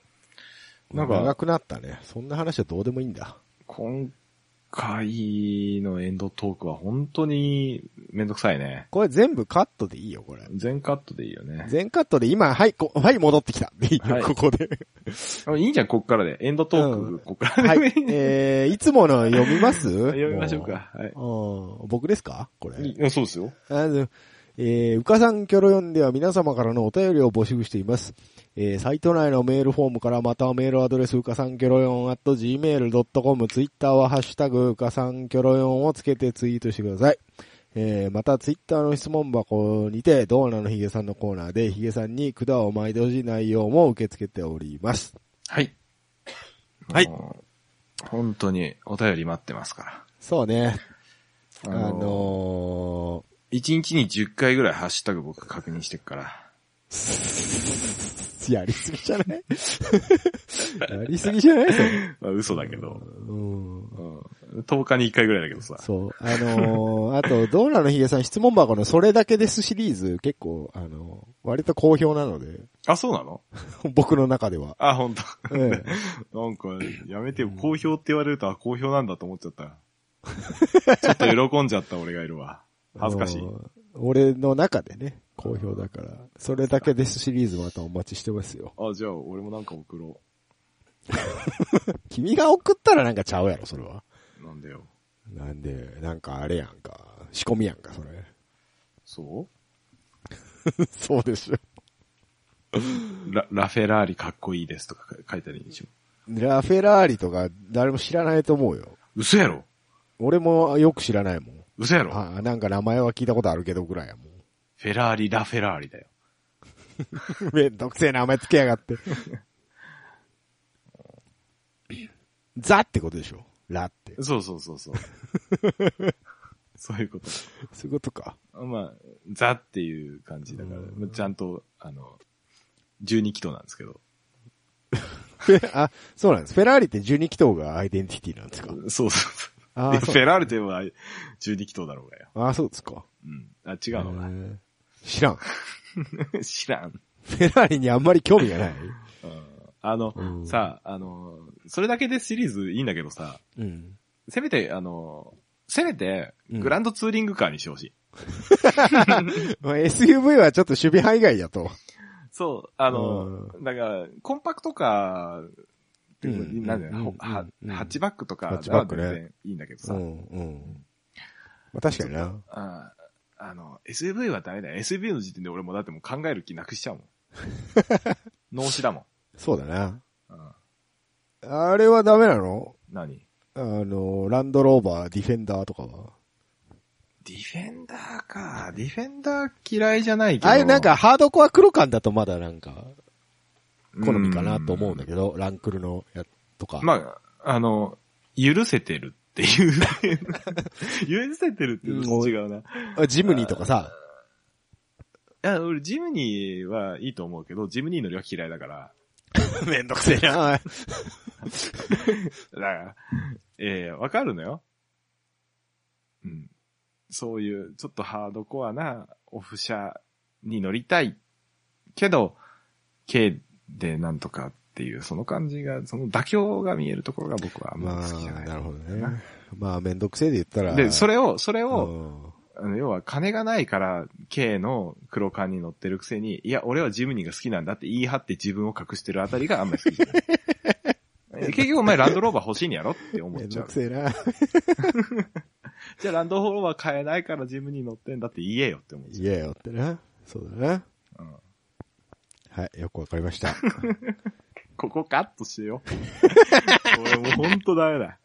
[SPEAKER 1] な
[SPEAKER 2] なんん
[SPEAKER 1] か
[SPEAKER 2] か、長くなったね。そんな話はどうでもいいんだ。
[SPEAKER 1] 今回のエンドトークは本当にめんどくさいね。
[SPEAKER 2] これ全部カットでいいよ、これ。
[SPEAKER 1] 全カットでいいよね。
[SPEAKER 2] 全カットで今、はい、こ はい、戻ってきた。いいよ
[SPEAKER 1] はい
[SPEAKER 2] ここで。
[SPEAKER 1] あいいじゃん、こっからで。エンドトーク、
[SPEAKER 2] うん
[SPEAKER 1] こっから
[SPEAKER 2] は
[SPEAKER 1] で。
[SPEAKER 2] い。えー、いつもの読みます
[SPEAKER 1] 読みましょうか。はい。
[SPEAKER 2] もう。うん、僕ですかこれ。
[SPEAKER 1] いやそうですよ。
[SPEAKER 2] あの、えー、うかさんキョロヨンでは皆様からのお便りを募集しています。えー、サイト内のメールフォームからまたはメールアドレスうかさんキョロヨン at gmail.com、ツイッターはハッシュタグうかさんキョロヨンをつけてツイートしてください。えー、またツイッターの質問箱にて、ドーナのヒゲさんのコーナーでヒゲさんに管を巻いてほしい内容も受け付けております。
[SPEAKER 1] はい。
[SPEAKER 2] はい
[SPEAKER 1] もう。本当にお便り待ってますか
[SPEAKER 2] そうね。あ
[SPEAKER 1] ら。あの
[SPEAKER 2] の
[SPEAKER 1] 一1日に10回ぐらいハッシュタグ僕確認してっから。
[SPEAKER 2] ー、やりすぎじゃない やりすぎじゃないそれ
[SPEAKER 1] まあ、嘘だけど、
[SPEAKER 2] うん
[SPEAKER 1] うん。10日に1回ぐらいだけどさ。
[SPEAKER 2] そう。あのーあと、ドーナのヒゲさん質問箱のそれだけですシリーズ結構、あのー割と好評なので、
[SPEAKER 1] あ、そうなの
[SPEAKER 2] 僕の中 では。
[SPEAKER 1] あ、本当。
[SPEAKER 2] え
[SPEAKER 1] なんか、やめてよ。好評って言われると、あ、好評なんだと思っちゃ った。ちょっと喜んじゃった俺がいるわ。
[SPEAKER 2] え
[SPEAKER 1] 恥ずかしい
[SPEAKER 2] あ。のー俺の中でね、好評だから、それだけですシリーズまたお待ちしてますよ。
[SPEAKER 1] あ、じゃあ、俺もなんか送ろ
[SPEAKER 2] 君が送ったらなんかちゃうやろ、それは。
[SPEAKER 1] う。なんだよ。
[SPEAKER 2] なんで、なんかあれやんか、仕込みやんか、それ。
[SPEAKER 1] そ
[SPEAKER 2] そうでしょ。
[SPEAKER 1] うラ、ラフェラーリかっこいいですとか書いたらいいでしょ。
[SPEAKER 2] ラフェラーリとか誰も知らないと思うよ。
[SPEAKER 1] 嘘やろ
[SPEAKER 2] 俺もよく知らないもん。
[SPEAKER 1] 嘘やろ、
[SPEAKER 2] ああ、なんか名前は聞いたことあるけどぐらいやもん。
[SPEAKER 1] フェラーリ、ラ・フェラーリだよ。
[SPEAKER 2] めんどくせえ名前つけやがって。ザってことでしょラって。
[SPEAKER 1] そうそうそう そう。そういうこと。
[SPEAKER 2] そういうことか。
[SPEAKER 1] まあ、ザっていう感じだから、まあちゃんと、あの、12気筒なんですけど。
[SPEAKER 2] フェあ、そうなんです。フェラーリって12気筒がアイデンティティなんですか
[SPEAKER 1] そうそうそう。
[SPEAKER 2] あ
[SPEAKER 1] い
[SPEAKER 2] ー
[SPEAKER 1] やフ
[SPEAKER 2] そう
[SPEAKER 1] ェラーリといえば12気筒だろうがよ。
[SPEAKER 2] あー、そうですか。
[SPEAKER 1] うん。あ、違うのか
[SPEAKER 2] へー知らん。フ
[SPEAKER 1] な。 知らん。
[SPEAKER 2] ェラーリにあんまり興味がない。
[SPEAKER 1] あの、
[SPEAKER 2] うん
[SPEAKER 1] さ、あの、それだけでシリーズいいんだけどさ、
[SPEAKER 2] うん。
[SPEAKER 1] せめて、あの、せめて、
[SPEAKER 2] うん
[SPEAKER 1] グランドツーリングカーにしてほしい。
[SPEAKER 2] まあ SUV はちょっと守備範囲外だと。
[SPEAKER 1] そう、あの、だから、コンパクトカーっていうの
[SPEAKER 2] うん
[SPEAKER 1] に、なんだよ、
[SPEAKER 2] うん
[SPEAKER 1] は
[SPEAKER 2] うん
[SPEAKER 1] ハッチバックとか、
[SPEAKER 2] ハッチバックね
[SPEAKER 1] 全然いいんだけど
[SPEAKER 2] う
[SPEAKER 1] さ、
[SPEAKER 2] ん、うん。まあ確かにな。
[SPEAKER 1] ああの、SUV はダメだよ。SUV の時点で俺もだってもう考える気なくしちゃう もん。脳死だもん。
[SPEAKER 2] そうだな。
[SPEAKER 1] うん
[SPEAKER 2] あれはダメなの
[SPEAKER 1] 何
[SPEAKER 2] あの、ランドローバー、ディフェンダーとかは。
[SPEAKER 1] ディフェンダーか。ディフェンダー嫌いじゃないけど。
[SPEAKER 2] あれなんかハードコア黒感だとまだなんか、
[SPEAKER 1] うん、
[SPEAKER 2] 好みかなと思うんだけど、ランクルのや、とか。
[SPEAKER 1] まあ、あの、許せてるっていう。 許せてるっていうの違うな。い
[SPEAKER 2] あ、ジムニーとかさ。
[SPEAKER 1] や、俺、ジムニーはいいと思うけど、ジムニーの量嫌いだから。
[SPEAKER 2] めんどくせえな。
[SPEAKER 1] だから、ええわかるのよ。うん。そういう、ちょっとハードコアなオフ車に乗りたい。けど、K でなんとかっていう、その感じが、その妥協が見えるところが僕はあんま
[SPEAKER 2] ま
[SPEAKER 1] り好きじゃ
[SPEAKER 2] あ、
[SPEAKER 1] ない。
[SPEAKER 2] なるほどね。まあ、めんどくせえで言ったら。
[SPEAKER 1] で、そ
[SPEAKER 2] れ
[SPEAKER 1] れを、それを、あの要は金がないから、K の黒缶に乗ってるくせに、いや、俺はジムニーが好きなんだって言い張って自分を隠してるあたりがあんまり好きじゃない。 え結局お前ランドローバー欲しいんやろって思
[SPEAKER 2] め
[SPEAKER 1] っ
[SPEAKER 2] ん
[SPEAKER 1] ち
[SPEAKER 2] ど
[SPEAKER 1] ゃう
[SPEAKER 2] く。せえな。
[SPEAKER 1] じゃあランドローバー買えないからジムニー乗ってんだって言えよって思っちゃ
[SPEAKER 2] 言えよってな。そうだな。
[SPEAKER 1] う。うん、
[SPEAKER 2] はい、よくわかりました。
[SPEAKER 1] ここカットしてよ。俺もうほんとダメだ。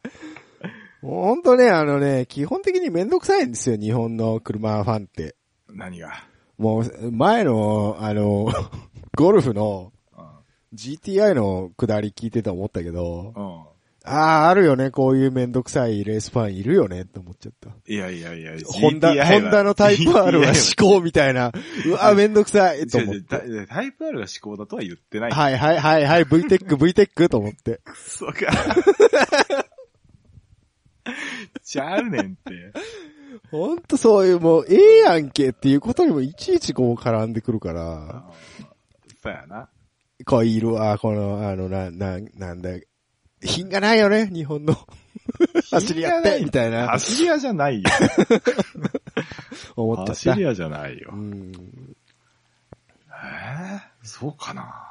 [SPEAKER 2] もうほんとね、あのね、基本的にめんどくさいんですよ、日本の車ファンって。
[SPEAKER 1] 何が。
[SPEAKER 2] もう、前の、あの、 ゴルフの
[SPEAKER 1] うん。
[SPEAKER 2] GTI の下り聞いてて思ったけど、
[SPEAKER 1] うん。
[SPEAKER 2] ああ、あるよね、こういうめんどくさいレースファンいるよねって思っちゃった。
[SPEAKER 1] いやいやいや、
[SPEAKER 2] ホンダ、
[SPEAKER 1] GTI は
[SPEAKER 2] ホンダのタイプ R は
[SPEAKER 1] GTI
[SPEAKER 2] 思考みたいな、うわ、めんどくさいと思っ
[SPEAKER 1] 違う違うタ
[SPEAKER 2] て。
[SPEAKER 1] イタイプ R が思考だとは言ってない。
[SPEAKER 2] はいはいはいはい、VTEC、VTEC と思って。
[SPEAKER 1] そうか。ちゃうねんって。
[SPEAKER 2] ほんとそういうもう、ええやんけっていうことにもいちいちこう絡んでくるから。
[SPEAKER 1] そうやな。
[SPEAKER 2] こういるわ、この、あの、な、な、なんだ、品がないよね、日本の。走り屋って、みたいな、
[SPEAKER 1] 走り屋じゃないよ。
[SPEAKER 2] 思っち
[SPEAKER 1] 走
[SPEAKER 2] ゃっ
[SPEAKER 1] り
[SPEAKER 2] た。
[SPEAKER 1] 屋じゃないよ
[SPEAKER 2] う。ん。
[SPEAKER 1] えー、そうかな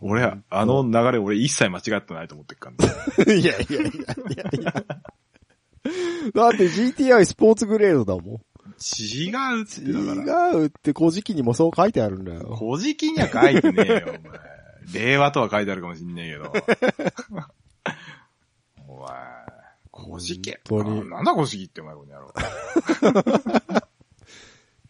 [SPEAKER 1] 俺、あの流れ俺一切間違ってないと思ってっからね。
[SPEAKER 2] いやいやいやいやいや。だって GTI スポーツグレードだもん。
[SPEAKER 1] 違うっつってだから。
[SPEAKER 2] 違うって、古事記にもそう書いてあるんだよ。
[SPEAKER 1] 古事記には書いてねえよ、お前。令和とは書いてあるかもしんねえけ ど。お前、古事記
[SPEAKER 2] 本当に
[SPEAKER 1] あなんだ古事記ってお前この野郎。
[SPEAKER 2] あ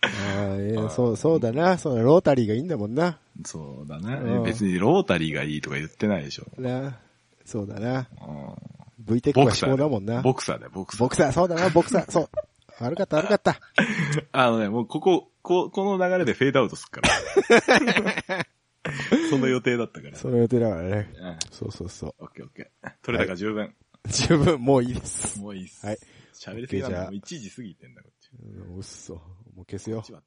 [SPEAKER 2] あ、ええそう、そうだな。そうだ、ロータリーがいいんだもんな。
[SPEAKER 1] そうだね
[SPEAKER 2] うん
[SPEAKER 1] 別にロータリーがいいとか言ってないでしょ。
[SPEAKER 2] な。そうだな。
[SPEAKER 1] うん
[SPEAKER 2] VTEC
[SPEAKER 1] ボ
[SPEAKER 2] は思
[SPEAKER 1] クサー
[SPEAKER 2] 考
[SPEAKER 1] だ
[SPEAKER 2] だ
[SPEAKER 1] よ
[SPEAKER 2] もんな。
[SPEAKER 1] ボクサーだよ、ボクサー。
[SPEAKER 2] ボクサー、そうだな、ボクサー、そう。悪かった、悪かった。
[SPEAKER 1] あのね、もうここ、こ、この流れでフェードアウトすっから。 その予定だったから。
[SPEAKER 2] その予定だからね。
[SPEAKER 1] うん
[SPEAKER 2] そうそうそう。
[SPEAKER 1] オッケーオッケー。取れたか十分。
[SPEAKER 2] 十分、もういいです。
[SPEAKER 1] もういいっす。
[SPEAKER 2] はい。
[SPEAKER 1] 喋りすぎなん
[SPEAKER 2] オッケーじゃ
[SPEAKER 1] だ。も
[SPEAKER 2] あ
[SPEAKER 1] う1時過ぎてんだ、こっち。
[SPEAKER 2] うん、うっそ。もう消すよ
[SPEAKER 1] こっち。は